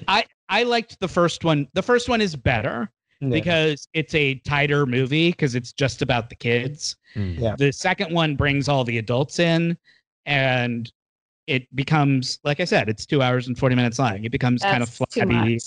Speaker 2: I've- I liked the first one. The first one is better
Speaker 3: Yeah.
Speaker 2: because it's a tighter movie because it's just about the kids.
Speaker 6: Hmm.
Speaker 3: Yeah.
Speaker 2: The second one brings all the adults in and it becomes, like I said, it's two hours and 40 minutes long. It becomes
Speaker 5: That's
Speaker 2: kind of
Speaker 5: too
Speaker 2: flabby.
Speaker 5: much.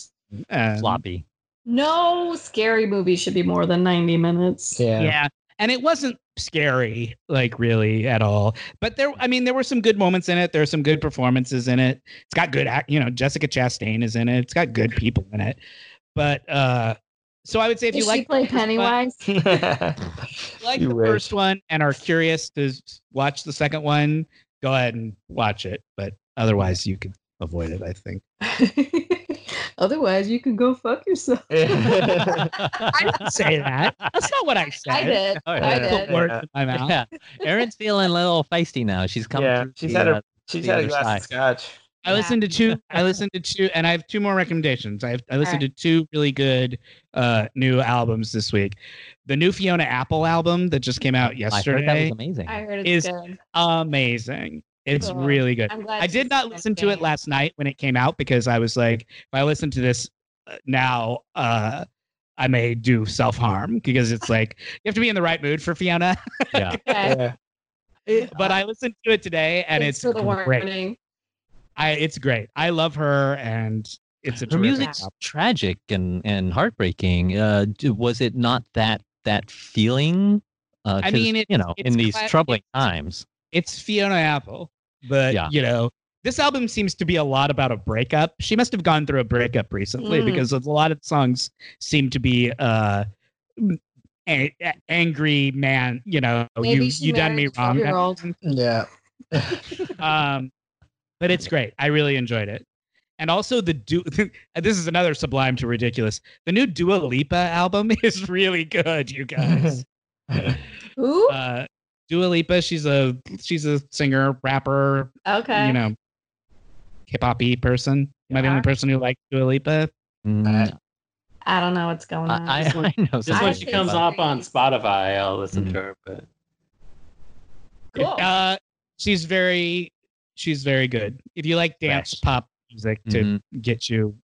Speaker 2: and-
Speaker 6: floppy.
Speaker 5: No scary movie should be more than ninety minutes.
Speaker 3: yeah.
Speaker 2: Yeah. And it wasn't scary, like really at all. But there, I mean, there were some good moments in it. There are some good performances in it. It's got good act, you know, Jessica Chastain is in it. It's got good people in it. But uh so I would say if
Speaker 5: Did
Speaker 2: you
Speaker 5: she
Speaker 2: like
Speaker 5: play
Speaker 2: the first one-
Speaker 5: Pennywise?
Speaker 2: if you like
Speaker 3: You
Speaker 2: the
Speaker 3: wish.
Speaker 2: first one and are curious to s- watch the second one, go ahead and watch it. But otherwise you could avoid it, I think.
Speaker 5: Otherwise, you can go fuck yourself.
Speaker 2: I didn't say that. That's not what I said.
Speaker 5: I did.
Speaker 6: Oh,
Speaker 5: I
Speaker 2: Put
Speaker 5: did.
Speaker 2: words in my mouth.
Speaker 6: Yeah, Erin's feeling a little feisty now. She's coming.
Speaker 3: Yeah,
Speaker 6: through
Speaker 3: she's
Speaker 6: the,
Speaker 3: had her-
Speaker 6: uh,
Speaker 3: She's
Speaker 6: The
Speaker 3: had a
Speaker 6: other
Speaker 3: glass
Speaker 6: side.
Speaker 3: of scotch.
Speaker 2: I
Speaker 5: Yeah.
Speaker 2: listened to two. I listened to two, and I have two more recommendations. I have, I listened to two really good uh, new albums this week. The new Fiona Apple album that just came out
Speaker 6: Oh, I heard that was
Speaker 2: yesterday,
Speaker 6: amazing.
Speaker 5: I heard
Speaker 2: Is-
Speaker 5: it's good.
Speaker 2: amazing. It's
Speaker 5: Cool.
Speaker 2: really good.
Speaker 5: I'm glad.
Speaker 2: I
Speaker 5: she's
Speaker 2: did not
Speaker 5: doing
Speaker 2: listen to it
Speaker 5: good.
Speaker 2: last night when it came out because I was like, if I listen to this uh, now, uh, I may do self harm because it's like you have to be in the right mood for Fiona.
Speaker 6: yeah.
Speaker 5: Okay.
Speaker 3: Yeah.
Speaker 2: but I listened to it today, and
Speaker 5: Thanks
Speaker 2: it's
Speaker 5: for the
Speaker 2: great.
Speaker 5: warning.
Speaker 2: I, it's great. I love her, and It's a
Speaker 6: her
Speaker 2: terrific
Speaker 6: music's
Speaker 2: album.
Speaker 6: tragic and and heartbreaking. Uh, d- was it not that that feeling? Uh,
Speaker 2: I
Speaker 6: 'cause,
Speaker 2: mean, it's-
Speaker 6: you know,
Speaker 2: it's
Speaker 6: in these
Speaker 2: cla-
Speaker 6: troubling times.
Speaker 2: It's Fiona Apple, but
Speaker 6: Yeah.
Speaker 2: you know, this album seems to be a lot about a breakup. She must have gone through a breakup recently
Speaker 10: Mm.
Speaker 2: because a lot of songs seem to be uh a- a- angry man, you know,
Speaker 5: Maybe
Speaker 2: you
Speaker 5: she
Speaker 2: you done me
Speaker 5: married a
Speaker 2: wrong. kind of
Speaker 5: 12-year-old.
Speaker 2: thing.
Speaker 11: Yeah.
Speaker 2: um, but it's great. I really enjoyed it. And also the du- this is another sublime to ridiculous. The new Dua Lipa album is really good, you guys.
Speaker 10: Who?
Speaker 2: Uh, Dua Lipa, she's a she's a singer, rapper,
Speaker 10: okay.
Speaker 2: you know, hip hoppy person. Am I the
Speaker 10: Yeah.
Speaker 2: only person who likes Dua Lipa?
Speaker 6: Mm,
Speaker 10: I don't know what's going on.
Speaker 6: I,
Speaker 3: Just
Speaker 6: I,
Speaker 3: when-
Speaker 6: I know.
Speaker 3: Just when
Speaker 6: something
Speaker 3: she
Speaker 5: think
Speaker 3: comes
Speaker 6: about-
Speaker 5: so.
Speaker 3: up on Spotify, I'll listen
Speaker 6: Mhm.
Speaker 3: to her. But
Speaker 5: Cool.
Speaker 2: Uh, she's very she's very good. If you like dance
Speaker 6: Fresh.
Speaker 2: pop music to
Speaker 6: Mhm,
Speaker 2: get you,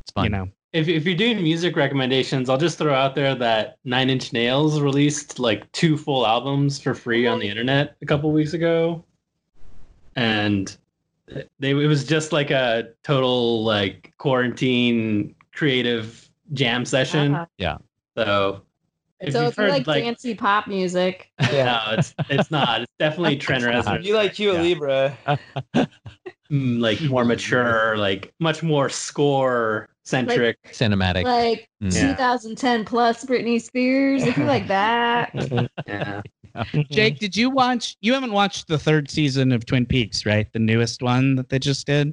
Speaker 6: it's fun.
Speaker 2: you know,
Speaker 3: if if you're doing music recommendations, I'll just throw out there that Nine Inch Nails released like two full albums for free on the internet a couple weeks ago, and they it was just like a total like quarantine creative jam session.
Speaker 10: Uh-huh.
Speaker 3: So if
Speaker 10: so
Speaker 3: you've
Speaker 10: if you
Speaker 3: heard,
Speaker 10: like,
Speaker 3: like-
Speaker 10: fancy pop music,
Speaker 11: Yeah.
Speaker 3: no, it's it's not. It's definitely Trent Reznor.
Speaker 6: It's not.
Speaker 4: You like Hugh
Speaker 6: Yeah.
Speaker 4: Libra.
Speaker 3: mm, like more mature, like much more score centric.
Speaker 6: Cinematic.
Speaker 10: like
Speaker 6: Mm.
Speaker 3: Yeah.
Speaker 10: 2010 plus Britney Spears, if you like that.
Speaker 3: yeah.
Speaker 2: Mm-hmm. Jake, did you watch? You haven't watched the third season of Twin Peaks, right? The newest one that they just did.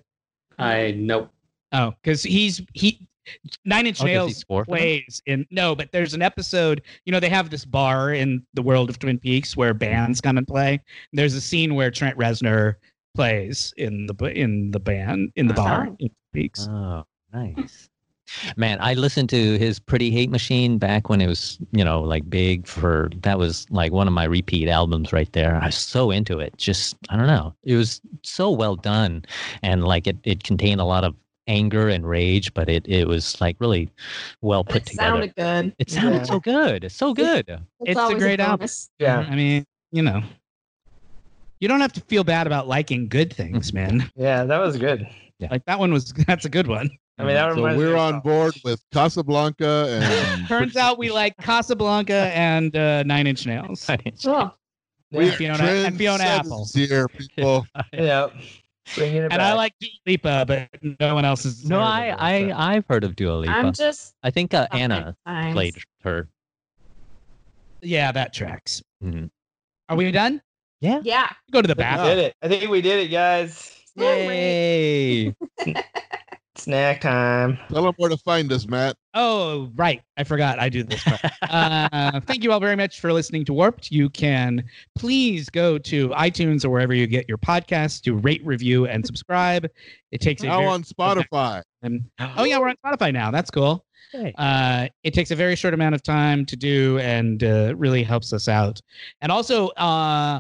Speaker 3: I nope.
Speaker 2: Oh, because he's he Nine Inch
Speaker 6: Oh, does he
Speaker 2: Nails
Speaker 6: score for them?
Speaker 2: plays in no, but there's an episode. You know, they have this bar in the world of Twin Peaks where bands come and play. There's a scene where Trent Reznor plays in the b- in the band in the
Speaker 6: Uh-huh.
Speaker 2: bar in Twin Peaks.
Speaker 6: Oh, nice. Man, I listened to his Pretty Hate Machine back when it was, you know, like big for that was like one of my repeat albums right there. I was so into it. Just, I don't know. It was so well done. And like it, it contained a lot of anger and rage, but it, it was like really well
Speaker 10: But
Speaker 6: put
Speaker 10: it
Speaker 6: together.
Speaker 10: sounded good.
Speaker 6: it sounded
Speaker 11: Yeah.
Speaker 6: so good. It's so good.
Speaker 2: It's a
Speaker 10: always
Speaker 2: great album.
Speaker 10: bonus.
Speaker 11: Yeah.
Speaker 2: I mean, you know, you don't have to feel bad about liking good things, man.
Speaker 11: Yeah, that was good.
Speaker 2: like that one was that's a good one.
Speaker 11: I mean, that
Speaker 1: So
Speaker 11: reminds me
Speaker 1: we're
Speaker 11: of
Speaker 1: on
Speaker 11: college.
Speaker 1: board with Casablanca and
Speaker 2: Turns out we like Casablanca and uh, Nine Inch Nails.
Speaker 10: Cool.
Speaker 2: We
Speaker 11: Yeah.
Speaker 2: Fiona, and Fiona
Speaker 1: Trendsetters
Speaker 2: Apple.
Speaker 1: Here, people.
Speaker 11: yeah. Bringing it
Speaker 2: And I like Dua Lipa, but no one else is.
Speaker 6: No, I, I, I've heard of Dua Lipa.
Speaker 10: I'm just
Speaker 6: I think uh,
Speaker 10: Okay.
Speaker 6: Anna
Speaker 10: fine.
Speaker 6: played her.
Speaker 2: Yeah, that tracks.
Speaker 6: Mhm.
Speaker 2: Are we done?
Speaker 5: Yeah.
Speaker 2: Go
Speaker 11: I think
Speaker 2: to the
Speaker 11: we
Speaker 2: bathroom.
Speaker 11: did it. I think we did it, guys.
Speaker 6: Yay.
Speaker 11: Snack time.
Speaker 1: Tell them where to find us, Matt.
Speaker 2: Oh, right. I forgot. I do this. part. uh, thank you all very much for listening to Warped. You can please go to iTunes or wherever you get your podcasts to rate, review, and subscribe. It takes a
Speaker 11: Oh,
Speaker 1: Now
Speaker 2: very-
Speaker 1: on Spotify.
Speaker 2: Um, oh yeah, we're on Spotify now. That's cool. Uh, it takes a very short amount of time to do and uh, really helps us out. And also, uh,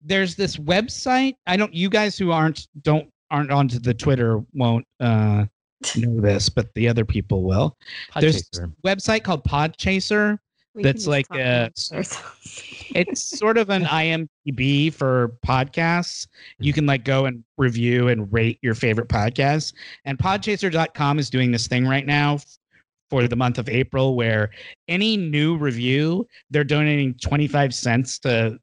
Speaker 2: there's this website. I don't. You guys who aren't don't aren't onto the Twitter won't uh, know this, but the other people will. There's this
Speaker 6: Podchaser.
Speaker 2: website called Podchaser.
Speaker 10: We
Speaker 2: That's
Speaker 10: can just
Speaker 2: like,
Speaker 10: talk
Speaker 2: uh,
Speaker 10: amongst ourselves.
Speaker 2: It's sort of an IMDb for podcasts. You can like go and review and rate your favorite podcasts. And podchaser.com is doing this thing right now f- for the month of April where any new review, they're donating 25 cents to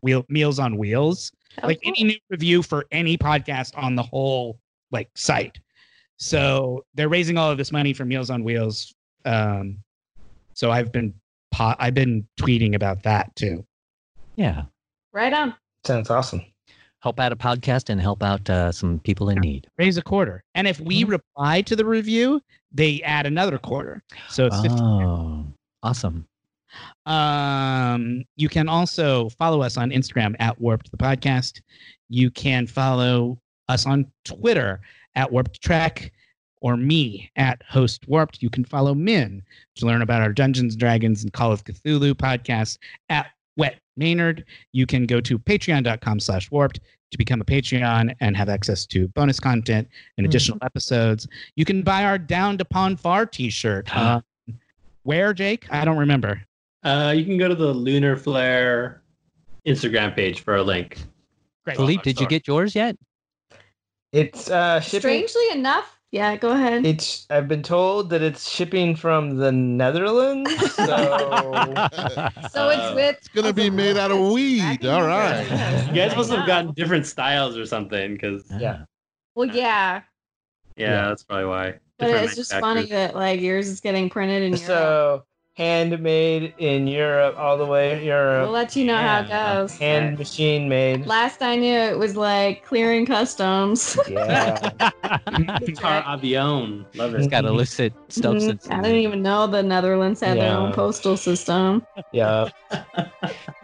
Speaker 2: Wheel, Meals on Wheels. Like any new review for any podcast on the whole like site. So they're raising all of this money for Meals on Wheels. Um, so I've been po- I've been tweeting about that too.
Speaker 6: Yeah.
Speaker 10: right on.
Speaker 11: Sounds awesome.
Speaker 6: Help out a podcast and help out uh, some people in need.
Speaker 2: Raise a quarter, and if we reply to the review, they add another quarter. So it's 50.
Speaker 6: Oh, awesome.
Speaker 2: Um, you can also follow us on Instagram at Warped the Podcast. You can follow us on Twitter at Warped Track or me at Host Warped. You can follow Min to learn about our Dungeons, Dragons, and Call of Cthulhu podcast at Wet Maynard. You can go to patreon.com slash warped to become a Patreon and have access to bonus content and additional episodes. You can buy our Down to Pond Far t-shirt. Uh, where, Jake? I don't remember.
Speaker 3: Uh, you can go to the Lunar Flare Instagram page for a link.
Speaker 2: Great.
Speaker 6: Philippe, did you get yours yet?
Speaker 11: It's uh shipping.
Speaker 10: Strangely enough,
Speaker 5: Yeah, go ahead.
Speaker 4: It's. I've been told that it's shipping from the Netherlands. So
Speaker 6: Ah.
Speaker 12: So it's
Speaker 3: Uh,
Speaker 12: with.
Speaker 1: It's gonna be made out of weed. All right.
Speaker 12: Yeah.
Speaker 3: You guys must have gotten different styles or something, because yeah,
Speaker 4: Yeah.
Speaker 5: Well, yeah,
Speaker 3: that's probably why.
Speaker 5: but
Speaker 3: Different
Speaker 5: it's just funny
Speaker 3: manufacturers.
Speaker 5: that like yours is getting printed in Europe.
Speaker 4: so handmade in Europe, all the way
Speaker 5: we'll
Speaker 4: Europe,
Speaker 5: let you know
Speaker 13: Yeah.
Speaker 5: how it goes.
Speaker 4: hand machine made.
Speaker 5: Last I knew, it was like clearing customs.
Speaker 4: Yeah.
Speaker 3: Car avion, love
Speaker 6: it's
Speaker 3: it.
Speaker 6: got illicit substance.
Speaker 5: Mm-hmm. I didn't even know the Netherlands had their own
Speaker 4: Yeah.
Speaker 5: postal system.
Speaker 4: yeah.
Speaker 5: How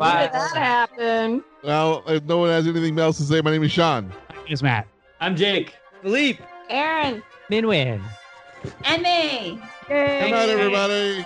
Speaker 4: Wow.
Speaker 5: did that happen?
Speaker 1: Well, if no one has anything else to say, my name is Sean.
Speaker 2: It's Matt.
Speaker 3: I'm Jake.
Speaker 13: Leap.
Speaker 5: Aaron.
Speaker 6: Minwin.
Speaker 14: Emmy.
Speaker 1: Good night, everybody.